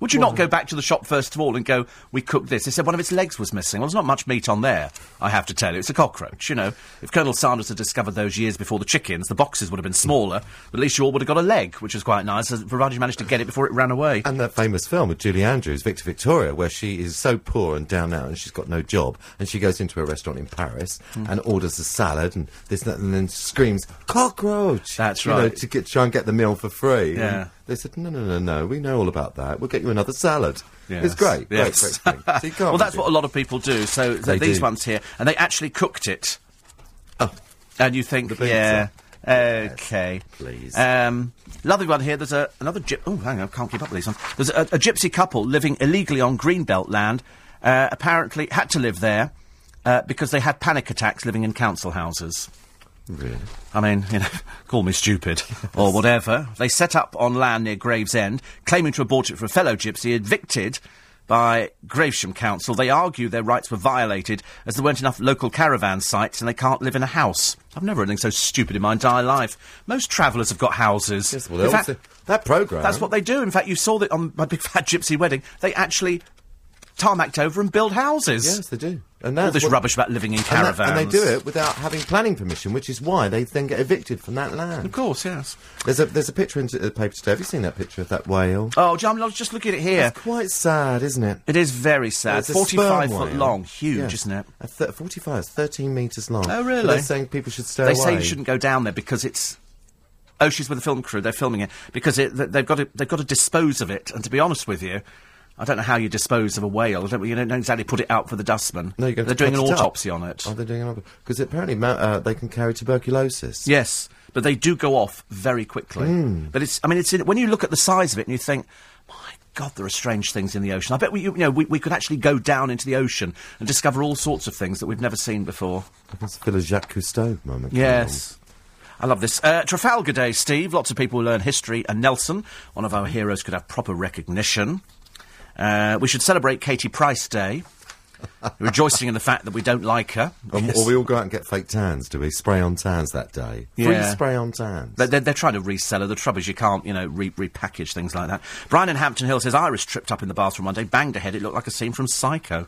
Speaker 1: Would you not go back to the shop first of all and go, we cooked this? They said one of its legs was missing. Well, there's not much meat on there, I have to tell you. It's a cockroach, you know. If Colonel Sanders had discovered those years before the chickens, the boxes would have been smaller, but at least you all would have got a leg, which is quite nice, as- provided you managed to get it before it ran away.
Speaker 6: And that famous film with Julie Andrews, Victor Victoria, where she is so poor and down out and she's got no job. And she goes into a restaurant in Paris
Speaker 1: Mm.
Speaker 6: and orders a salad and this and that and then screams, cockroach!
Speaker 1: That's
Speaker 6: You know,
Speaker 1: right.
Speaker 6: to get, try and get the meal for free.
Speaker 1: Yeah.
Speaker 6: And they said, no, no, no, no, we know all about that. We'll get you another salad.
Speaker 1: Yes.
Speaker 6: It's great.
Speaker 1: Yes.
Speaker 6: Great, great thing. So you
Speaker 1: [LAUGHS]
Speaker 6: can't
Speaker 1: well, that's
Speaker 6: really-
Speaker 1: what a lot of people do. So th-
Speaker 6: They
Speaker 1: these
Speaker 6: do.
Speaker 1: ones here, and they actually cooked it.
Speaker 6: Oh.
Speaker 1: And you think,
Speaker 6: pizza.
Speaker 1: yeah, okay,
Speaker 6: please.
Speaker 1: Um, lovely one here. There's a, another. Gy- oh, hang on, I can't keep up with these ones. There's a, a gypsy couple living illegally on greenbelt land. Uh, apparently, had to live there uh, because they had panic attacks living in council houses.
Speaker 6: Really?
Speaker 1: I mean, you know, [LAUGHS] call me stupid or whatever. They set up on land near Gravesend, claiming to have bought it from a fellow gypsy, evicted by Gravesham Council. They argue their rights were violated as there weren't enough local caravan sites and they can't live in a house. I've never heard anything so stupid in my entire life. Most travellers have got houses.
Speaker 6: Yes, well,
Speaker 1: In
Speaker 6: they
Speaker 1: fact,
Speaker 6: also, that programme.
Speaker 1: that's what they do. In fact, you saw that on my [LAUGHS] big fat gypsy wedding. They actually tarmacked over and build houses.
Speaker 6: Yes, they do. And that's
Speaker 1: All this
Speaker 6: what-
Speaker 1: rubbish about living in
Speaker 6: and
Speaker 1: caravans.
Speaker 6: that- and they do it without having planning permission, which is why they then get evicted from that land.
Speaker 1: Of course, yes.
Speaker 6: There's a there's a picture in uh, the paper today. Have you seen that picture of that whale?
Speaker 1: Oh, John, I was just looking at it here.
Speaker 6: It's quite sad, isn't it?
Speaker 1: It is very sad.
Speaker 6: It's a
Speaker 1: 45
Speaker 6: sperm
Speaker 1: foot
Speaker 6: whale.
Speaker 1: long. Huge,
Speaker 6: Yeah.
Speaker 1: isn't it?
Speaker 6: A th- 45 is 13 metres long.
Speaker 1: Oh,
Speaker 6: But
Speaker 1: really?
Speaker 6: They're saying people should stay
Speaker 1: they
Speaker 6: away.
Speaker 1: say you shouldn't go down there because it's. Oh, she's with the film crew. They're filming it because it, th- they've got to, they've got to dispose of it. And to be honest with you, I don't know how you dispose of a whale. I don't, you don't exactly put it out for the dustman.
Speaker 6: No, you're going
Speaker 1: They're
Speaker 6: to
Speaker 1: doing an
Speaker 6: cut it up.
Speaker 1: autopsy on it.
Speaker 6: Oh, they're doing an autopsy because apparently ma- uh, they can carry tuberculosis.
Speaker 1: Yes, but they do go off very quickly.
Speaker 6: Hmm.
Speaker 1: But it's, I mean, it's in, when you look at the size of it and you think, my God, there are strange things in the ocean. I bet we, you know, we, we could actually go down into the ocean and discover all sorts of things that we've never seen before.
Speaker 6: That's a bit of Jacques Cousteau moment. going
Speaker 1: Yes. I love this. Uh, Trafalgar Day, Steve. Lots of people learn history and Nelson. One of our heroes could have proper recognition. Uh, we should celebrate Katie Price Day, [LAUGHS] rejoicing in the fact that we don't like her.
Speaker 6: on. Um, Or we all go out and get fake tans, do we? Spray on tans that day. Free
Speaker 1: Yeah.
Speaker 6: spray on tans.
Speaker 1: But they're, they're trying to resell her. The trouble is you can't, you know, re- repackage things like that. Brian in Hampton Hill says Iris tripped up in the bathroom one day, banged her head. It looked like a scene from Psycho.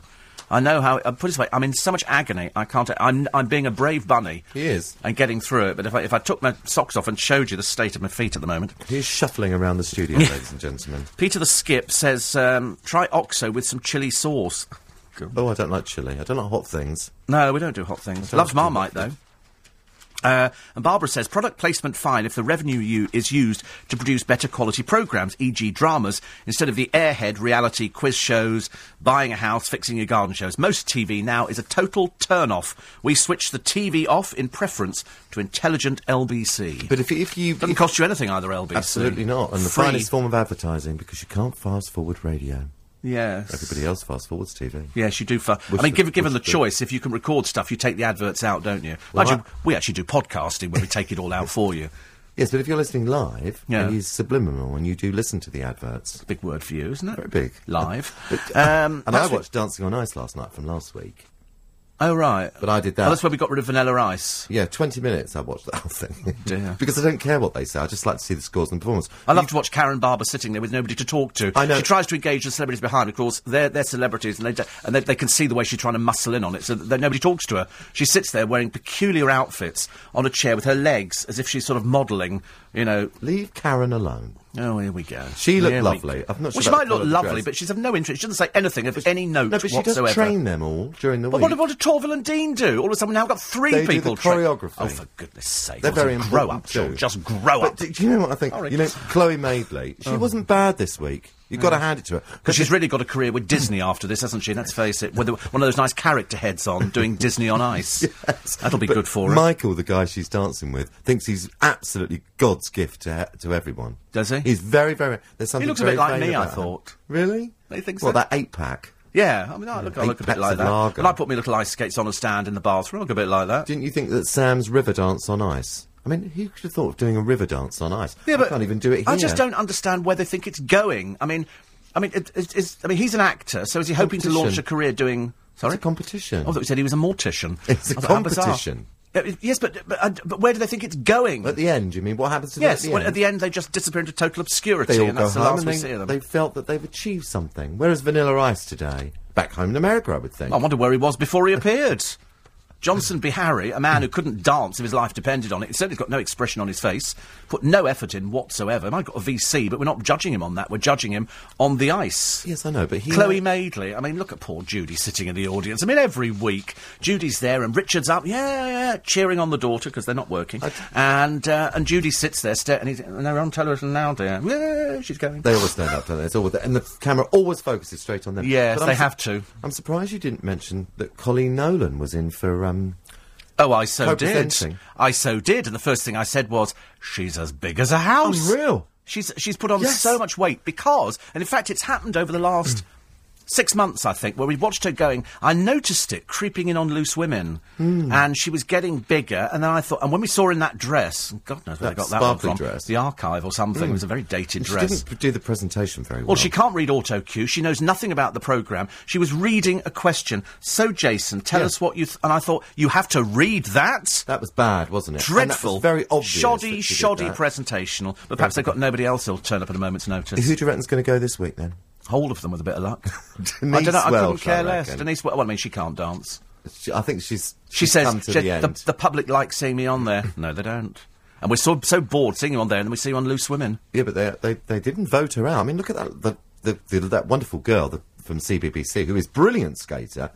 Speaker 1: I know how. I put it this way, I'm in so much agony. I can't. I'm, I'm being a brave bunny.
Speaker 6: He is.
Speaker 1: And getting through it. But if I, if I took my socks off and showed you the state of my feet at the moment,
Speaker 6: He's shuffling around
Speaker 1: [LAUGHS]
Speaker 6: the studio, ladies and gentlemen.
Speaker 1: Peter the Skip says um, try Oxo with some chili sauce.
Speaker 6: Oh, I don't like chili. I don't like hot things.
Speaker 1: No, we don't do hot things. Loves Marmite, though. Uh, and Barbara says product placement fine if the revenue u- is used to produce better quality programmes, e.g., dramas, instead of the airhead reality quiz shows, buying a house, fixing your garden shows. Most TV now is a total turn off. We switch the TV off in preference to intelligent LBC.
Speaker 6: But if, if you.
Speaker 1: Doesn't cost you anything either, LBC.
Speaker 6: absolutely not. And the
Speaker 1: Free.
Speaker 6: finest form of advertising because you can't fast forward radio.
Speaker 1: Yes.
Speaker 6: Everybody else fast forwards TV.
Speaker 1: Yes, you do. For I
Speaker 6: Which
Speaker 1: mean,
Speaker 6: the-
Speaker 1: given given the
Speaker 6: which the-
Speaker 1: choice, if you can record stuff, you take the adverts out, don't you?
Speaker 6: Well,
Speaker 1: Mind
Speaker 6: I-
Speaker 1: you, we actually do podcasting where we take it all out for you.
Speaker 6: Yes, but if you're listening live,
Speaker 1: Yeah.
Speaker 6: it is subliminal and you do listen to the adverts.
Speaker 1: Big word for you, isn't it?
Speaker 6: Very big.
Speaker 1: Live.
Speaker 6: But- uh,
Speaker 1: um,
Speaker 6: and I
Speaker 1: that's what-
Speaker 6: watched Dancing on Ice last night from last week.
Speaker 1: Oh right.
Speaker 6: But I did that.
Speaker 1: Oh, that's where we got rid of Vanilla Ice.
Speaker 6: Yeah, 20 minutes I watched that whole thing.
Speaker 1: [LAUGHS] Dear.
Speaker 6: because I don't care what they say, I just like to see the scores and performance.
Speaker 1: I love to watch Karen Barber sitting there with nobody to talk to.
Speaker 6: I know.
Speaker 1: She tries to engage the celebrities behind. Of course, they're, they're celebrities, and, they, d- and they, they can see the way she's trying to muscle in on it, so that, that nobody talks to her. She sits there wearing peculiar outfits on a chair with her legs, as if she's sort of modelling, you know,
Speaker 6: Leave Karen alone.
Speaker 1: Oh, here we go.
Speaker 6: She looked
Speaker 1: Here we
Speaker 6: lovely.
Speaker 1: go.
Speaker 6: I'm not sure
Speaker 1: Well, she
Speaker 6: about
Speaker 1: might look
Speaker 6: the colour of the
Speaker 1: lovely,
Speaker 6: dress.
Speaker 1: but she's of no interest. She doesn't say anything of any note
Speaker 6: No, but she
Speaker 1: whatsoever.
Speaker 6: does train them all during the
Speaker 1: But
Speaker 6: week.
Speaker 1: what, what did Torvald and Dean do? All of a sudden, we've now got three
Speaker 6: They do the
Speaker 1: people. train-
Speaker 6: choreography.
Speaker 1: Oh, for goodness' sake!
Speaker 6: They're
Speaker 1: Wilson,
Speaker 6: very
Speaker 1: grow
Speaker 6: important
Speaker 1: up, George.
Speaker 6: too.
Speaker 1: Just grow
Speaker 6: But
Speaker 1: up.
Speaker 6: do, do you know what I think?
Speaker 1: Sorry. Oh.
Speaker 6: You know, Chloe Madeley, she wasn't bad this week. You've got to hand it to her. [LAUGHS]
Speaker 1: Because she's really got a career with Disney after this, hasn't she? Let's face it. With the- one of those nice character heads on doing Disney on
Speaker 6: [LAUGHS]
Speaker 1: Ice. That'll be
Speaker 6: But
Speaker 1: good for her.
Speaker 6: Michael, the guy she's dancing with, thinks he's absolutely God's gift to, to everyone.
Speaker 1: Does he?
Speaker 6: He's very, very. There's something
Speaker 1: looks a bit
Speaker 6: very
Speaker 1: like
Speaker 6: vain
Speaker 1: me, I
Speaker 6: about him.
Speaker 1: thought.
Speaker 6: Really?
Speaker 1: They think
Speaker 6: Well,
Speaker 1: so?
Speaker 6: that eight pack.
Speaker 1: Yeah, I mean, I look, I
Speaker 6: Eight
Speaker 1: look a bit
Speaker 6: packs
Speaker 1: like
Speaker 6: of
Speaker 1: that.
Speaker 6: lager.
Speaker 1: When I put my little ice skates on a stand in the bathroom, I look a bit like that.
Speaker 6: Didn't you think that Sam's river dance on ice? I mean, who could have thought of doing a river dance on ice?
Speaker 1: Yeah,
Speaker 6: I
Speaker 1: but
Speaker 6: can't even do it here.
Speaker 1: I just don't understand where they think it's going. I mean, I mean, it, it, it's, I mean, he's an actor, so is he hoping to launch a
Speaker 6: Competition.
Speaker 1: career doing? Sorry,
Speaker 6: It's a competition.
Speaker 1: Oh, I thought you said he was a mortician.
Speaker 6: [LAUGHS] It's a
Speaker 1: I thought, how bizarre.
Speaker 6: competition.
Speaker 1: Uh, it- yes, but but, uh, but where do they think it's going?
Speaker 6: At the end, you mean what happens to them
Speaker 1: yes,
Speaker 6: at the
Speaker 1: well,
Speaker 6: end?
Speaker 1: at the end they just disappear into total obscurity,
Speaker 6: they all
Speaker 1: and
Speaker 6: go
Speaker 1: that's the last
Speaker 6: home and
Speaker 1: we
Speaker 6: they,
Speaker 1: see of them.
Speaker 6: they felt that they've achieved something. Whereas Vanilla Ice today, back home in America, I would think.
Speaker 1: I wonder where he was before he appeared. Johnson B. Harry, a man who couldn't dance if his life depended on it, he certainly got no expression on his face, put no effort in whatsoever. I got a VC, but we're not judging him on that. We're judging him on the ice.
Speaker 6: yes, I know, but he
Speaker 1: Chloe Madeley. I mean, look at poor Judy sitting in the audience. I mean, every week Judy's there and Richard's up, yeah, yeah, yeah, cheering on the daughter because they're not working. And uh, and Judy sits there, sta- and, he's, and they're on television now, dear. Yeah, she's going.
Speaker 6: They always stand up, don't they? It's always and the camera always focuses straight on them.
Speaker 1: Yes,
Speaker 6: But I'm
Speaker 1: they have to.
Speaker 6: I'm surprised you didn't mention that Colleen Nolan was in for. Um,
Speaker 1: oh, I so did.
Speaker 6: Co-presenting.
Speaker 1: I so did. And the first thing I said was, she's as big as a house.
Speaker 6: Unreal.
Speaker 1: She's she's put on
Speaker 6: Yes. Mm.
Speaker 1: so much weight because, and in fact, it's happened over the last. Six months, I think, where we watched her going. I noticed it creeping in on loose women,
Speaker 6: Mm.
Speaker 1: and she was getting bigger. And then I thought, and when we saw her in that dress, and God knows where I
Speaker 6: That
Speaker 1: got that one
Speaker 6: sparkly
Speaker 1: from,
Speaker 6: dress. Mm.
Speaker 1: the archive or something. It was a very dated
Speaker 6: she
Speaker 1: dress.
Speaker 6: didn't do the presentation very well.
Speaker 1: Well, she can't read auto cue. She knows nothing about the program. She was reading a question. So, Jason, tell us what you. Th-. And I thought you have to read that.
Speaker 6: That was bad, wasn't it? And that was
Speaker 1: Dreadful,
Speaker 6: very obvious.
Speaker 1: shoddy,
Speaker 6: that she did
Speaker 1: shoddy
Speaker 6: that.
Speaker 1: presentational. But perhaps they've got nobody else who'll turn up at a moment's notice.
Speaker 6: Who do you reckon's going to go this week then?
Speaker 1: Whole of them with a bit of
Speaker 6: [LAUGHS]
Speaker 1: luck. I
Speaker 6: Denise
Speaker 1: don't know. I couldn't
Speaker 6: Welsh,
Speaker 1: care
Speaker 6: I
Speaker 1: less.
Speaker 6: reckon.
Speaker 1: Denise. Well, I mean, she can't dance.
Speaker 6: She- I think she's.
Speaker 1: She
Speaker 6: she's
Speaker 1: says
Speaker 6: come to
Speaker 1: she-
Speaker 6: the end.
Speaker 1: the, public like seeing me on there. no, they don't. And we're so so bored seeing you on there, and then we see you on Loose Women.
Speaker 6: Yeah, but they, they they didn't vote her out. I mean, look at that the, the, the that wonderful girl, the from CBBC, who is brilliant skater.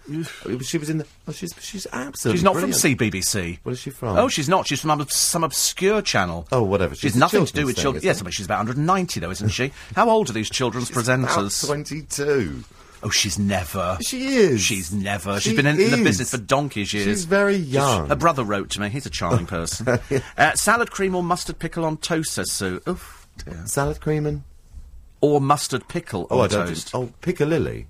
Speaker 6: she was in the. Oh, she's she's absolutely.
Speaker 1: She's not
Speaker 6: brilliant.
Speaker 1: from CBBC.
Speaker 6: Where is she from?
Speaker 1: Oh, she's not. She's from ob- some obscure channel.
Speaker 6: Oh, whatever.
Speaker 1: She's,
Speaker 6: She's a
Speaker 1: nothing to do
Speaker 6: children's
Speaker 1: with
Speaker 6: thing,
Speaker 1: children.
Speaker 6: isn't
Speaker 1: Yes,
Speaker 6: it?
Speaker 1: but she's about 190, though, isn't she? How old are these children's
Speaker 6: About
Speaker 1: presenters?
Speaker 6: Twenty-two.
Speaker 1: Oh, she's never.
Speaker 6: She is.
Speaker 1: She's never.
Speaker 6: She
Speaker 1: she's been in, in the
Speaker 6: is.
Speaker 1: business for donkey's years.
Speaker 6: She's very young.
Speaker 1: her brother wrote to me. He's a
Speaker 6: [LAUGHS]
Speaker 1: charming person. uh, salad cream or mustard pickle on toast, says Sue. Oof. dear.
Speaker 6: Salad cream and
Speaker 1: Or mustard pickle
Speaker 6: oh,
Speaker 1: on
Speaker 6: I don't.
Speaker 1: toast.
Speaker 6: oh, piccalilli.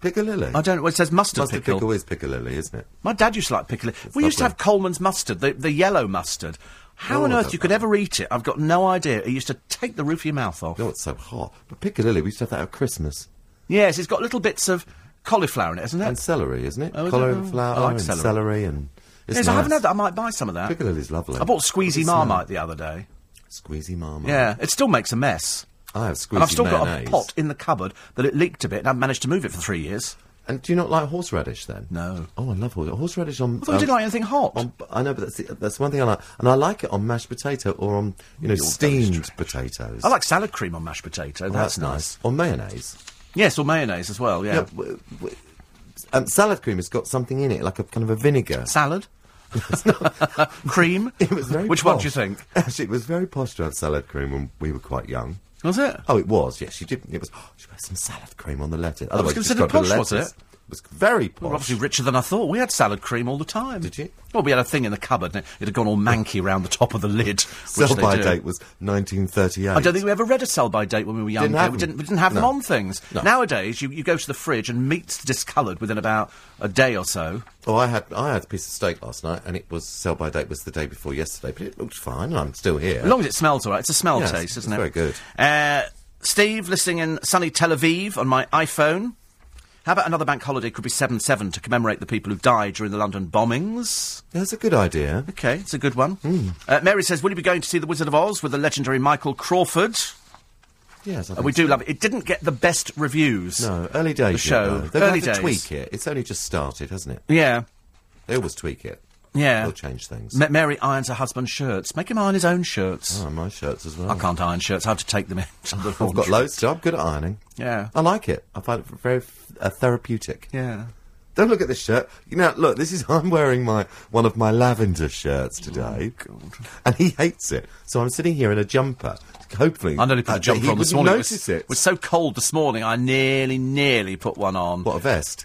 Speaker 6: Piccalilli.
Speaker 1: I don't know. Well, it says mustard,
Speaker 6: Mustard pickle. is piccalilli, isn't it?
Speaker 1: My dad used to like pickle. we used to
Speaker 6: lovely.
Speaker 1: have Coleman's mustard, the, the yellow mustard. How
Speaker 6: Oh,
Speaker 1: on
Speaker 6: I
Speaker 1: earth
Speaker 6: don't
Speaker 1: you could
Speaker 6: know.
Speaker 1: ever eat it? I've got no idea. It used to take the roof of your mouth off.
Speaker 6: No, it's so hot. But piccalilli, we used to have that at Christmas.
Speaker 1: Yes, it's got little bits of cauliflower in it, isn't it?
Speaker 6: And celery, isn't it?
Speaker 1: Oh, is it?
Speaker 6: Cauliflower
Speaker 1: I like
Speaker 6: and
Speaker 1: celery.
Speaker 6: celery. and it's
Speaker 1: yes, I haven't
Speaker 6: nice.
Speaker 1: had that. I might buy some of that.
Speaker 6: Piccalilli's lovely.
Speaker 1: I bought
Speaker 6: What's
Speaker 1: Squeezy
Speaker 6: it
Speaker 1: Marmite the other day.
Speaker 6: smell like? Squeezy Marmite.
Speaker 1: Yeah, it still makes a mess.
Speaker 6: I have squeezy
Speaker 1: And I've still got
Speaker 6: mayonnaise.
Speaker 1: a pot in the cupboard that it leaked a bit, and I've managed to move it for three years.
Speaker 6: And do you not like horseradish then?
Speaker 1: No.
Speaker 6: Oh, I love horseradish. Horseradish on. um,
Speaker 1: I thought you didn't like anything hot.
Speaker 6: On, I know, but that's, the, that's one thing I like, and I like it on mashed potato or on you know
Speaker 1: You're
Speaker 6: steamed
Speaker 1: those trash.
Speaker 6: potatoes.
Speaker 1: I like salad cream on mashed potato.
Speaker 6: Well,
Speaker 1: that's, nice.
Speaker 6: Or mayonnaise.
Speaker 1: Yes, or mayonnaise as well. Yeah,
Speaker 6: Yeah, w- w- um, salad cream has got something in it, like a kind of a vinegar. [LAUGHS]
Speaker 1: salad, cream.
Speaker 6: It was very
Speaker 1: Which one do you
Speaker 6: posh.
Speaker 1: think?
Speaker 6: [LAUGHS] Actually, it was very posh to have salad cream when we were quite young.
Speaker 1: Was it?
Speaker 6: Oh, it was. Yes, she did. It was. she had some salad cream on the lettuce. Otherwise, she
Speaker 1: considered
Speaker 6: just got
Speaker 1: posh,
Speaker 6: the
Speaker 1: was
Speaker 6: lettuce.
Speaker 1: it?
Speaker 6: was very posh.
Speaker 1: We were obviously richer than I thought. We had salad cream all the time.
Speaker 6: Did you?
Speaker 1: Well, we had a thing in the cupboard, and it, it had gone all manky round the top of the lid. Which
Speaker 6: Sell
Speaker 1: they
Speaker 6: by
Speaker 1: do.
Speaker 6: date was 1938.
Speaker 1: I don't think we ever read a sell by date when we were young.
Speaker 6: Didn't have
Speaker 1: we,
Speaker 6: them.
Speaker 1: didn't, we didn't have them
Speaker 6: No.
Speaker 1: on things.
Speaker 6: No.
Speaker 1: Nowadays, you, you go to the fridge and meat's discoloured within about a day or so.
Speaker 6: Oh, I had I had a piece of steak last night, and it was sell by date was the day before yesterday, but it looked fine, and I'm still here.
Speaker 1: As long as it smells all right. It's a smell
Speaker 6: Yes,
Speaker 1: taste, isn't it?
Speaker 6: it's very good.
Speaker 1: Uh, Steve, listening in sunny Tel Aviv on my iPhone. How about another bank holiday could be 7 7 to commemorate the people who died during the London bombings?
Speaker 6: That's a good idea.
Speaker 1: Okay, it's a good one.
Speaker 6: Hmm.
Speaker 1: Uh, Mary says, Will you be going to see The Wizard of Oz with the legendary Michael Crawford?
Speaker 6: Yes, I
Speaker 1: Uh,
Speaker 6: think
Speaker 1: we do
Speaker 6: so.
Speaker 1: love it. It didn't get the best reviews.
Speaker 6: No, early days.
Speaker 1: The
Speaker 6: yet,
Speaker 1: show.
Speaker 6: though. They'll
Speaker 1: Early
Speaker 6: have to
Speaker 1: days.
Speaker 6: tweak it. It's only just started, hasn't it?
Speaker 1: Yeah.
Speaker 6: They always tweak it.
Speaker 1: Yeah.
Speaker 6: They'll change things.
Speaker 1: Ma- Mary irons her husband's shirts. Make him iron his own shirts.
Speaker 6: oh, my shirts as well.
Speaker 1: I can't iron shirts. I have to take them in. to the
Speaker 6: I've got
Speaker 1: laundry.
Speaker 6: loads. So I'm good at ironing.
Speaker 1: Yeah.
Speaker 6: I like it. I find it very uh, therapeutic.
Speaker 1: Yeah.
Speaker 6: Don't look at this shirt. You know, look. This is [LAUGHS] I'm wearing my one of my lavender
Speaker 1: Oh,
Speaker 6: shirts today, and he hates it. So I'm sitting here in a jumper. Hopefully,
Speaker 1: I only put
Speaker 6: uh,
Speaker 1: a
Speaker 6: that
Speaker 1: jumper
Speaker 6: he
Speaker 1: on this
Speaker 6: wouldn't
Speaker 1: morning.
Speaker 6: Notice
Speaker 1: it, was,
Speaker 6: it.
Speaker 1: was so cold this morning, I nearly, nearly put one on.
Speaker 6: What a vest!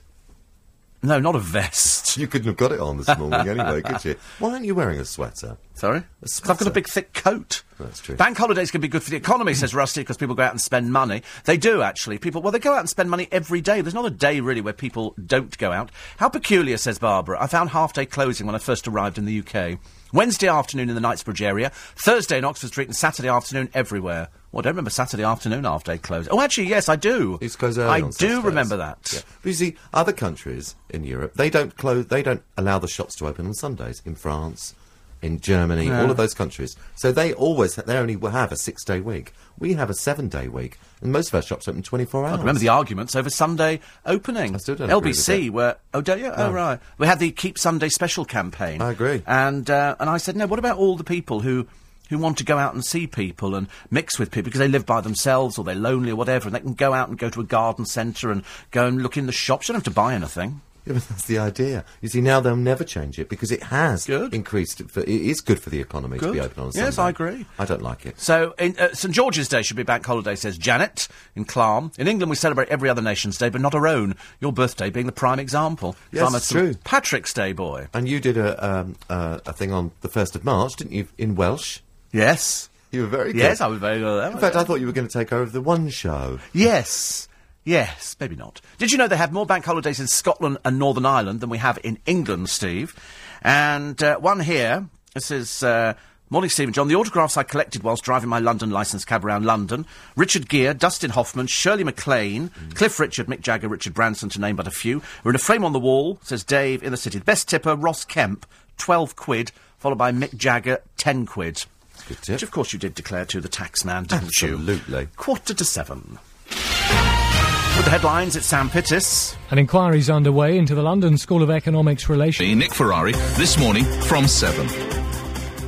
Speaker 1: No, not a vest.
Speaker 6: You couldn't have got it on this morning anyway,
Speaker 1: [LAUGHS]
Speaker 6: could you? Why aren't you wearing a sweater?
Speaker 1: Sorry?
Speaker 6: A
Speaker 1: 'Cause I've got a
Speaker 6: sweater.
Speaker 1: big thick coat.
Speaker 6: That's true.
Speaker 1: Bank holidays can be good for the economy, says Rusty, because people go out and spend money. They do, actually. People, well, they go out and spend money every day. There's not a day, really, where people don't go out. How peculiar, says Barbara. I found half day closing when I first arrived in the UK. Wednesday afternoon in the Knightsbridge area, Thursday in Oxford Street, and Saturday afternoon everywhere. Well, I don't remember Saturday afternoon half day close. Oh, actually, yes, I do.
Speaker 6: It's close early
Speaker 1: I
Speaker 6: on
Speaker 1: do
Speaker 6: Saturdays.
Speaker 1: remember that.
Speaker 6: Yeah. But you see, other countries in Europe they don't close, they don't allow the shops to open on Sundays. In France, in Germany, all of those countries, so they always they only will have a six day week. We have a seven day week, and most of our shops open twenty four hours.
Speaker 1: I remember the arguments over Sunday opening.
Speaker 6: I still don't agree with
Speaker 1: LBC
Speaker 6: it.
Speaker 1: were oh don't you? Oh right, we had the Keep Sunday Special campaign.
Speaker 6: I agree.
Speaker 1: and uh, and I said no. What about all the people who who want to go out and see people and mix with people because they live by themselves or they're lonely or whatever, and they can go out and go to a garden centre and go and look in the shops. You don't have to buy anything.
Speaker 6: [LAUGHS] Yeah, but that's the idea. You see, now they'll never change it because it has
Speaker 1: Good.
Speaker 6: increased. For, it is good for the economy to
Speaker 1: Good.
Speaker 6: be open on a
Speaker 1: Yes,
Speaker 6: Sunday.
Speaker 1: I agree.
Speaker 6: I don't like it.
Speaker 1: So, in, uh, St George's Day should be bank holiday, says Janet in Clarm. In England, we celebrate every other nation's day, but not our own. Your birthday being the prime example. So
Speaker 6: Yes,
Speaker 1: I'm a
Speaker 6: it's
Speaker 1: St.
Speaker 6: true.
Speaker 1: Patrick's Day boy.
Speaker 6: And you did a um, uh, a thing on the first of March, didn't you? In Welsh,
Speaker 1: Yes.
Speaker 6: you were very good.
Speaker 1: Yes, I was very good at that.
Speaker 6: In fact, I thought you were going to take over the one show.
Speaker 1: Yes. Yes, maybe not. Did you know they have more bank holidays in Scotland and Northern Ireland than we have in England, Steve? And uh, one here, this is. Uh, Morning, Steve and John. The autographs I collected whilst driving my London licence cab around London Richard Gere, Dustin Hoffman, Shirley MacLaine,
Speaker 6: Mm.
Speaker 1: Cliff Richard, Mick Jagger, Richard Branson, to name but a few. We're in a frame on the wall, says Dave, in the city. The best tipper, Ross Kemp, 12 quid, followed by Mick Jagger, 10 quid.
Speaker 6: Good tip.
Speaker 1: Which, of course, you did declare to the taxman, didn't you?
Speaker 6: Absolutely.
Speaker 1: Quarter to seven. With the headlines, it's Sam Pittis.
Speaker 8: An inquiry's underway into the London School of Economics relations.
Speaker 5: Nick Ferrari, this morning from 7.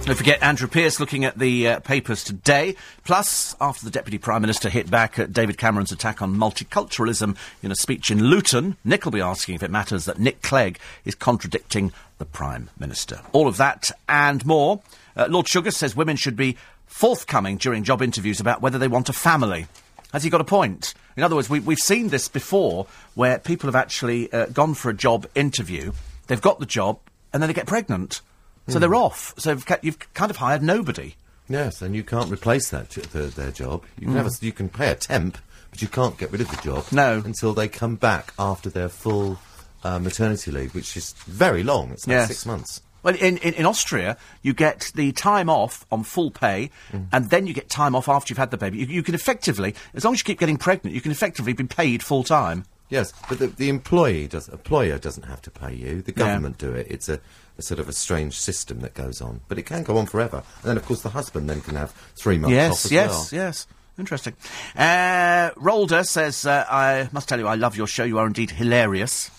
Speaker 1: Don't forget Andrew Pearce looking at the uh, papers today. Plus, after the Deputy Prime Minister hit back at David Cameron's attack on multiculturalism in a speech in Luton, Nick will be asking if it matters that Nick Clegg is contradicting the Prime Minister. All of that and more. Uh, Lord Sugar says women should be forthcoming during job interviews about whether they want a family. Has he got a point? In other words, we, we've seen this before where people have actually uh, gone for a job interview, they've got the job, and then they get pregnant. So they're off. So you've, ca- you've kind of hired nobody.
Speaker 6: Yes, and you can't replace that j- their, their job. You
Speaker 1: Hmm.
Speaker 6: can have a s you can pay a temp, but you can't get rid of the job.
Speaker 1: No.
Speaker 6: until they come back after their full uh, maternity leave, which is very long. It's like
Speaker 1: Yes.
Speaker 6: six months.
Speaker 1: Well, in, in, in Austria, you get the time off on full pay, and then you get time off after you've had the baby. You, you can effectively, as long as you keep getting pregnant, you can effectively be paid full time.
Speaker 6: Yes, but the, the employee does employer doesn't have to pay you. The government do it. It's a, a sort of a strange system that goes on, but it can go on forever. And then, of course, the husband then can have three months off
Speaker 1: Yes,
Speaker 6: as well.
Speaker 1: yes, yes. Interesting. Uh, Rolder says, uh, I must tell you, I love your show. You are indeed hilarious.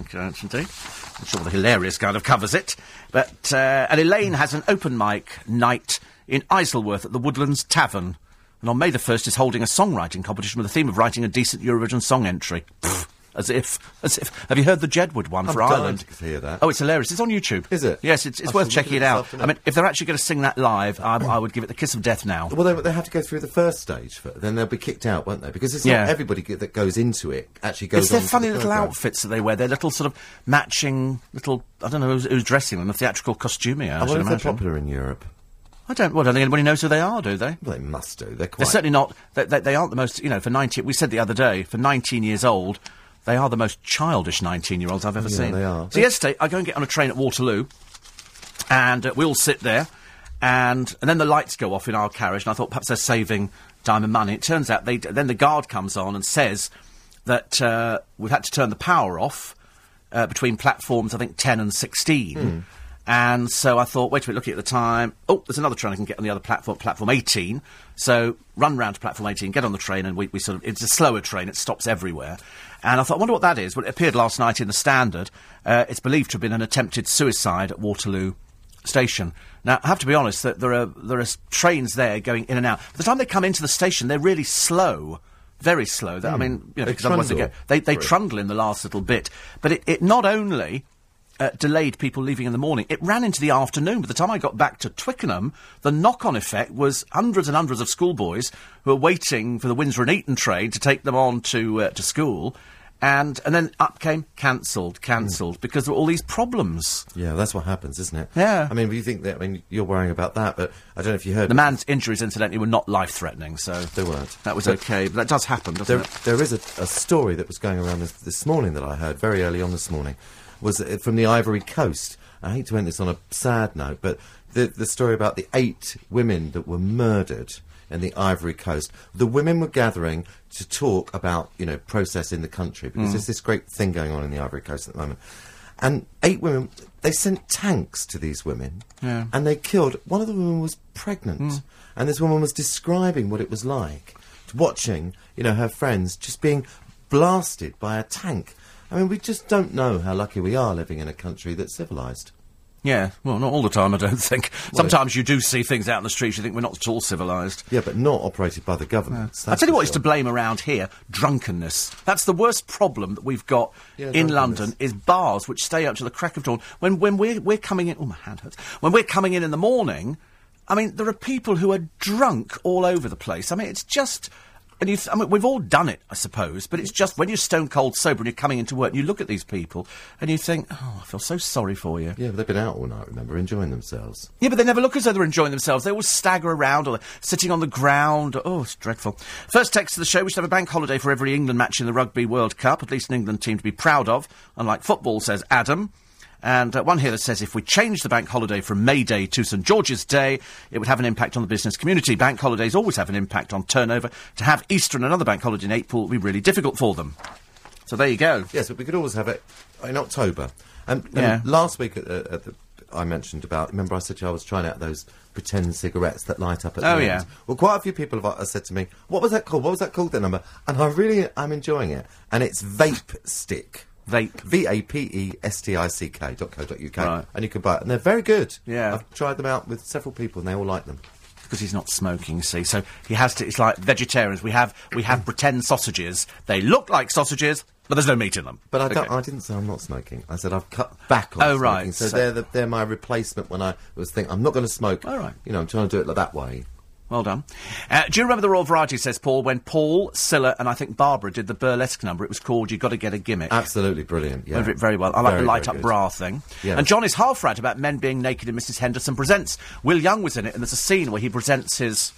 Speaker 1: Okay, that's indeed. I'm sure the hilarious kind of covers it. But, uh, and Elaine has an open mic night in Isleworth at the Woodlands Tavern. And on May the 1st is holding a songwriting competition with the theme of writing a decent Eurovision song entry. Pfft, as if, as if. Have you heard the Jedward one for
Speaker 6: delighted
Speaker 1: Ireland?
Speaker 6: to hear that.
Speaker 1: Oh, it's hilarious. It's on YouTube.
Speaker 6: Is it?
Speaker 1: Yes, it's, it's
Speaker 6: I
Speaker 1: worth
Speaker 6: shall look
Speaker 1: checking it
Speaker 6: at it this
Speaker 1: out. I
Speaker 6: afternoon.
Speaker 1: mean, if they're actually going to sing that live, I, I would give it the kiss of death now.
Speaker 6: Well, they, they have to go through the first stage, for, then they'll be kicked out, won't they? Because it's
Speaker 1: Yeah.
Speaker 6: not everybody g- that goes into it actually goes.
Speaker 1: It's their
Speaker 6: on to the
Speaker 1: funny little
Speaker 6: programme.
Speaker 1: outfits that they wear, their little sort of matching little. I don't know who's, who's dressing them, the theatrical costumier. I,
Speaker 6: I
Speaker 1: should
Speaker 6: wonder Oh, if they're
Speaker 1: imagine.
Speaker 6: popular in Europe.
Speaker 1: I don't. Well, I don't think anybody knows who they are, do they?
Speaker 6: Well, they must do. They're quite.
Speaker 1: They're certainly not. They, they, they aren't the most. You know, for nineteen. We said the other day, for nineteen years old, they are the most childish nineteen-year-olds I've ever
Speaker 6: Yeah,
Speaker 1: seen.
Speaker 6: they are.
Speaker 1: So yesterday, I go and get on a train at Waterloo, and uh, we all sit there, and and then the lights go off in our carriage, and I thought perhaps they're saving time and money. It turns out they d- then the guard comes on and says that uh, we've had to turn the power off uh, between platforms, I think ten and sixteen.
Speaker 6: Hmm.
Speaker 1: And so I thought, wait a minute, looking at the time. Oh, there's another train I can get on the other platform, platform 18. So run round to platform 18, get on the train, and we, we sort of, it's a slower train, it stops everywhere. And I thought, I wonder what that is. Well, it appeared last night in the Standard. Uh, it's believed to have been an attempted suicide at Waterloo station. Now, I have to be honest that there are there are s- trains there going in and out. By the time they come into the station, they're really slow, very slow. That, I mean, you know,
Speaker 6: Hmm. They
Speaker 1: because otherwise they, go,
Speaker 6: trundle
Speaker 1: they they
Speaker 6: through.
Speaker 1: trundle in the last little bit. But it, it not only uh, delayed people leaving in the morning, it ran into the afternoon. By the time I got back to Twickenham, the knock-on effect was hundreds and hundreds of schoolboys who were waiting for the Windsor and Eton train to take them on to uh, to school. And, and then up came cancelled,
Speaker 6: Hmm.
Speaker 1: cancelled, because there were all these problems.
Speaker 6: Yeah, that's what happens, isn't it?
Speaker 1: Yeah.
Speaker 6: I mean, you think that. I mean, you're worrying about that, but I don't know if you heard.
Speaker 1: The man's injuries, incidentally, were not life threatening, so.
Speaker 6: They weren't.
Speaker 1: That was
Speaker 6: But-
Speaker 1: okay, but that does happen, doesn't
Speaker 6: There,
Speaker 1: it?
Speaker 6: there is a, a story that was going around this, this morning that I heard very early on this morning, was uh, from the Ivory Coast. I hate to end this on a sad note, but the, the story about the eight women that were murdered in the Ivory Coast. The women were gathering to talk about, you know, process in the country
Speaker 1: Hmm.
Speaker 6: because there's this great thing going on in the Ivory Coast at the moment. And eight women, they sent tanks to these women, and they killed. One of the women was pregnant,
Speaker 1: Hmm.
Speaker 6: and this woman was describing what it was like watching, you know, her friends just being blasted by a tank. I mean, we just don't know how lucky we are living in a country that's civilized.
Speaker 1: Yeah, well, not all the time, I don't think. Sometimes you do see things out in the streets, you think we're not at all civilised.
Speaker 6: Yeah, but not operated by the governments.
Speaker 1: I tell you what is to blame around here drunkenness. That's the worst problem that we've got
Speaker 6: Yeah,
Speaker 1: in
Speaker 6: drunkenness.
Speaker 1: London is bars which stay up to the crack of dawn. When, when we're, we're coming in, oh, my hand hurts. When we're coming in in the morning, I mean, there are people who are drunk all over the place. I mean, it's just. And you th- I mean, we've all done it, I suppose, but it's just when you're stone cold sober and you're coming into work and you look at these people and you think, oh, I feel so sorry for you.
Speaker 6: Yeah, but they've been out all night, remember, enjoying themselves.
Speaker 1: Yeah, but they never look as though they're enjoying themselves. They always stagger around or they're sitting on the ground. Oh, it's dreadful. First text of the show, we should have a bank holiday for every England match in the Rugby World Cup, at least an England team to be proud of, unlike football, says Adam. And uh, one here that says if we change the bank holiday from May Day to St George's Day, it would have an impact on the business community. Bank holidays always have an impact on turnover. To have Easter and another bank holiday in April would be really difficult for them. So there you go.
Speaker 6: Yes, but we could always have it in October. And, and
Speaker 1: Yeah.
Speaker 6: last week at the, at the, I mentioned about, remember I said to you I was trying out those pretend cigarettes that light up at
Speaker 1: Oh,
Speaker 6: the
Speaker 1: yeah.
Speaker 6: end? Well, quite a few people have uh, said to me, what was that called? What was that called, that number? And I really, I'm enjoying it. And it's Vape Stick.
Speaker 1: Vape.
Speaker 6: V A P E S T I C K dot co dot UK,
Speaker 1: Right.
Speaker 6: and you can buy it, and they're very good.
Speaker 1: Yeah.
Speaker 6: I've tried them out with several people, and they all like them.
Speaker 1: because he's not smoking. See, so he has to. It's like vegetarians. We have we
Speaker 6: [CLEARS THROAT]
Speaker 1: have pretend sausages. They look like sausages, but there's no meat in them.
Speaker 6: But I, don't,
Speaker 1: Okay.
Speaker 6: I didn't say I'm not smoking. I said I've cut back on
Speaker 1: Oh,
Speaker 6: smoking.
Speaker 1: right,
Speaker 6: So,
Speaker 1: so-
Speaker 6: they're the, they're my replacement when I was thinking I'm not going to smoke.
Speaker 1: All right.
Speaker 6: You know, I'm trying to do it like that way.
Speaker 1: Well done. Uh, do you remember the Royal Variety? Says Paul. When Paul Silla and I think Barbara did the burlesque number, it was called "You Got to Get a Gimmick."
Speaker 6: Absolutely brilliant. Yeah.
Speaker 1: Remember it very well. I like
Speaker 6: Uh, Very,
Speaker 1: the light
Speaker 6: very
Speaker 1: up
Speaker 6: good.
Speaker 1: bra thing.
Speaker 6: Yeah.
Speaker 1: And John is half right about men being naked in Mrs. Henderson Presents. Will Young was in it, and there's a scene where he presents his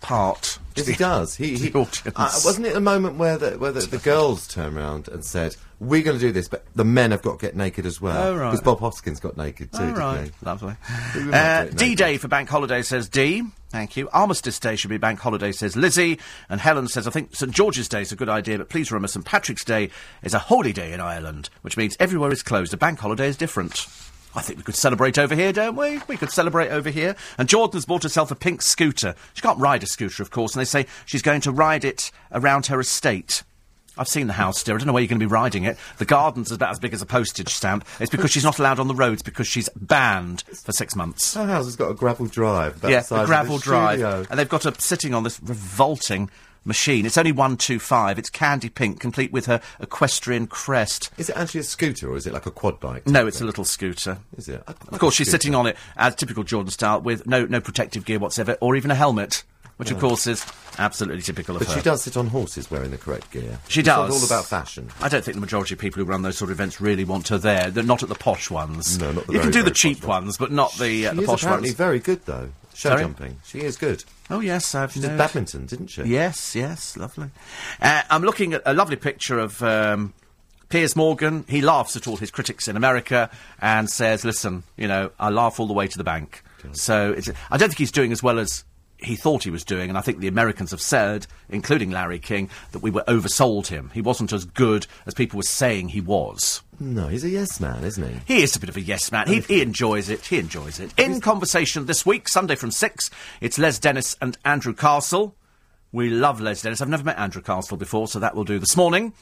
Speaker 1: part. to [LAUGHS]
Speaker 6: Yes, he
Speaker 1: the-
Speaker 6: does. He,
Speaker 1: to
Speaker 6: he
Speaker 1: the audience.
Speaker 6: Uh, wasn't it a moment where the, where the, the girls turned around and said, "We're going to do this, but the men have got to get naked as well."
Speaker 1: Oh, right.
Speaker 6: Because Bob Hoskins got naked too,
Speaker 1: All
Speaker 6: didn't
Speaker 1: right,
Speaker 6: he?
Speaker 1: lovely.
Speaker 6: We might
Speaker 1: Uh,
Speaker 6: do it
Speaker 1: D
Speaker 6: later.
Speaker 1: Day for Bank Holiday says D. Thank you. Armistice Day should be Bank Holiday, says Lizzie. And Helen says, I think St George's Day is a good idea, but please remember St Patrick's Day is a holy day in Ireland, which means everywhere is closed. A bank holiday is different. I think we could celebrate over here, don't we? We could celebrate over here. And Jordan's bought herself a pink scooter. She can't ride a scooter, of course, and they say she's going to ride it around her estate. I've seen the house, dear. I don't know where you're going to be riding it. The garden's about as big as a postage stamp. It's because she's not allowed on the roads because she's banned for six months.
Speaker 6: Our house has got a gravel drive. About
Speaker 1: Yeah,
Speaker 6: the size
Speaker 1: a
Speaker 6: of
Speaker 1: gravel
Speaker 6: this
Speaker 1: drive,
Speaker 6: studio.
Speaker 1: and they've got her sitting on this revolting machine. It's only one two five. It's candy pink, complete with her equestrian crest.
Speaker 6: Is it actually a scooter or is it like a quad bike?
Speaker 1: No, it's a little scooter.
Speaker 6: Is it? I-
Speaker 1: Of course, she's sitting on it as typical Jordan style, with no no protective gear whatsoever, or even a helmet, which of course is absolutely typical of
Speaker 6: But
Speaker 1: her.
Speaker 6: she does sit on horses wearing the correct gear.
Speaker 1: She
Speaker 6: It's not
Speaker 1: does.
Speaker 6: all about fashion.
Speaker 1: I don't think the majority of people who run those sort of events really want her there. They're not at the posh ones.
Speaker 6: No, not the
Speaker 1: You can
Speaker 6: very,
Speaker 1: do the
Speaker 6: very
Speaker 1: cheap
Speaker 6: posh ones.
Speaker 1: ones, but not the uh,
Speaker 6: she
Speaker 1: the
Speaker 6: is
Speaker 1: posh
Speaker 6: apparently
Speaker 1: ones.
Speaker 6: very good though. Show
Speaker 1: Sorry?
Speaker 6: jumping. She is good.
Speaker 1: oh yes, I've
Speaker 6: She did
Speaker 1: noticed.
Speaker 6: badminton, didn't she?
Speaker 1: Yes, yes, lovely. Uh, I'm looking at a lovely picture of um, Piers Morgan. He laughs at all his critics in America and says, "Listen, you know, I laugh all the way to the bank." So it's, I don't think he's doing as well as he thought he was doing, and I think the Americans have said, including Larry King, that we were oversold him. He wasn't as good as people were saying he was.
Speaker 6: No, he's a yes man, isn't he?
Speaker 1: He is a bit of a yes man. He, he enjoys it. He enjoys it. In conversation this week, Sunday from six, it's Les Dennis and Andrew Castle. We love Les Dennis. I've never met Andrew Castle before, so that will do this morning.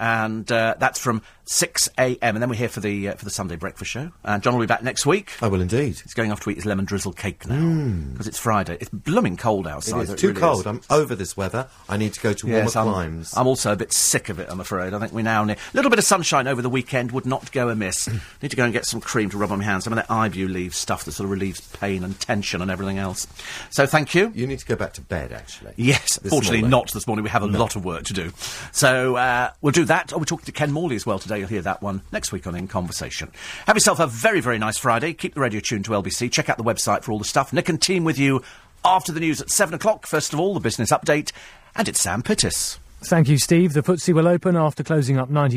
Speaker 1: And uh, that's from six a.m. And then we're here for the uh, for the Sunday breakfast show. And John will be back next week.
Speaker 6: I will Oh, indeed.
Speaker 1: He's going off to eat his lemon drizzle cake now because it's Friday. It's blooming cold outside.
Speaker 6: It's
Speaker 1: though, it
Speaker 6: too
Speaker 1: really
Speaker 6: cold.
Speaker 1: is.
Speaker 6: I'm over this weather. I need to go to warmer
Speaker 1: Yes, I'm,
Speaker 6: climes.
Speaker 1: I'm also a bit sick of it, I'm afraid. I think we now need a little bit of sunshine over the weekend would not go [CLEARS THROAT] amiss. need to go and get some cream to rub on my hands. Some of that Ibu leaf stuff that sort of relieves pain and tension and everything else. So thank you.
Speaker 6: you need to go back to bed, actually.
Speaker 1: Yes,
Speaker 6: This
Speaker 1: fortunately
Speaker 6: morning.
Speaker 1: not this morning. We have a lot of work to do. So uh, we'll do that. Oh, we're talking to Ken Morley as well today. You'll hear that one next week on In Conversation. Have yourself a very, very nice Friday. Keep the radio tuned to LBC. Check out the website for all the stuff. Nick and team with you after the news at 7 o'clock. First of all, the business update. And it's Sam Pittis.
Speaker 8: Thank you, Steve. The FTSE will open after closing up 90.